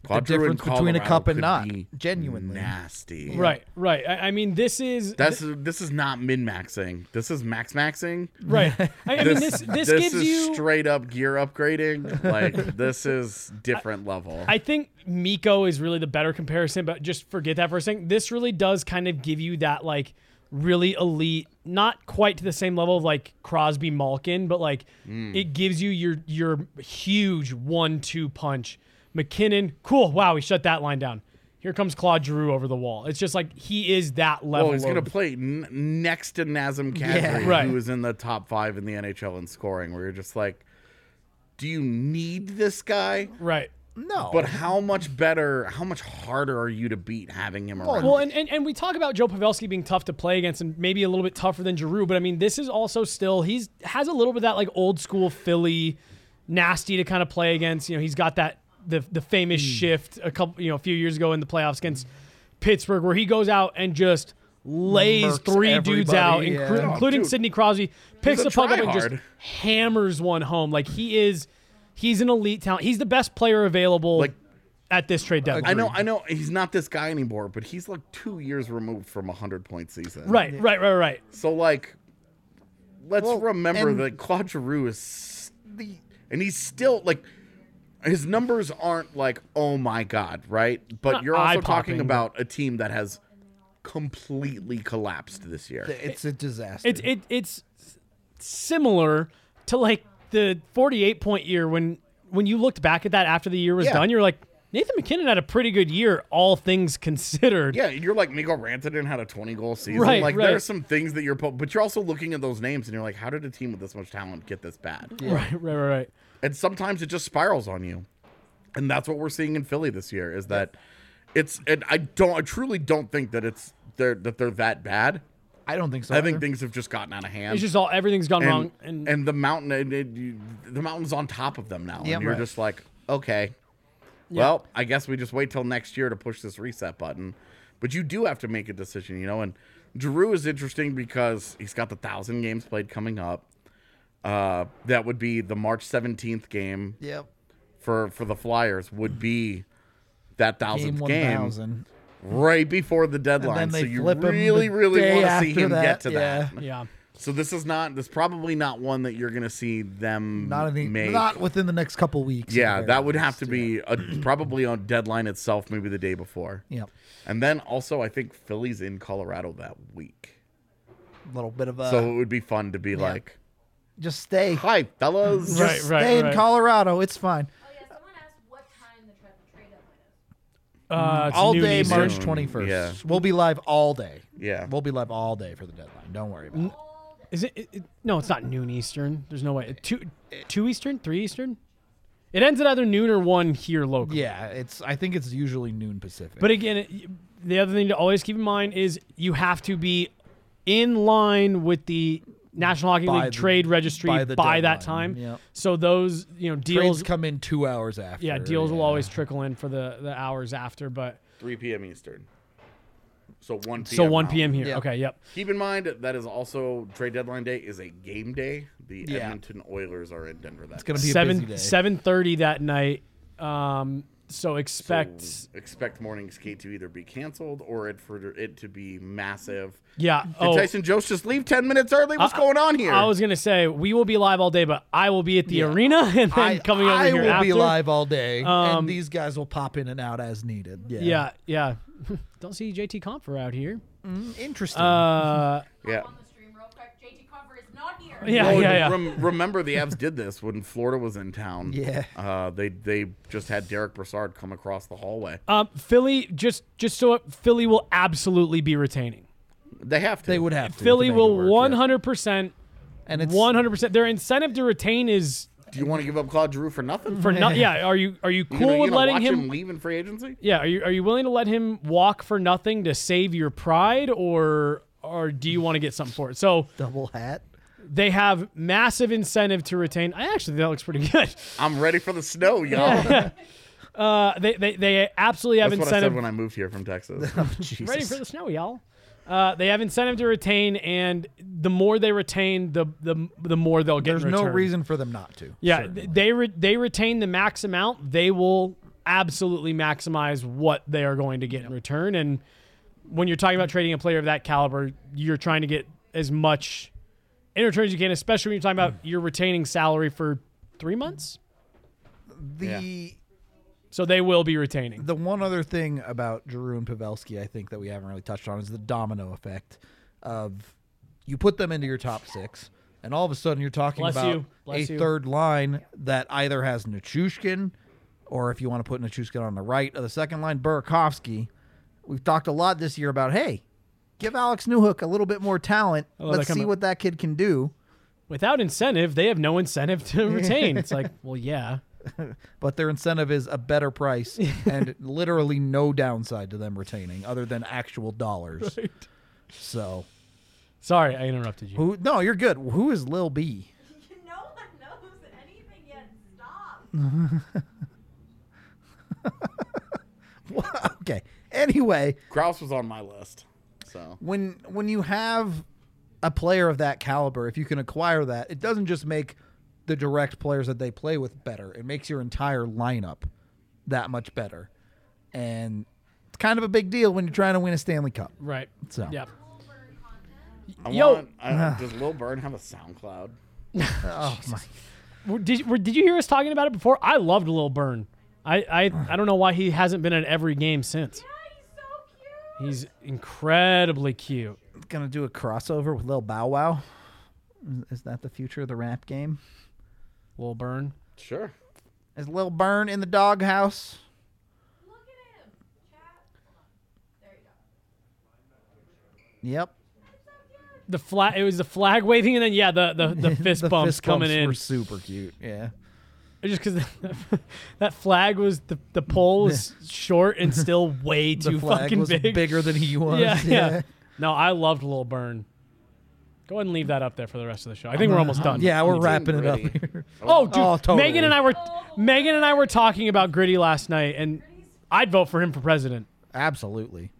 Speaker 1: the
Speaker 2: Claude Giroux in
Speaker 1: difference between a
Speaker 2: Colorado
Speaker 1: cup and
Speaker 2: could
Speaker 1: not.
Speaker 2: be
Speaker 1: Genuinely.
Speaker 2: nasty.
Speaker 3: Right, right. I, I mean, this is
Speaker 2: That's this is not min maxing. This is max maxing.
Speaker 3: right. I, I mean, this this, gives
Speaker 2: is
Speaker 3: you.
Speaker 2: straight up gear upgrading. Like this is different level.
Speaker 3: I think Miko is really the better comparison, but just forget that for a second. This really does kind of give you that like really elite, not quite to the same level of like Crosby Malkin, but like it gives you your your huge one two punch. McKinnon, cool. Wow, he shut that line down. Here comes Claude Giroux over the wall. It's just like he is that
Speaker 2: Well,
Speaker 3: level.
Speaker 2: Oh, he's going to
Speaker 3: of-
Speaker 2: play n- next to Nazem Kadri,
Speaker 3: Right.
Speaker 2: who is in the top five in the NHL in scoring. Where you're just like, do you need this guy?
Speaker 3: right.
Speaker 1: No.
Speaker 2: But how much better, how much harder are you to beat having him around?
Speaker 3: Well, and, and, and we talk about Joe Pavelski being tough to play against and maybe a little bit tougher than Giroux, but I mean, this is also still, he's has a little bit of that like old school Philly nasty to kind of play against. You know, he's got that, the, the famous
Speaker 2: Hmm.
Speaker 3: shift a couple, you know, a few years ago in the playoffs against Pittsburgh where he goes out and just lays
Speaker 1: Murks
Speaker 3: three dudes
Speaker 1: everybody,
Speaker 3: out,
Speaker 1: yeah.
Speaker 3: inclu-
Speaker 1: Oh,
Speaker 3: including
Speaker 2: dude.
Speaker 3: Sidney Crosby, picks
Speaker 2: a
Speaker 3: the puck up and just
Speaker 2: tryhard.
Speaker 3: hammers one home. Like he is, he's an elite talent. He's the best player available
Speaker 2: Like-
Speaker 3: at this trade deadline.
Speaker 2: I know, I know, he's not this guy anymore, but he's like two years removed from a hundred point season.
Speaker 3: Right, right, right, right.
Speaker 2: So like, let's
Speaker 1: Well,
Speaker 2: remember
Speaker 1: and-
Speaker 2: that Claude Giroux is
Speaker 1: the
Speaker 2: and he's still like his numbers aren't like oh my god right but
Speaker 3: Not
Speaker 2: you're also
Speaker 3: eye-popping,
Speaker 2: talking about a team that has completely collapsed this year
Speaker 1: it's a disaster.
Speaker 3: It's it, it's similar to like the 48 point year when when you looked back at that after the year was
Speaker 1: Yeah.
Speaker 3: done, you're like Nathan McKinnon had a pretty good year, all things considered.
Speaker 2: yeah you're like Miko Rantanen had a 20 goal season
Speaker 3: Right,
Speaker 2: like
Speaker 3: right.
Speaker 2: there are some things that you're po- but you're also looking at those names and you're like how did a team with this much talent get this bad
Speaker 3: Right, right, right, right.
Speaker 2: and sometimes it just spirals on you and that's what we're seeing in Philly this year is that it's and I don't I truly don't think that it's they're that they're that bad
Speaker 1: I don't think so.
Speaker 2: I think
Speaker 1: either.
Speaker 2: things have just gotten out of hand
Speaker 3: It's just all everything's gone
Speaker 2: and,
Speaker 3: wrong. And,
Speaker 2: the mountain it, it- you- the mountain's on top of them now
Speaker 1: Yeah,
Speaker 2: and you're
Speaker 1: right.
Speaker 2: just like okay well i guess we just wait till next year to push this reset button but you do have to make a decision you know and drew is interesting because he's got the thousand games played coming up uh, that would be the march 17th game
Speaker 1: Yep.
Speaker 2: for for the flyers would be that thousandth
Speaker 1: Game one
Speaker 2: game
Speaker 1: thousand.
Speaker 2: right before the deadline.
Speaker 1: then they
Speaker 2: so you
Speaker 1: flip him the
Speaker 2: really, really
Speaker 1: day
Speaker 2: want to see
Speaker 1: after
Speaker 2: him
Speaker 1: that,
Speaker 2: get to
Speaker 1: yeah.
Speaker 2: that.
Speaker 3: Yeah.
Speaker 2: So this is not. This is probably not one that you're going to see them
Speaker 1: Not any,
Speaker 2: make.
Speaker 1: not within the next couple weeks. at
Speaker 2: yeah,
Speaker 1: the
Speaker 2: that
Speaker 1: very
Speaker 2: would have
Speaker 1: least, yeah.
Speaker 2: to be a, probably on deadline itself, maybe the day before.
Speaker 1: Yep.
Speaker 2: And then also, I think Philly's in Colorado that week,
Speaker 1: A little bit of a
Speaker 2: so it would be fun to be like,
Speaker 1: just stay.
Speaker 2: "Hi, fellas."
Speaker 3: Right,
Speaker 1: Just
Speaker 3: right,
Speaker 1: stay in
Speaker 3: right.
Speaker 1: Colorado. It's fine.
Speaker 4: Oh yeah, someone asked what time the tra- trade deadline
Speaker 3: Uh,
Speaker 4: is.
Speaker 3: it's
Speaker 1: Mm-hmm. all
Speaker 3: noon
Speaker 1: day
Speaker 3: Eastern.
Speaker 1: March
Speaker 2: Soon,
Speaker 1: twenty first.
Speaker 2: yeah.
Speaker 1: We'll be live all day.
Speaker 2: Yeah.
Speaker 1: We'll be live all day for the deadline. Don't worry about it.
Speaker 3: Is it, it, it- No, it's not noon Eastern. There's no way. Two, two Eastern, three Eastern. It ends at either noon or one here locally.
Speaker 1: Yeah, it's I think it's usually noon Pacific.
Speaker 3: But again, it, the other thing to always keep in mind is you have to be in line with the National Hockey
Speaker 1: By
Speaker 3: League
Speaker 1: the-
Speaker 3: trade registry
Speaker 1: by
Speaker 3: by,
Speaker 1: the
Speaker 3: that
Speaker 1: deadline,
Speaker 3: time.
Speaker 1: yep.
Speaker 3: So those you know
Speaker 1: trades
Speaker 3: deals,
Speaker 1: come in two hours after.
Speaker 3: yeah, deals will always trickle in for the the hours after. But
Speaker 2: 3 p.m. Eastern. So 1 p.m.
Speaker 3: so 1
Speaker 2: out.
Speaker 3: p.m. here.
Speaker 1: Yeah.
Speaker 3: Okay, yep.
Speaker 2: Keep in mind that is also trade deadline day is a game day. The
Speaker 1: Yeah.
Speaker 2: Edmonton Oilers are in Denver.
Speaker 1: It's
Speaker 2: That's
Speaker 1: gonna be a busy day.
Speaker 3: Seven seven thirty that night. Um, so expect
Speaker 2: expect morning skate to either be canceled or it for it to be massive.
Speaker 3: yeah.
Speaker 2: Did
Speaker 3: oh,
Speaker 2: Tyson Jones just leave 10 minutes early? What's going on here?
Speaker 3: I was gonna say we will be live all day, but I will be at the
Speaker 1: Yeah.
Speaker 3: arena and then
Speaker 1: I,
Speaker 3: coming over
Speaker 1: I
Speaker 3: here
Speaker 1: will
Speaker 3: after.
Speaker 1: be live all day,
Speaker 3: Um,
Speaker 1: and these guys will pop in and out as needed. Yeah,
Speaker 3: Yeah, yeah. Don't see JT Comfer out here.
Speaker 1: interesting.
Speaker 3: Uh,
Speaker 2: yeah.
Speaker 4: On the stream real quick. JT Comfort is not here.
Speaker 3: yeah,
Speaker 2: Well,
Speaker 3: yeah, yeah.
Speaker 2: rem- remember the Avs did this when Florida was in town.
Speaker 1: Yeah.
Speaker 2: Uh, they they just had Derek Brassard come across the hallway.
Speaker 3: Um, Philly, just just so Philly will absolutely be retaining.
Speaker 2: They have to.
Speaker 1: they would have to
Speaker 3: Philly
Speaker 1: to make
Speaker 3: will
Speaker 1: it work, yeah.
Speaker 3: one hundred percent,
Speaker 1: and it's
Speaker 3: one hundred percent. Their incentive to retain is
Speaker 2: Do you want to give up Claude Drew for nothing?
Speaker 3: for not. Yeah, are you are you
Speaker 2: You
Speaker 3: cool
Speaker 2: gonna- you
Speaker 3: with
Speaker 2: gonna
Speaker 3: letting
Speaker 2: watch
Speaker 3: him?
Speaker 2: leave in free agency?
Speaker 3: Yeah, are you are you willing to let him walk for nothing to save your pride, or or do you want to get something for it? So
Speaker 1: double hat.
Speaker 3: they have massive incentive to retain. I actually think that looks pretty good.
Speaker 2: I'm ready for the snow, y'all.
Speaker 3: Uh, they, they they absolutely have
Speaker 2: That's what I
Speaker 3: incentive.
Speaker 2: said when I moved here from Texas.
Speaker 1: Jesus.
Speaker 3: ready for the snow, y'all. Uh, they have incentive to retain, and the more they retain, the the, the more they'll get.
Speaker 1: There's
Speaker 3: in
Speaker 1: no
Speaker 3: return.
Speaker 1: reason for them not to.
Speaker 3: Yeah,
Speaker 1: certainly.
Speaker 3: th- they re- they retain the max amount. They will absolutely maximize what they are going to get in return. And when you're talking about trading a player of that caliber, you're trying to get as much in return as you can. Especially when you're talking about you're retaining salary for three months,
Speaker 1: the
Speaker 3: so they will be retaining.
Speaker 1: the one other thing about Giroux and Pavelski, I think that we haven't really touched on is the domino effect of you put them into your top six, and all of a sudden you're talking
Speaker 3: Bless
Speaker 1: about
Speaker 3: you. Bless
Speaker 1: a
Speaker 3: you.
Speaker 1: third line that either has Nichushkin, or if you want to put Nichushkin on the right of the second line, Burakovsky. We've talked a lot this year about hey, give Alex Newhook a little bit more talent.
Speaker 3: love that
Speaker 1: Let's see
Speaker 3: comment.
Speaker 1: what that kid can do.
Speaker 3: Without incentive, they have no incentive to retain. it's like, well, yeah.
Speaker 1: But their incentive is a better price and literally no downside to them retaining other than actual dollars. So
Speaker 3: Sorry, I interrupted you.
Speaker 1: Who? No, you're good. Who is Lil B?
Speaker 4: No one knows anything yet. Stop.
Speaker 1: Wha- okay. Anyway,
Speaker 2: Kraus was on my list. So
Speaker 1: when when you have a player of that caliber, if you can acquire that, it doesn't just make the direct players that they play with better. It makes your entire lineup that much better, and it's kind of a big deal when you're trying to win a Stanley Cup.
Speaker 3: Right.
Speaker 1: So.
Speaker 3: Yep.
Speaker 2: I
Speaker 3: Yo.
Speaker 2: want, I, does Lil Burn have a SoundCloud?
Speaker 1: Oh my!
Speaker 3: Were- Did, were- did you hear us talking about it before? I loved Lil Burn. I, I, I don't know why he hasn't been at every game since.
Speaker 4: Yeah, he's so cute.
Speaker 3: He's incredibly cute.
Speaker 1: Gonna do a crossover with Lil Bow Wow. Is that the future of the rap game?
Speaker 3: Lil Burn.
Speaker 2: Sure.
Speaker 1: Is Lil Burn in the doghouse?
Speaker 4: Look at him. Chat. Hold on. There you go.
Speaker 1: Yep.
Speaker 3: The flag. It was the flag waving, and then yeah, the the, the fist
Speaker 1: The
Speaker 3: bumps
Speaker 1: fist
Speaker 3: coming
Speaker 1: bumps
Speaker 3: in.
Speaker 1: Were super cute. Yeah.
Speaker 3: Just because that flag was the the pole was short and still way
Speaker 1: the
Speaker 3: too
Speaker 1: flag
Speaker 3: fucking
Speaker 1: was
Speaker 3: big.
Speaker 1: bigger than he was.
Speaker 3: yeah, yeah, No, I loved Lil Burn. Go ahead and leave that up there for the rest of the show. I think we're almost done.
Speaker 1: uh, Yeah, we're
Speaker 2: Team
Speaker 1: wrapping it up
Speaker 2: Gritty.
Speaker 1: here.
Speaker 3: Oh, dude,
Speaker 1: Oh, totally.
Speaker 3: Megan and I were Megan and I were talking about Gritty last night, and I'd vote for him for president.
Speaker 1: Absolutely.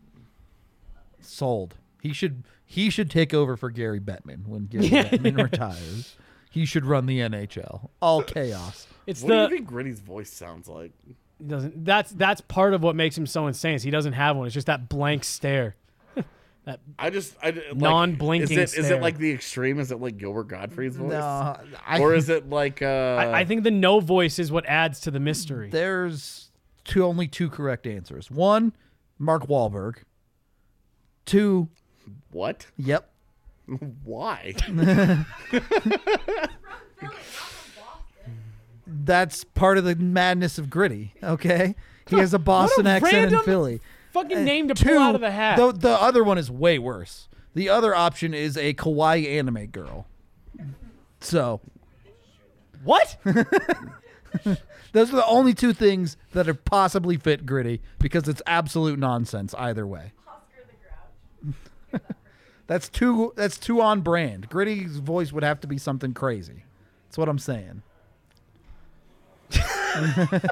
Speaker 1: Sold. He should he should take over for Gary Bettman when Gary Bettman retires. He should run the NHL. All chaos.
Speaker 3: It's
Speaker 2: What do you
Speaker 3: the
Speaker 2: think Gritty's voice sounds like?
Speaker 3: He doesn't. That's that's part of what makes him so insane. Is he doesn't have one. It's just that blank stare.
Speaker 2: I just I like,
Speaker 3: Non-blinking
Speaker 2: Is it, is
Speaker 3: stare.
Speaker 2: it like the extreme? Is it like Gilbert Godfrey's voice?
Speaker 1: No, I,
Speaker 2: or is it like uh?
Speaker 3: I, I think the no voice is what adds to the mystery.
Speaker 1: there's two only two correct answers. One, Mark Wahlberg. Two,
Speaker 2: what?
Speaker 1: yep.
Speaker 2: Why?
Speaker 4: Philly, not from Boston.
Speaker 1: That's part of the madness of gritty. Okay, he has a Boston
Speaker 3: a
Speaker 1: accent in
Speaker 3: random
Speaker 1: Philly.
Speaker 3: Fucking name to
Speaker 1: Two,
Speaker 3: pull out of the hat.
Speaker 1: The, the other one is way worse. The other option is a kawaii anime girl. So
Speaker 3: what?
Speaker 1: those are the only two things that are possibly fit gritty because it's absolute nonsense either way.
Speaker 4: Oscar the Grouch.
Speaker 1: That's too that's too on brand. Gritty's voice would have to be something crazy. That's what I'm saying.
Speaker 4: We're very confused.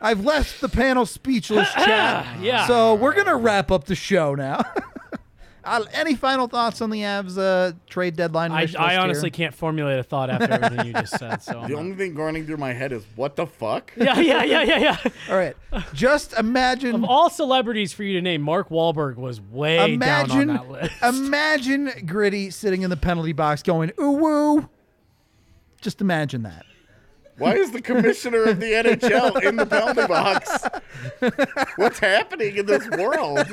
Speaker 1: I've left the panel speechless, Chad.
Speaker 3: yeah.
Speaker 1: So we're gonna wrap up the show now. Uh, any final thoughts on the Avs uh, trade deadline?
Speaker 3: I,
Speaker 1: wish list
Speaker 3: I
Speaker 1: here?
Speaker 3: honestly can't formulate a thought after everything you just said. So I'm
Speaker 2: the
Speaker 3: not-
Speaker 2: only thing running through my head is what the fuck?
Speaker 3: yeah, yeah, yeah, yeah, yeah.
Speaker 1: All right. Just imagine.
Speaker 3: Of all celebrities for you to name, Mark Wahlberg was way
Speaker 1: imagine.
Speaker 3: down on that list.
Speaker 1: imagine Gritty sitting in the penalty box going ooh woo. Just imagine that.
Speaker 2: Why is the commissioner of the NHL in the penalty box? What's happening in this world?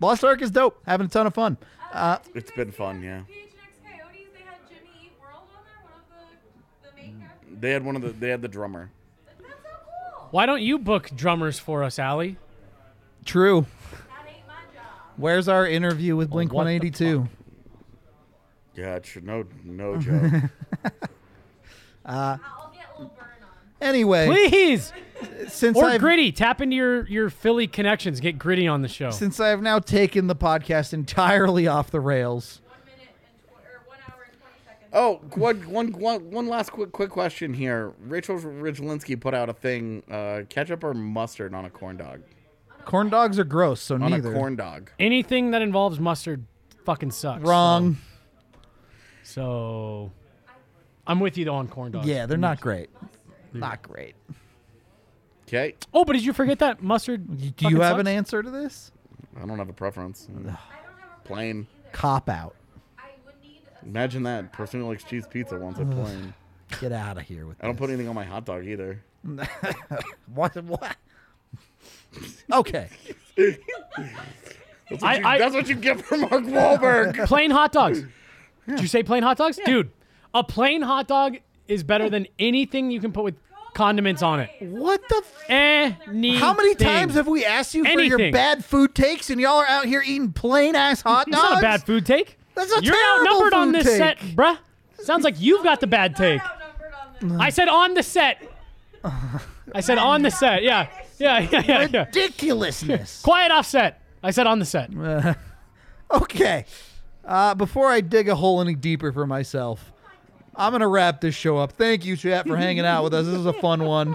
Speaker 1: Lost Ark is dope. Having a ton of fun. Uh,
Speaker 4: Did you
Speaker 2: It's
Speaker 4: guys
Speaker 2: been
Speaker 4: see
Speaker 2: fun,
Speaker 4: that
Speaker 2: yeah.
Speaker 4: PHNX Coyotes, they had Jimmy Eat World on there, one of the, the
Speaker 2: Mm.
Speaker 4: main characters.
Speaker 2: They had one of the they had the drummer.
Speaker 4: That's so cool.
Speaker 3: Why don't you book drummers for us, Allie?
Speaker 1: True.
Speaker 4: That ain't my job.
Speaker 1: Where's our interview with Blink
Speaker 3: Oh, what the
Speaker 1: 182?
Speaker 2: Yeah, it's no no joke.
Speaker 4: I'll get a little burn on.
Speaker 1: Anyway,
Speaker 3: Please.
Speaker 1: since
Speaker 3: Or
Speaker 1: I've
Speaker 3: gritty. Tap into your your Philly connections. Get gritty on the show.
Speaker 1: since I have now taken the podcast entirely off the rails,
Speaker 4: One minute and tw- or one hour and 20 seconds.
Speaker 2: Oh, one, one, one, one last quick, quick question here. Rachel Ridgelinski put out a thing: uh, ketchup or mustard on a corn dog?
Speaker 1: corn dogs are gross, so
Speaker 2: On
Speaker 1: neither.
Speaker 2: a corn dog.
Speaker 3: Anything that involves mustard fucking sucks.
Speaker 1: Wrong.
Speaker 3: So, so I'm with you though on corn dogs.
Speaker 1: Yeah, they're not great. Not great.
Speaker 2: Okay,
Speaker 3: Oh, but did you forget that mustard?
Speaker 1: Do you
Speaker 3: fucking
Speaker 1: have an
Speaker 3: sucks?
Speaker 1: answer to this?
Speaker 2: I don't have a preference.
Speaker 4: I don't have a
Speaker 2: Plain.
Speaker 1: Cop out.
Speaker 4: I would need a
Speaker 2: Imagine that. Person who likes cheese pizza wants it plain.
Speaker 1: Get out of here with
Speaker 2: I don't put anything on my hot dog either.
Speaker 1: What? what? okay.
Speaker 2: That's what,
Speaker 3: I-
Speaker 2: you,
Speaker 3: I-
Speaker 2: that's what you get from Mark Wahlberg.
Speaker 3: Plain hot dogs. Did you say plain hot dogs? Dude, a plain hot dog is better than anything you can put with condiments on it.
Speaker 1: What the? F-
Speaker 3: Anything.
Speaker 1: how many times have we asked you for your
Speaker 3: Anything.
Speaker 1: bad food takes, and y'all are out here eating plain ass hot dogs?
Speaker 3: That's not a bad food take.
Speaker 1: That's a
Speaker 3: You're
Speaker 1: terrible
Speaker 3: outnumbered on
Speaker 1: food
Speaker 3: this
Speaker 1: take.
Speaker 3: set, bruh. Sounds like you've got the bad take. I said on the set. I said on the set. Yeah. Yeah, yeah, yeah. yeah.
Speaker 1: Ridiculousness.
Speaker 3: Quiet offset. I said on the set.
Speaker 1: okay. Uh, before I dig a hole any deeper for myself, I'm gonna wrap this show up. Thank you, chat, for hanging out with us. This is a fun one.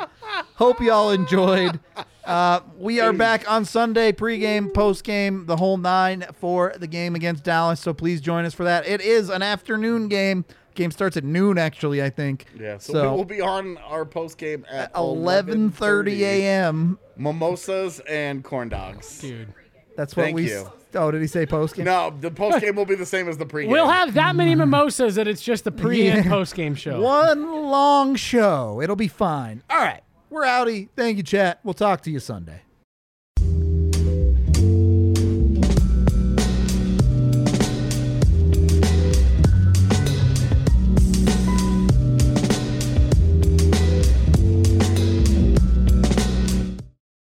Speaker 1: Hope y'all enjoyed. Uh, we are back on Sunday, pregame, postgame, the whole nine for the game against Dallas. So please join us for that. It is an afternoon game. Game starts at noon, actually. I think.
Speaker 2: Yeah, so,
Speaker 1: So,
Speaker 2: we will be on our post game at
Speaker 1: 11:30 a.m.
Speaker 2: Mimosas and corn dogs.
Speaker 3: Dude.
Speaker 1: That's what
Speaker 2: Thank
Speaker 1: we.
Speaker 2: you.
Speaker 1: Oh, did he say postgame?
Speaker 2: No, the post game will be the same as the pregame.
Speaker 3: We'll have that many mimosas that it's just the pre and
Speaker 1: Yeah.
Speaker 3: post game show.
Speaker 1: One long show. It'll be fine. All right. We're outie. Thank you, chat. We'll talk to you Sunday.